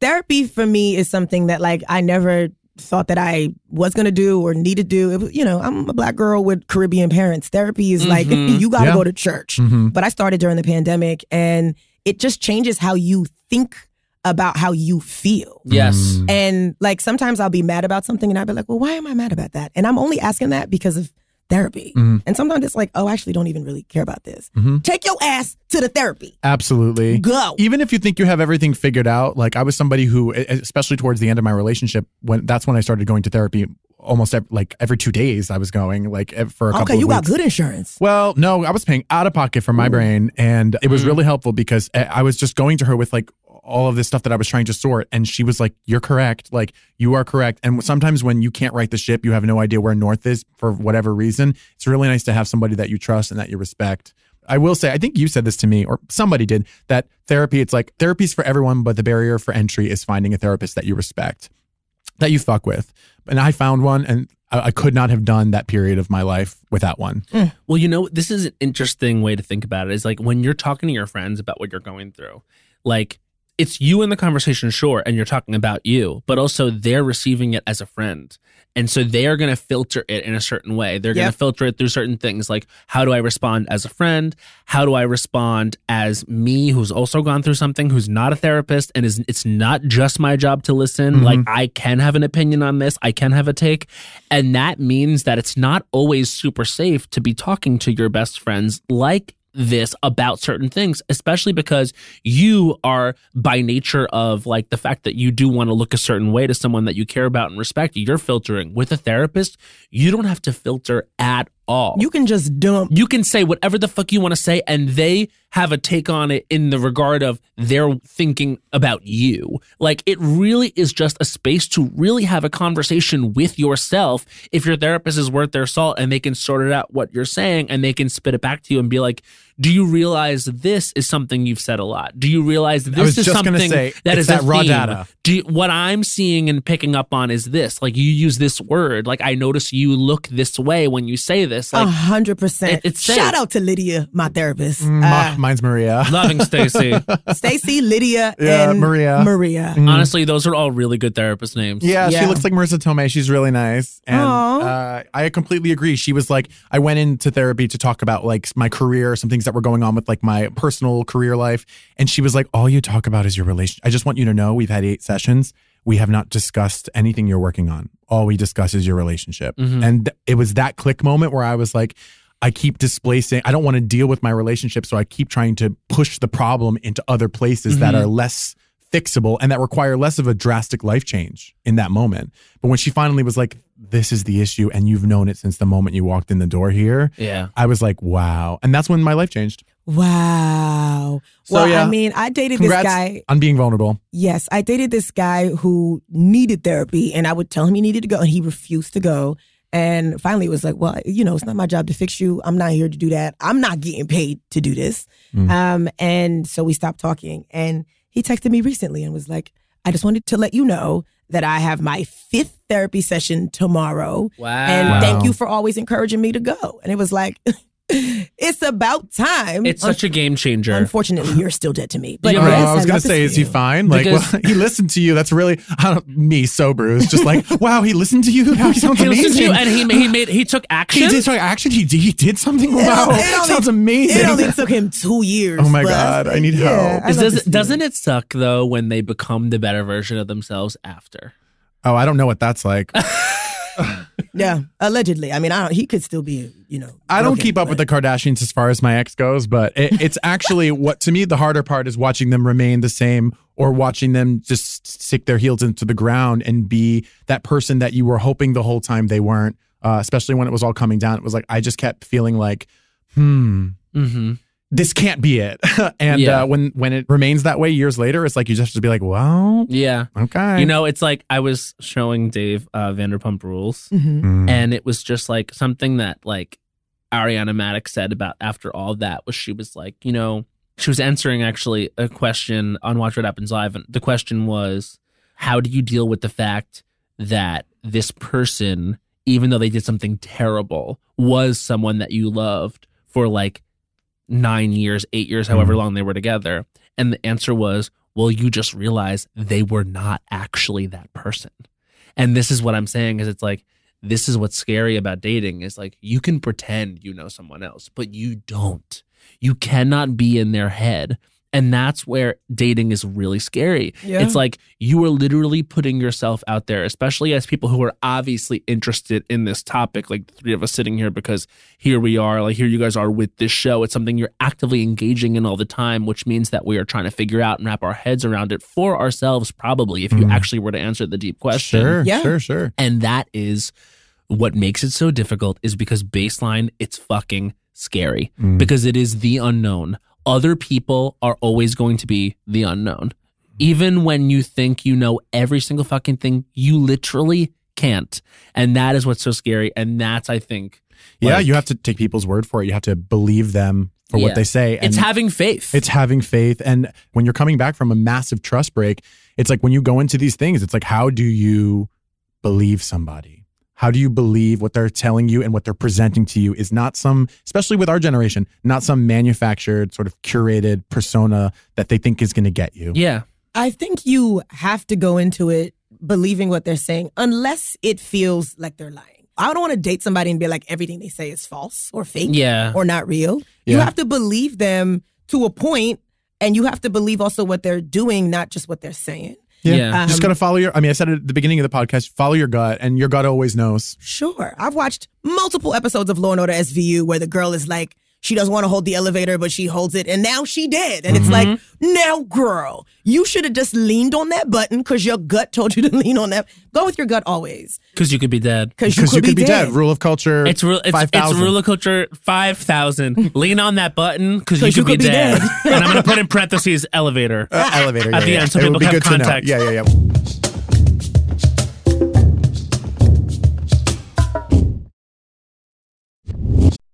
S6: therapy for me is something that like I never thought that I was gonna do or need to do. It was, you know, I'm a black girl with Caribbean parents. Therapy is like
S2: Mhm.
S6: you gotta
S5: Yeah.
S6: go to church.
S5: Mhm.
S6: But I started during the pandemic and it just changes how you think about how you feel.
S2: Yes.
S5: Mm-hmm. Mm.
S6: And like sometimes I'll be mad about something and I'll be like, well, why am I mad about that? And I'm only asking that because of therapy.
S5: Mhm.
S6: And sometimes it's like, oh, I actually don't even really care about this.
S5: Mhm.
S6: Take your ass to the therapy.
S5: Absolutely.
S6: Go.
S5: even if you think you have everything figured out, like I was somebody who, e, especially towards the end of my relationship, when that's when I started going to therapy almost ev like every two days. I was going like ev- for a couple.
S6: Okay,
S5: of
S6: you got
S5: weeks.
S6: good insurance.
S5: Well, no, I was paying out of pocket for my brain, and it was really helpful because I- I was just going to her with like all of this stuff that I was trying to sort, and she was like, "You're correct. Like you are correct." And sometimes when you can't right the ship, you have no idea where north is for whatever reason. It's really nice to have somebody that you trust and that you respect. I will say, I think you said this to me, or somebody did, that therapy, it's like therapy's for everyone, but the barrier for entry is finding a therapist that you respect, that you fuck with. And I found one, and I, I could not have done that period of my life without one.
S2: Well, you know, this is an interesting way to think about it. Is like when you're talking to your friends about what you're going through, like it's you in the conversation, sure, and you're talking about you, but also they're receiving it as a friend. And so they are going to filter it in a certain way. They're going
S6: Yeah.
S2: to filter it through certain things like how do I respond as a friend? How do I respond as me who's also gone through something, who's not a therapist and is it's not just my job to listen. Like I can have an opinion on this. I can have a take. And that means that it's not always super safe to be talking to your best friends like this about certain things, especially because you are by nature of like the fact that you do want to look a certain way to someone that you care about and respect. You're filtering with a therapist. You don't have to filter at all.
S6: You can just dump.
S2: You can say whatever the fuck you want to say, and they have a take on it in the regard of their thinking about you. Like, it really is just a space to really have a conversation with yourself if your therapist is worth their salt and they can sort it out what you're saying and they can spit it back to you and be like, do you realize this is something you've said a lot? Do you realize this
S5: was
S2: is
S5: just gonna
S2: something
S5: say,
S2: that
S5: it's
S2: is
S5: that
S2: a
S5: raw
S2: theme?
S5: data.
S2: do you- what I'm seeing and picking up on is this. Like you use this word. Like I notice you look this way when you say this.
S6: A
S2: Like
S6: hundred percent.
S2: it- it's safe.
S6: Shout out to Lydia, my therapist.
S5: Mm, Ma- mine's Maria.
S2: loving Stacy.
S6: Uh, Stacy, Lydia,
S5: Yeah,
S6: and
S5: Maria. Mm.
S6: Maria.
S2: Honestly, those are all really good therapist names.
S5: Yeah, she
S6: Yeah.
S5: looks like Marissa Tomei. She's really nice. And
S6: Aw.
S5: uh, I completely agree. She was like, I went into therapy to talk about like my career, some things that were going on with like my personal career life. And she was like, All you talk about is your relationship. I just want you to know we've had eight sessions. We have not discussed anything you're working on. All we discuss is your relationship. And th- it was that click moment where I was like, I keep displacing, I don't want to deal with my relationship. So I keep trying to push the problem into other places that are less fixable and that require less of a drastic life change in that moment. But when she finally was like, this is the issue, and you've known it since the moment you walked in the door here,
S2: Yeah.
S5: I was like, wow. And that's when my life changed.
S6: Wow.
S5: So,
S6: well,
S5: yeah.
S6: I mean, I dated
S5: Congrats
S6: this guy.
S5: on being vulnerable.
S6: Yes, I dated this guy who needed therapy, and I would tell him he needed to go, and he refused to go. And finally, it was like, well, you know, it's not my job to fix you. I'm not here to do that. I'm not getting paid to do this.
S5: Mm.
S6: Um, and so we stopped talking. And he texted me recently and was like, I just wanted to let you know that I have my fifth therapy session tomorrow.
S2: Wow.
S6: And
S5: Wow.
S6: thank you for always encouraging me to go. And it was like, It's about time.
S2: It's such a game changer.
S6: Unfortunately, you're still dead to me. But
S2: Yeah,
S5: Oh,
S2: right.
S6: yes,
S5: I was gonna
S6: love this
S5: say,
S6: for
S5: is he
S6: you.
S5: fine? Like,
S2: Because-
S5: well, he listened to you. That's really I don't, me sober. It was just like, wow, he listened to you. Wow, he sounds
S2: He
S5: amazing.
S2: listened to you and he ma- he made he took action.
S5: He did sorry, action. He did, he did something. Wow,
S6: it only-
S5: sounds amazing.
S6: It only took him two years.
S5: Oh my
S6: but
S5: God, I need
S6: yeah,
S5: help.
S6: I
S2: Is
S6: love
S2: this-
S6: this for you.
S2: doesn't it suck though when they become the better version of themselves after?
S5: oh, I don't know what that's like.
S6: Yeah, allegedly. I mean, I don't, he could still be, you know.
S5: I don't
S6: broken,
S5: keep up with
S6: but-
S5: the Kardashians as far as my ex goes, but it, it's actually what to me the harder part is watching them remain the same or watching them just stick their heels into the ground and be that person that you were hoping the whole time they weren't. Uh, especially when it was all coming down, it was like I just kept feeling like, hmm,
S2: Mm-hmm.
S5: this can't be it. and
S2: Yeah.
S5: uh, when when it remains that way years later, it's like you just have to be like, well,
S2: Yeah.
S5: okay,
S2: You know, it's like I was showing Dave uh, Vanderpump Rules,
S6: Mhm.
S5: Hmm.
S2: and it was just like something that like Ariana Maddox said about after all that was she was like, you know, she was answering actually a question on Watch What Happens Live, and the question was, how do you deal with the fact that this person, even though they did something terrible, was someone that you loved for like nine years, eight years, however long they were together? And the answer was, well, you just realize they were not actually that person. And this is what I'm saying is it's like, this is what's scary about dating is like you can pretend you know someone else, but you don't. You cannot be in their head. And that's where dating is really scary.
S6: Yeah.
S2: It's like you are literally putting yourself out there, especially as people who are obviously interested in this topic, like the three of us sitting here, because here we are, like here you guys are with this show. It's something you're actively engaging in all the time, which means that we are trying to figure out and wrap our heads around it for ourselves, probably, if you
S5: Mm.
S2: actually were to answer the deep question
S5: sure,
S6: Yeah.
S5: sure, sure.
S2: and that is what makes it so difficult is because baseline it's fucking scary
S5: Mm.
S2: because it is the unknown other people are always going to be the unknown even when you think you know every single fucking thing you literally can't and that is what's so scary and that's i think
S5: yeah,
S2: like,
S5: you have to take people's word for it. You have to believe them for
S2: Yeah.
S5: what they say.
S2: it's having faith
S5: It's having faith. And when you're coming back from a massive trust break, it's like when you go into these things, it's like, how do you believe somebody? How do you believe what they're telling you and what they're presenting to you is not some, especially with our generation, not some manufactured, sort of curated persona that they think is going to get you?
S2: yeah
S6: I think you have to go into it believing what they're saying, unless it feels like they're lying. I don't want to date somebody and be like everything they say is false or fake
S2: yeah
S6: or not real. You
S5: Yeah.
S6: have to believe them to a point, and you have to believe also what they're doing, not just what they're saying.
S2: Yeah.
S5: Just got
S6: Um,
S5: to follow your, I mean, I said it at the beginning of the podcast follow your gut, and your gut always knows.
S6: Sure. I've watched multiple episodes of Law and Order SVU where the girl is like, she doesn't want to hold the elevator, but she holds it, and now she did. And it's like, now, girl, you should have just leaned on that button because your gut told you to lean on that. Go with your gut always
S2: because you could be dead
S6: because you,
S5: Because
S6: could,
S5: you could be, dead.
S6: dead.
S5: Rule of culture.
S2: it's real it's, it's
S5: 5,000.
S2: rule of culture 5000 lean on that button because you, could be, dead, and i'm gonna put in parentheses elevator
S5: Uh, elevator.
S2: At
S5: yeah,
S2: the
S5: yeah.
S2: end, so
S5: It would
S2: people
S5: be
S2: have
S5: good to know.
S2: context.
S5: Yeah, yeah, yeah.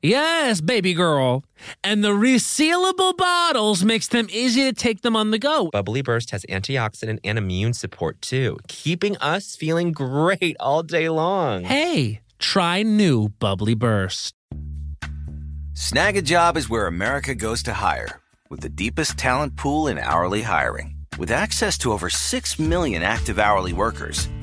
S2: Yes, baby girl. And the resealable bottles makes them easy to take them on the go.
S7: Bubbly Burst has antioxidant and immune support too, keeping us feeling great all day long.
S2: Hey, try new Bubbly Burst.
S8: Snag a job is where America goes to hire, with the deepest talent pool in hourly hiring. With access to over 6 million active hourly workers,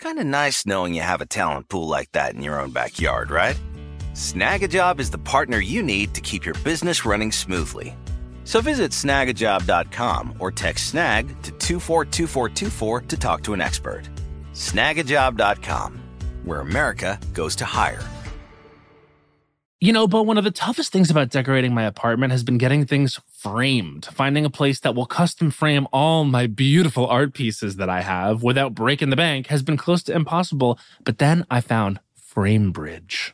S8: Kind of nice knowing you have a talent pool like that in your own backyard, right? Snagajob is the partner you need to keep your business running smoothly. So visit snagajob.com or text snag to 242424 to talk to an expert. Snagajob.com, where America goes to hire.
S2: You know, but one of the toughest things about decorating my apartment has been getting things framed, finding a place that will custom frame all my beautiful art pieces that I have without breaking the bank has been close to impossible. But then I found FrameBridge.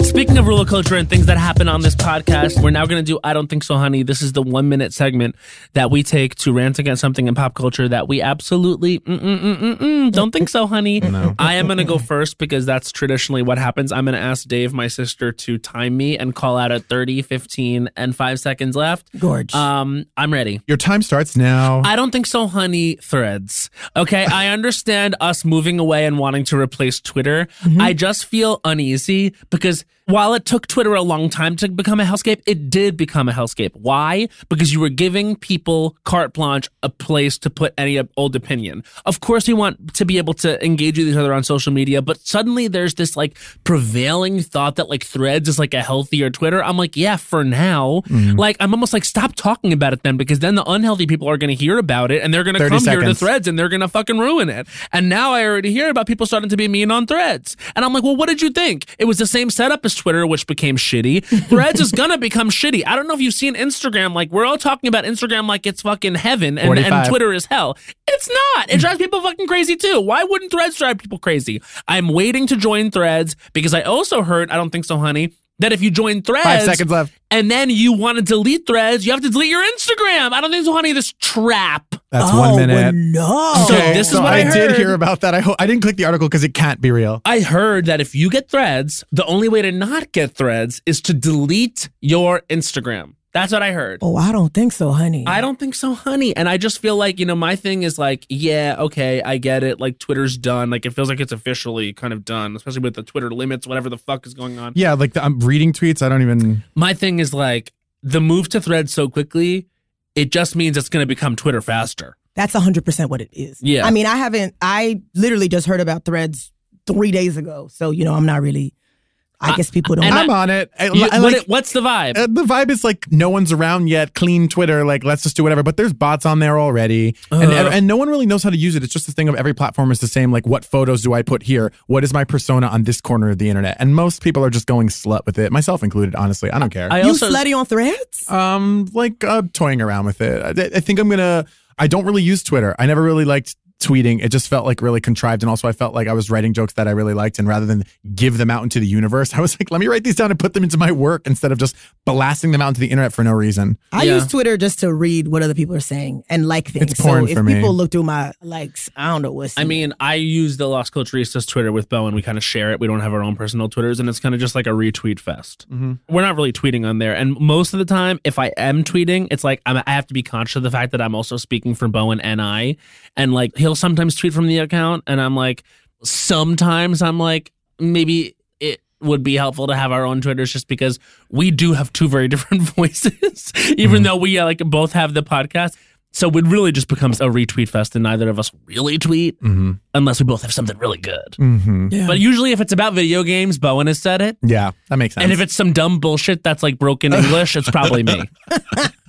S2: Speaking of ruler culture and things that happen on this podcast, we're now going to do I Don't Think So, Honey. This is the one minute segment that we take to rant against something in pop culture that we absolutely mm, mm, mm, mm, mm, don't think so, honey. I am going to go first because that's traditionally what happens. I'm going to ask Dave, my sister, to time me and call out at 30, 15, and five seconds left.
S6: Gorge.
S2: Um, I'm ready.
S5: Your time starts now.
S2: I don't think so, honey. Threads. Okay. I understand us moving away and wanting to replace Twitter. I just feel uneasy because while it took Twitter a long time to become a hellscape, it did become a hellscape. Why? Because you were giving people carte blanche a place to put any old opinion. Of course, we want to be able to engage with each other on social media, but suddenly there's this like prevailing thought that like threads is like a healthier Twitter. I'm like, yeah, for now. Like, I'm almost like, stop talking about it then, because then the unhealthy people are going to hear about it and they're going to
S5: 30
S2: come here to
S5: seconds.
S2: threads and they're going to fucking ruin it. And now I already hear about people starting to be mean on threads. And I'm like, well, what did you think? It was the same setup as Twitter, which became shitty. Threads is going to become shitty. I don't know if you've seen Instagram. Like, we're all talking about Instagram like it's fucking heaven and, and
S5: 45.
S2: Twitter is hell. It's not. It drives people fucking crazy too. Why wouldn't threads drive people crazy? I'm waiting to join threads because I also heard, I don't think so, honey. That if you join threads,
S5: Five seconds left.
S2: and then you want to delete threads, you have to delete your Instagram. I don't think so, honey. This trap.
S5: That's
S6: oh,
S5: one minute.
S6: no.
S2: So this is
S5: so
S2: what I
S5: did
S2: heard.
S5: hear about that. I ho- I didn't click the article because it can't be real.
S2: I heard that if you get threads, the only way to not get threads is to delete your Instagram. That's what I heard.
S6: oh, I don't think so, honey.
S2: I don't think so, honey. And I just feel like, you know, my thing is like, yeah, okay, I get it. Like, Twitter's done. Like, it feels like it's officially kind of done, especially with the Twitter limits, whatever the fuck is going on.
S5: Yeah, like the, I'm reading tweets. I don't even.
S2: My thing is like, the move to threads so quickly, it just means it's going to become Twitter faster.
S6: That's 100% what it is.
S2: Yeah.
S6: I mean, I haven't, I literally just heard about threads three days ago. So, you know, I'm not really, I, guess people don't.
S2: and I-
S5: I'm on it. I-
S2: You-
S5: I
S2: what
S5: like-
S2: it- what's the vibe?
S5: uh, the vibe is like no one's around yet. Clean Twitter, like let's just do whatever. But there's bots on there already, and
S2: Ugh.
S5: and no one really knows how to use it. It's just the thing of every platform is the same. Like what photos do I put here? What is my persona on this corner of the internet? And most people are just going slut with it, myself included. Honestly, I don't care.
S2: I
S6: you
S2: also,
S6: slutty on threads?
S5: um, like uh, toying around with it. I, I think I'm gonna. I don't really use Twitter. I never really liked tweeting. It just felt like really contrived, and also I felt like I was writing jokes that I really liked, and rather than give them out into the universe, I was like, let me write these down and put them into my work instead of just blasting them out into the internet for no reason.
S6: I
S2: Yeah.
S6: use Twitter just to read what other people are saying and like things.
S5: It's porn
S6: so if
S5: for me.
S6: people look through my likes, I don't know what's.
S2: I mean, I use the Lost Culturistas Twitter with Bo, and we kind of share it. We don't have our own personal Twitters, and it's kind of just like a retweet fest. We're not really tweeting on there, and most of the time, if I am tweeting, it's like I'm, I have to be conscious of the fact that I'm also speaking for Bowen and I, and like he'll sometimes tweet from the account, and I'm like, sometimes I'm like, maybe it would be helpful to have our own Twitters just because we do have two very different voices, even though we uh, like both have the podcast. So it really just becomes a retweet fest, and neither of us really tweet
S5: Mm-hmm.
S2: unless we both have something really good.
S5: Mm-hmm.
S6: Yeah.
S2: But usually, if it's about video games, Bowen has said it.
S5: Yeah, that makes sense.
S2: And if it's some dumb bullshit that's like broken English, it's probably me.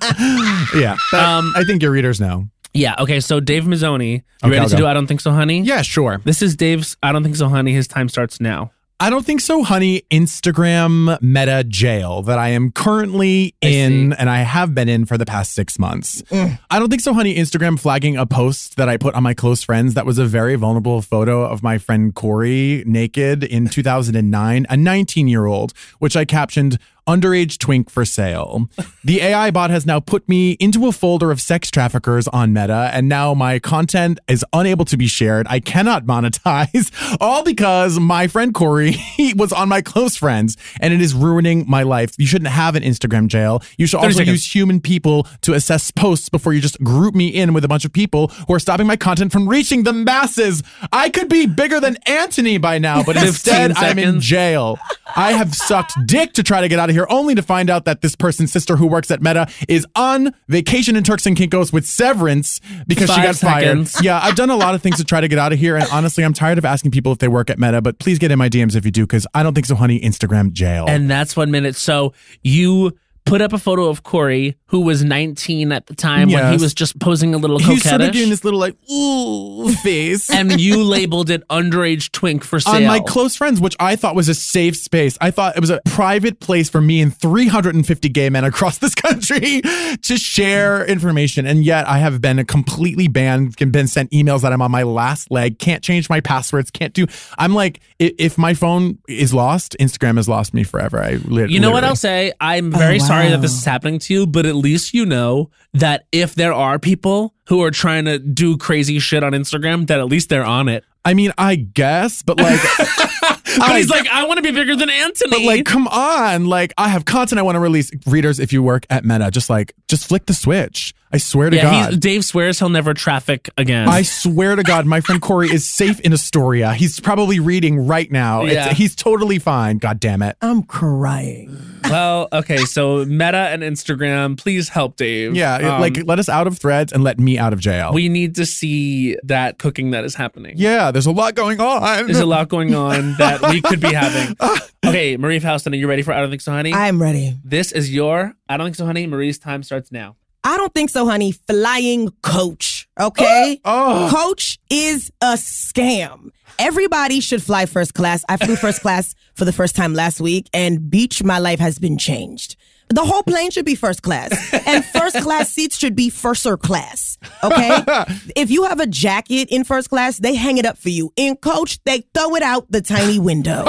S5: yeah, that-
S2: Um,
S5: I think your readers know.
S2: Yeah. Okay. So Dave Mazzoni, you
S5: Okay,
S2: ready
S5: I'll
S2: to
S5: go.
S2: do? I don't think so, honey.
S5: Yeah, sure.
S2: This is Dave's. I don't think so, honey. His time starts now.
S5: I don't think so, honey. Instagram meta jail that I am currently
S2: I
S5: in
S2: see.
S5: and I have been in for the past six months. I don't think so, honey. Instagram flagging a post that I put on my close friends that was a very vulnerable photo of my friend Corey naked in 2009, a 19 year old, which I captioned underage twink for sale. The AI bot has now put me into a folder of sex traffickers on Meta, and now my content is unable to be shared. I cannot monetize, all because my friend Corey was on my close friends, and it is ruining my life. You shouldn't have an Instagram jail. You should
S2: 30
S5: also
S2: seconds.
S5: use human people to assess posts before you just group me in with a bunch of people who are stopping my content from reaching the masses. I could be bigger than Anthony by now, but
S2: 15
S5: instead I'm in
S2: seconds.
S5: jail. I have sucked dick to try to get out of here, only to find out that this person's sister who works at Meta is on vacation in Turks and Kinkos with severance because she
S2: Five
S5: got
S2: seconds.
S5: fired. Yeah, I've done a lot of things to try to get out of here, and honestly, I'm tired of asking people if they work at Meta, but please get in my DMs if you do, because I don't think so, honey. Instagram jail.
S2: And that's one minute. So you put up a photo of Corey, who was 19 at the time when
S5: Yes.
S2: he was just posing a little
S5: He's
S2: coquettish.
S5: sort of doing this little like ooh face.
S2: and you labeled it underage twink for sale.
S5: on my close friends, which I thought was a safe space. I thought it was a private place for me and 350 gay men across this country to share information. And yet I have been completely banned, been sent emails that I'm on my last leg, can't change my passwords, can't do. I'm like, i- if my phone is lost, Instagram has lost me forever. I lit-
S2: You know what
S5: literally-
S2: I'll say? I'm very
S6: wow.
S2: sorry that this is happening to you, but at least you know that if there are people who are trying to do crazy shit on Instagram, that at least they're on it.
S5: I mean, I guess, but like,
S2: But
S5: I-
S2: he's like, I want to be bigger than Anthony.
S5: But like, come on! Like, I have content I want to release. Readers, if you work at Meta, just like, just flick the switch. I swear to
S2: yeah,
S5: God,
S2: he's, Dave swears he'll never traffic again.
S5: I swear to God, my friend Corey is safe in Astoria. He's probably reading right now. It's-
S2: Yeah.
S5: he's totally fine. God damn it.
S6: I'm crying.
S2: well, okay, so Meta and Instagram, please help Dave.
S5: Yeah, it-
S2: Um,
S5: like let us out of threads and let me out of jail.
S2: we need to see that cooking that is happening.
S5: yeah, there's a lot going on.
S2: There's a lot going on that we could be having.
S5: Uh.
S2: Okay, Marie Houston, are you ready for I Don't Think So, Honey?
S6: I'm ready.
S2: this is your I Don't Think So, Honey. Marie's time starts now.
S6: I don't think so, honey. Flying coach. Okay?
S5: Oh.
S6: Coach is a scam. Everybody should fly first class. I flew first class for the first time last week, and beach, my life has been changed. The whole plane should be first class, and first class seats should be firster class. Okay? if you have a jacket in first class, they hang it up for you. In coach, they throw it out the tiny window.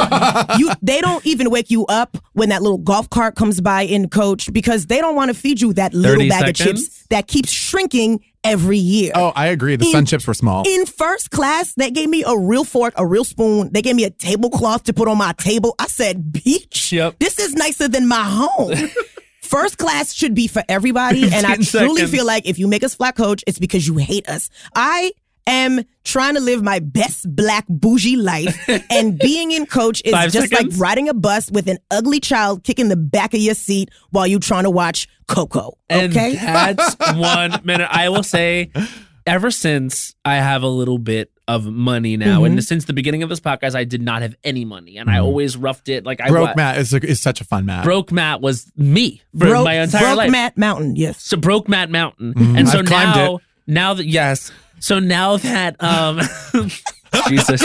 S6: you, they don't even wake you up when that little golf cart comes by in coach because they don't want to feed you that little
S2: 30
S6: bag of
S2: seconds?
S6: chips that keeps shrinking every year.
S5: oh, I agree. The sun chips were
S2: E,
S5: small.
S6: In first class, they gave me a real fork, a real spoon. They gave me a tablecloth to put on my table. I said, "Beach,
S2: Yep.
S6: this is nicer than my home." First class should be for everybody, and
S2: 15
S6: I truly
S2: seconds.
S6: feel like if you make us flat coach, it's because you hate us. I am trying to live my best black bougie life, and being in coach is
S2: Five
S6: just
S2: seconds.
S6: like riding a bus with an ugly child kicking the back of your seat while you're trying to watch Coco.
S2: And
S6: Okay,
S2: that's one minute. I will say, ever since I have a little bit of money now,
S6: Mm-hmm.
S2: and since the beginning of this podcast, I did not have any money, and I always roughed it. Like I
S5: Broke
S2: wa-
S5: Matt is, a, is such a fun Matt.
S2: Broke Matt was me for
S6: Broke-
S2: my entire
S6: Broke
S2: life.
S6: Matt Mountain, yes.
S2: So broke Matt Mountain, and so
S5: Mm-hmm. I've climbed
S2: now, now that yes, so now that um, Jesus,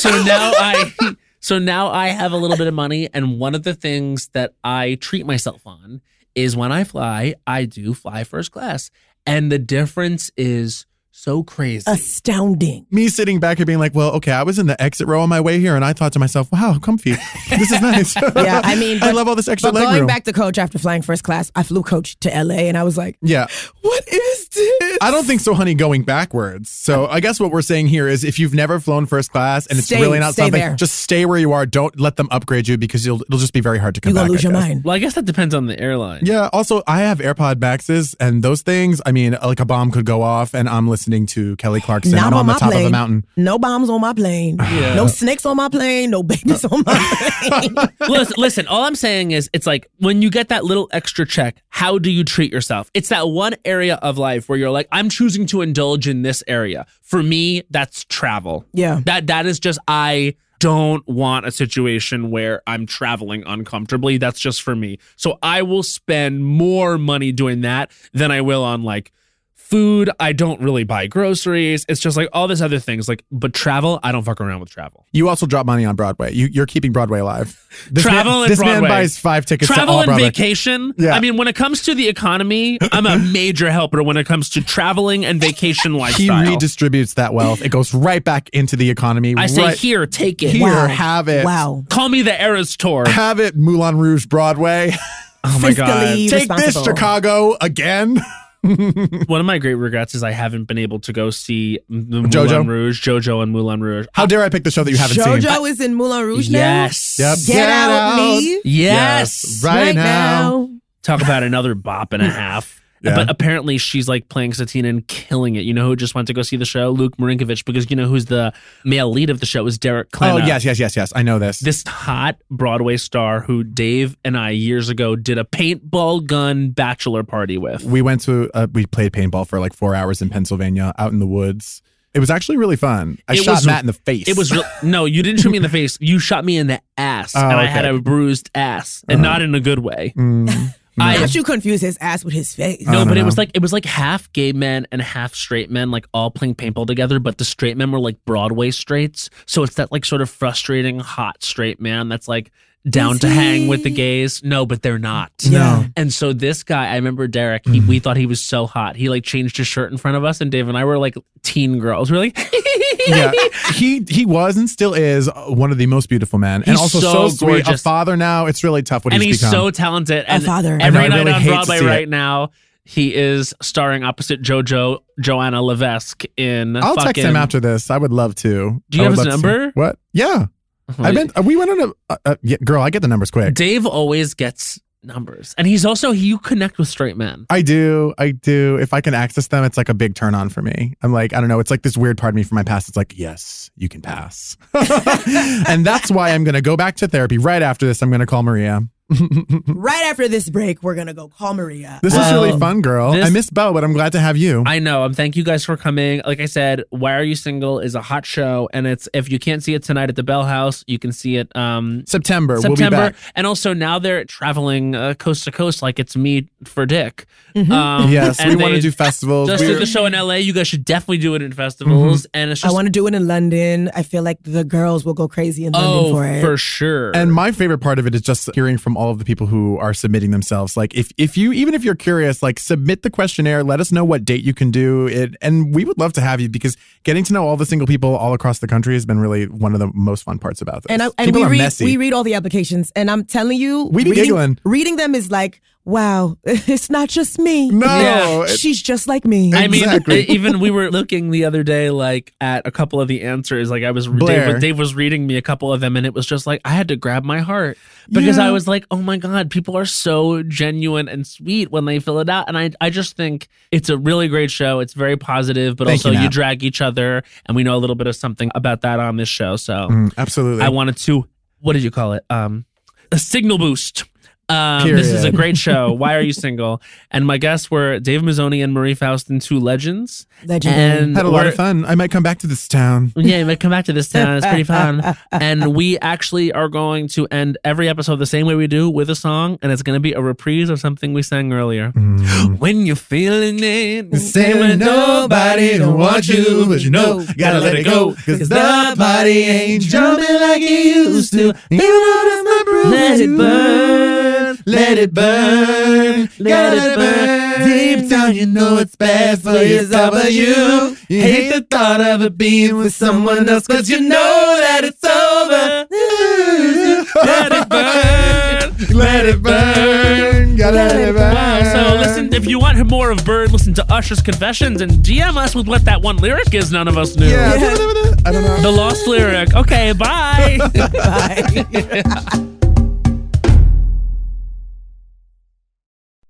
S2: so now I, so now I have a little bit of money, and one of the things that I treat myself on is when I fly, I do fly first class, and the difference is so crazy.
S6: Astounding.
S5: me sitting back here being like, well, okay, I was in the exit row on my way here, and I thought to myself, wow, comfy. This is nice.
S6: Yeah, I mean,
S5: I
S6: but-
S5: love all this extra
S6: But
S5: leg
S6: going
S5: room.
S6: back to coach after flying first class, I flew coach to LA and I was like,
S5: yeah.
S6: what is this?
S5: I don't think so, honey, going backwards. So I guess what we're saying here is if you've never flown first class and it's
S6: Stay-
S5: really not
S6: stay
S5: something,
S6: there.
S5: just stay where you are. Don't let them upgrade you because you'll, it'll just be very hard to come
S6: You're going
S5: back,
S6: to lose
S5: I
S6: your
S5: guess.
S6: mind.
S2: well, I guess that depends on the airline.
S5: Yeah. Also, I have AirPod Maxes, and those things. I mean, like a bomb could go off, and I'm listening to Kelly Clarkson.
S6: Not
S5: I'm on,
S6: on
S5: the
S6: my
S5: top of a
S6: plane.
S5: mountain.
S6: No bombs on my plane.
S2: Yeah.
S6: No snakes on my plane. No babies on my plane.
S2: listen, listen, all I'm saying is it's like when you get that little extra check, how do you treat yourself? It's that one area of life where you're like, I'm choosing to indulge in this area. For me, that's travel.
S6: Yeah.
S2: That that is just I don't want a situation where I'm traveling uncomfortably. That's just for me. So I will spend more money doing that than I will on like food. I don't really buy groceries. It's just like all this other things. Like, but travel, I don't fuck around with travel.
S5: You also drop money on Broadway. You, you're keeping Broadway alive. This
S2: Travel
S5: man,
S2: and
S5: this
S2: Broadway.
S5: man buys five tickets to
S2: travel
S5: all
S2: and
S5: Broadway.
S2: vacation.
S5: Yeah.
S2: I mean, when it comes to the economy, I'm a major helper when it comes to traveling and vacation
S5: he
S2: lifestyle.
S5: redistributes that wealth. It goes right back into the economy.
S2: I say
S5: right
S2: here, take it.
S5: here,
S6: Wow.
S5: have it.
S6: Wow.
S2: Call me the Eras Tour.
S5: Have it, Moulin Rouge Broadway.
S2: Oh my god.
S6: Fiscally
S5: Take this,
S6: responsible.
S5: Chicago, again.
S2: One of my great regrets is I haven't been able to go see the Moulin
S5: Jojo?
S2: Rouge, Jojo and Moulin Rouge.
S5: How dare I pick the show that you haven't
S6: JoJo
S5: seen? oh,
S6: is in Moulin Rouge
S2: yes.
S5: Yep.
S6: now. Get,
S5: Get
S6: out,
S5: out.
S6: me
S2: Yes.
S5: Right, now.
S2: Talk about another bop and a half.
S5: Yeah.
S2: But apparently she's like playing Satina and killing it. You know who just went to go see the show? Luke Marinkovich, because you know who's the male lead of the show is Derek
S5: Oh,
S2: Klena.
S5: yes, yes, yes, yes. I know this.
S2: This hot Broadway star who Dave and I years ago did a paintball gun bachelor party with.
S5: we went to, uh, we played paintball for like four hours in Pennsylvania out in the woods. It was actually really fun. I
S2: It
S5: shot
S2: was-
S5: Matt in the face.
S2: It was real, no, you didn't shoot me in the face. You shot me in the ass,
S5: Oh,
S2: and I
S5: okay. Uh-huh.
S2: had a bruised ass, and not in a good way.
S5: Mm.
S2: I
S6: Don't you confuse his ass with his face.
S5: I
S2: no,
S5: don't
S2: but it was
S5: know.
S2: like it was like half gay men and half straight men, like all playing paintball together. But the straight men were like Broadway straights, so it's that like sort of frustrating hot straight man that's like down
S6: Is
S2: to hang with the
S6: he-
S2: gays. No, but they're not.
S5: No.
S2: And so this guy, I remember Derek. He,
S5: Mm-hmm.
S2: we thought he was so hot. He like changed his shirt in front of us, and Dave and I were like teen girls. We were like,
S5: yeah, he he was and still is uh, one of the most beautiful men, and
S2: He's
S5: also
S2: so
S5: so, sweet. A
S2: gorgeous.
S5: father now, it's really tough what
S2: and
S5: he's,
S2: he's
S5: become.
S2: so talented.
S6: A
S2: And
S6: father.
S5: And
S2: every
S5: I
S2: night
S5: really
S2: on
S5: hate to
S2: Broadway
S5: see it.
S2: right now, he is starring opposite JoJo Joanna Levesque in.
S5: I'll
S2: fucking,
S5: text him after this. I would love to.
S2: Do you
S5: I
S2: have his
S5: would love to see-
S2: number?
S5: What? Yeah, I've been. uh, We went on a uh, uh, yeah, girl. I get the numbers quick.
S2: Dave always gets numbers, and he's also he, you connect with straight men.
S5: I do. I do. If I can access them, it's like a big turn on for me. I'm like, I don't know. It's like this weird part of me from my past. It's like, yes, you can pass. and that's why I'm going to go back to therapy right after this. I'm going to call Maria.
S6: Right after this break, we're gonna go call Maria.
S5: This is
S2: Well,
S5: really fun, girl. I
S2: this-
S5: miss Bo, but I'm glad to have you.
S2: I know. Um, thank you guys for coming. Like I said, Why Are You Single is a hot show, and it's if you can't see it tonight at the Bell House, you can see it um
S5: September,
S2: September.
S5: We'll be back.
S2: And also now they're traveling uh, coast to coast like it's me for Dick.
S6: Mm-hmm.
S2: Um,
S5: Yes,
S2: and
S5: we want
S2: they
S5: to do festivals.
S2: Just
S5: We're- Mm-hmm.
S2: did the show in LA. You guys should definitely do it in festivals. And it's
S6: I
S2: just
S6: want to do it in London. I feel like the girls will go crazy in London
S2: oh
S6: for it.
S2: sure.
S5: And my favorite part of it is just hearing from all of the people who are submitting themselves. Like if if you even if you're curious, like submit the questionnaire, let us know what date you can do it and we would love to have you because getting to know all the single people all across the country has been really one of the most fun parts about this.
S6: and I, and
S5: people
S6: we
S5: are
S6: read
S5: messy.
S6: we read all the applications, and I'm telling you,
S5: We be
S6: reading,
S5: giggling.
S6: reading them is like, wow, it's not just me.
S5: no.
S2: Yeah.
S5: it-
S6: she's just like me.
S2: I mean, e,
S5: Exactly.
S2: even we were looking the other day, like at a couple of the answers. Like I was, Dave,
S5: Blair.
S2: Dave was reading me a couple of them, and it was just like I had to grab my heart because
S5: Yeah.
S2: I was like, oh my god, people are so genuine and sweet when they fill it out, and I, I just think it's a really great show. It's very positive, but
S5: Thank
S2: also
S5: you,
S2: you,
S5: Nat.
S2: drag each other, and we know a little bit of something about that on this show. So
S5: Mm, absolutely.
S2: I wanted to what did you call it? Um a signal boost. Um, this is a
S5: Period.
S2: great show. Why are you single? And my guests were Dave Mazzoni and Marie Faustin, two legends.
S6: Legendary.
S2: And
S5: had a lot
S2: we're-
S5: of fun. I might come back to this town.
S2: Yeah, but come back to this town. It's pretty fun. and we actually are going to end every episode the same way we do with a song, and it's going to be a reprise of something we sang earlier. When you're feeling it,
S5: Mm. Say when nobody don't want you, but you know, gotta let it go. Cause the body ain't jumping like it used to. You know that's my proof.
S2: Let it burn.
S5: Let it burn. Gotta let it burn. Deep down, you know it's bad for you, but you. You hate the thought of it being with someone else, cause you know that it's over.
S2: let it burn.
S5: Let it burn. Gotta let it burn.
S2: Wow. So listen, if you want more of Bird, listen to Usher's Confessions and DM us with what that one lyric is none of us knew.
S5: Yeah. I don't know.
S2: The lost lyric. Okay, bye.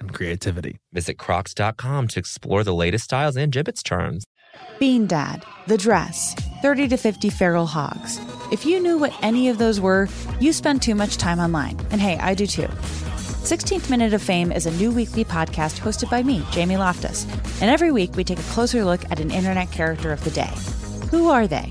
S2: and creativity.
S7: Visit crocs.com to explore the latest styles and gibbets charms.
S9: Bean Dad, The Dress, 30 to 50 Feral Hogs. If you knew what any of those were, you spend too much time online. And hey, I do too. 16th Minute of Fame is a new weekly podcast hosted by me, Jamie Loftus. And every week we take a closer look at an internet character of the day. Who are they?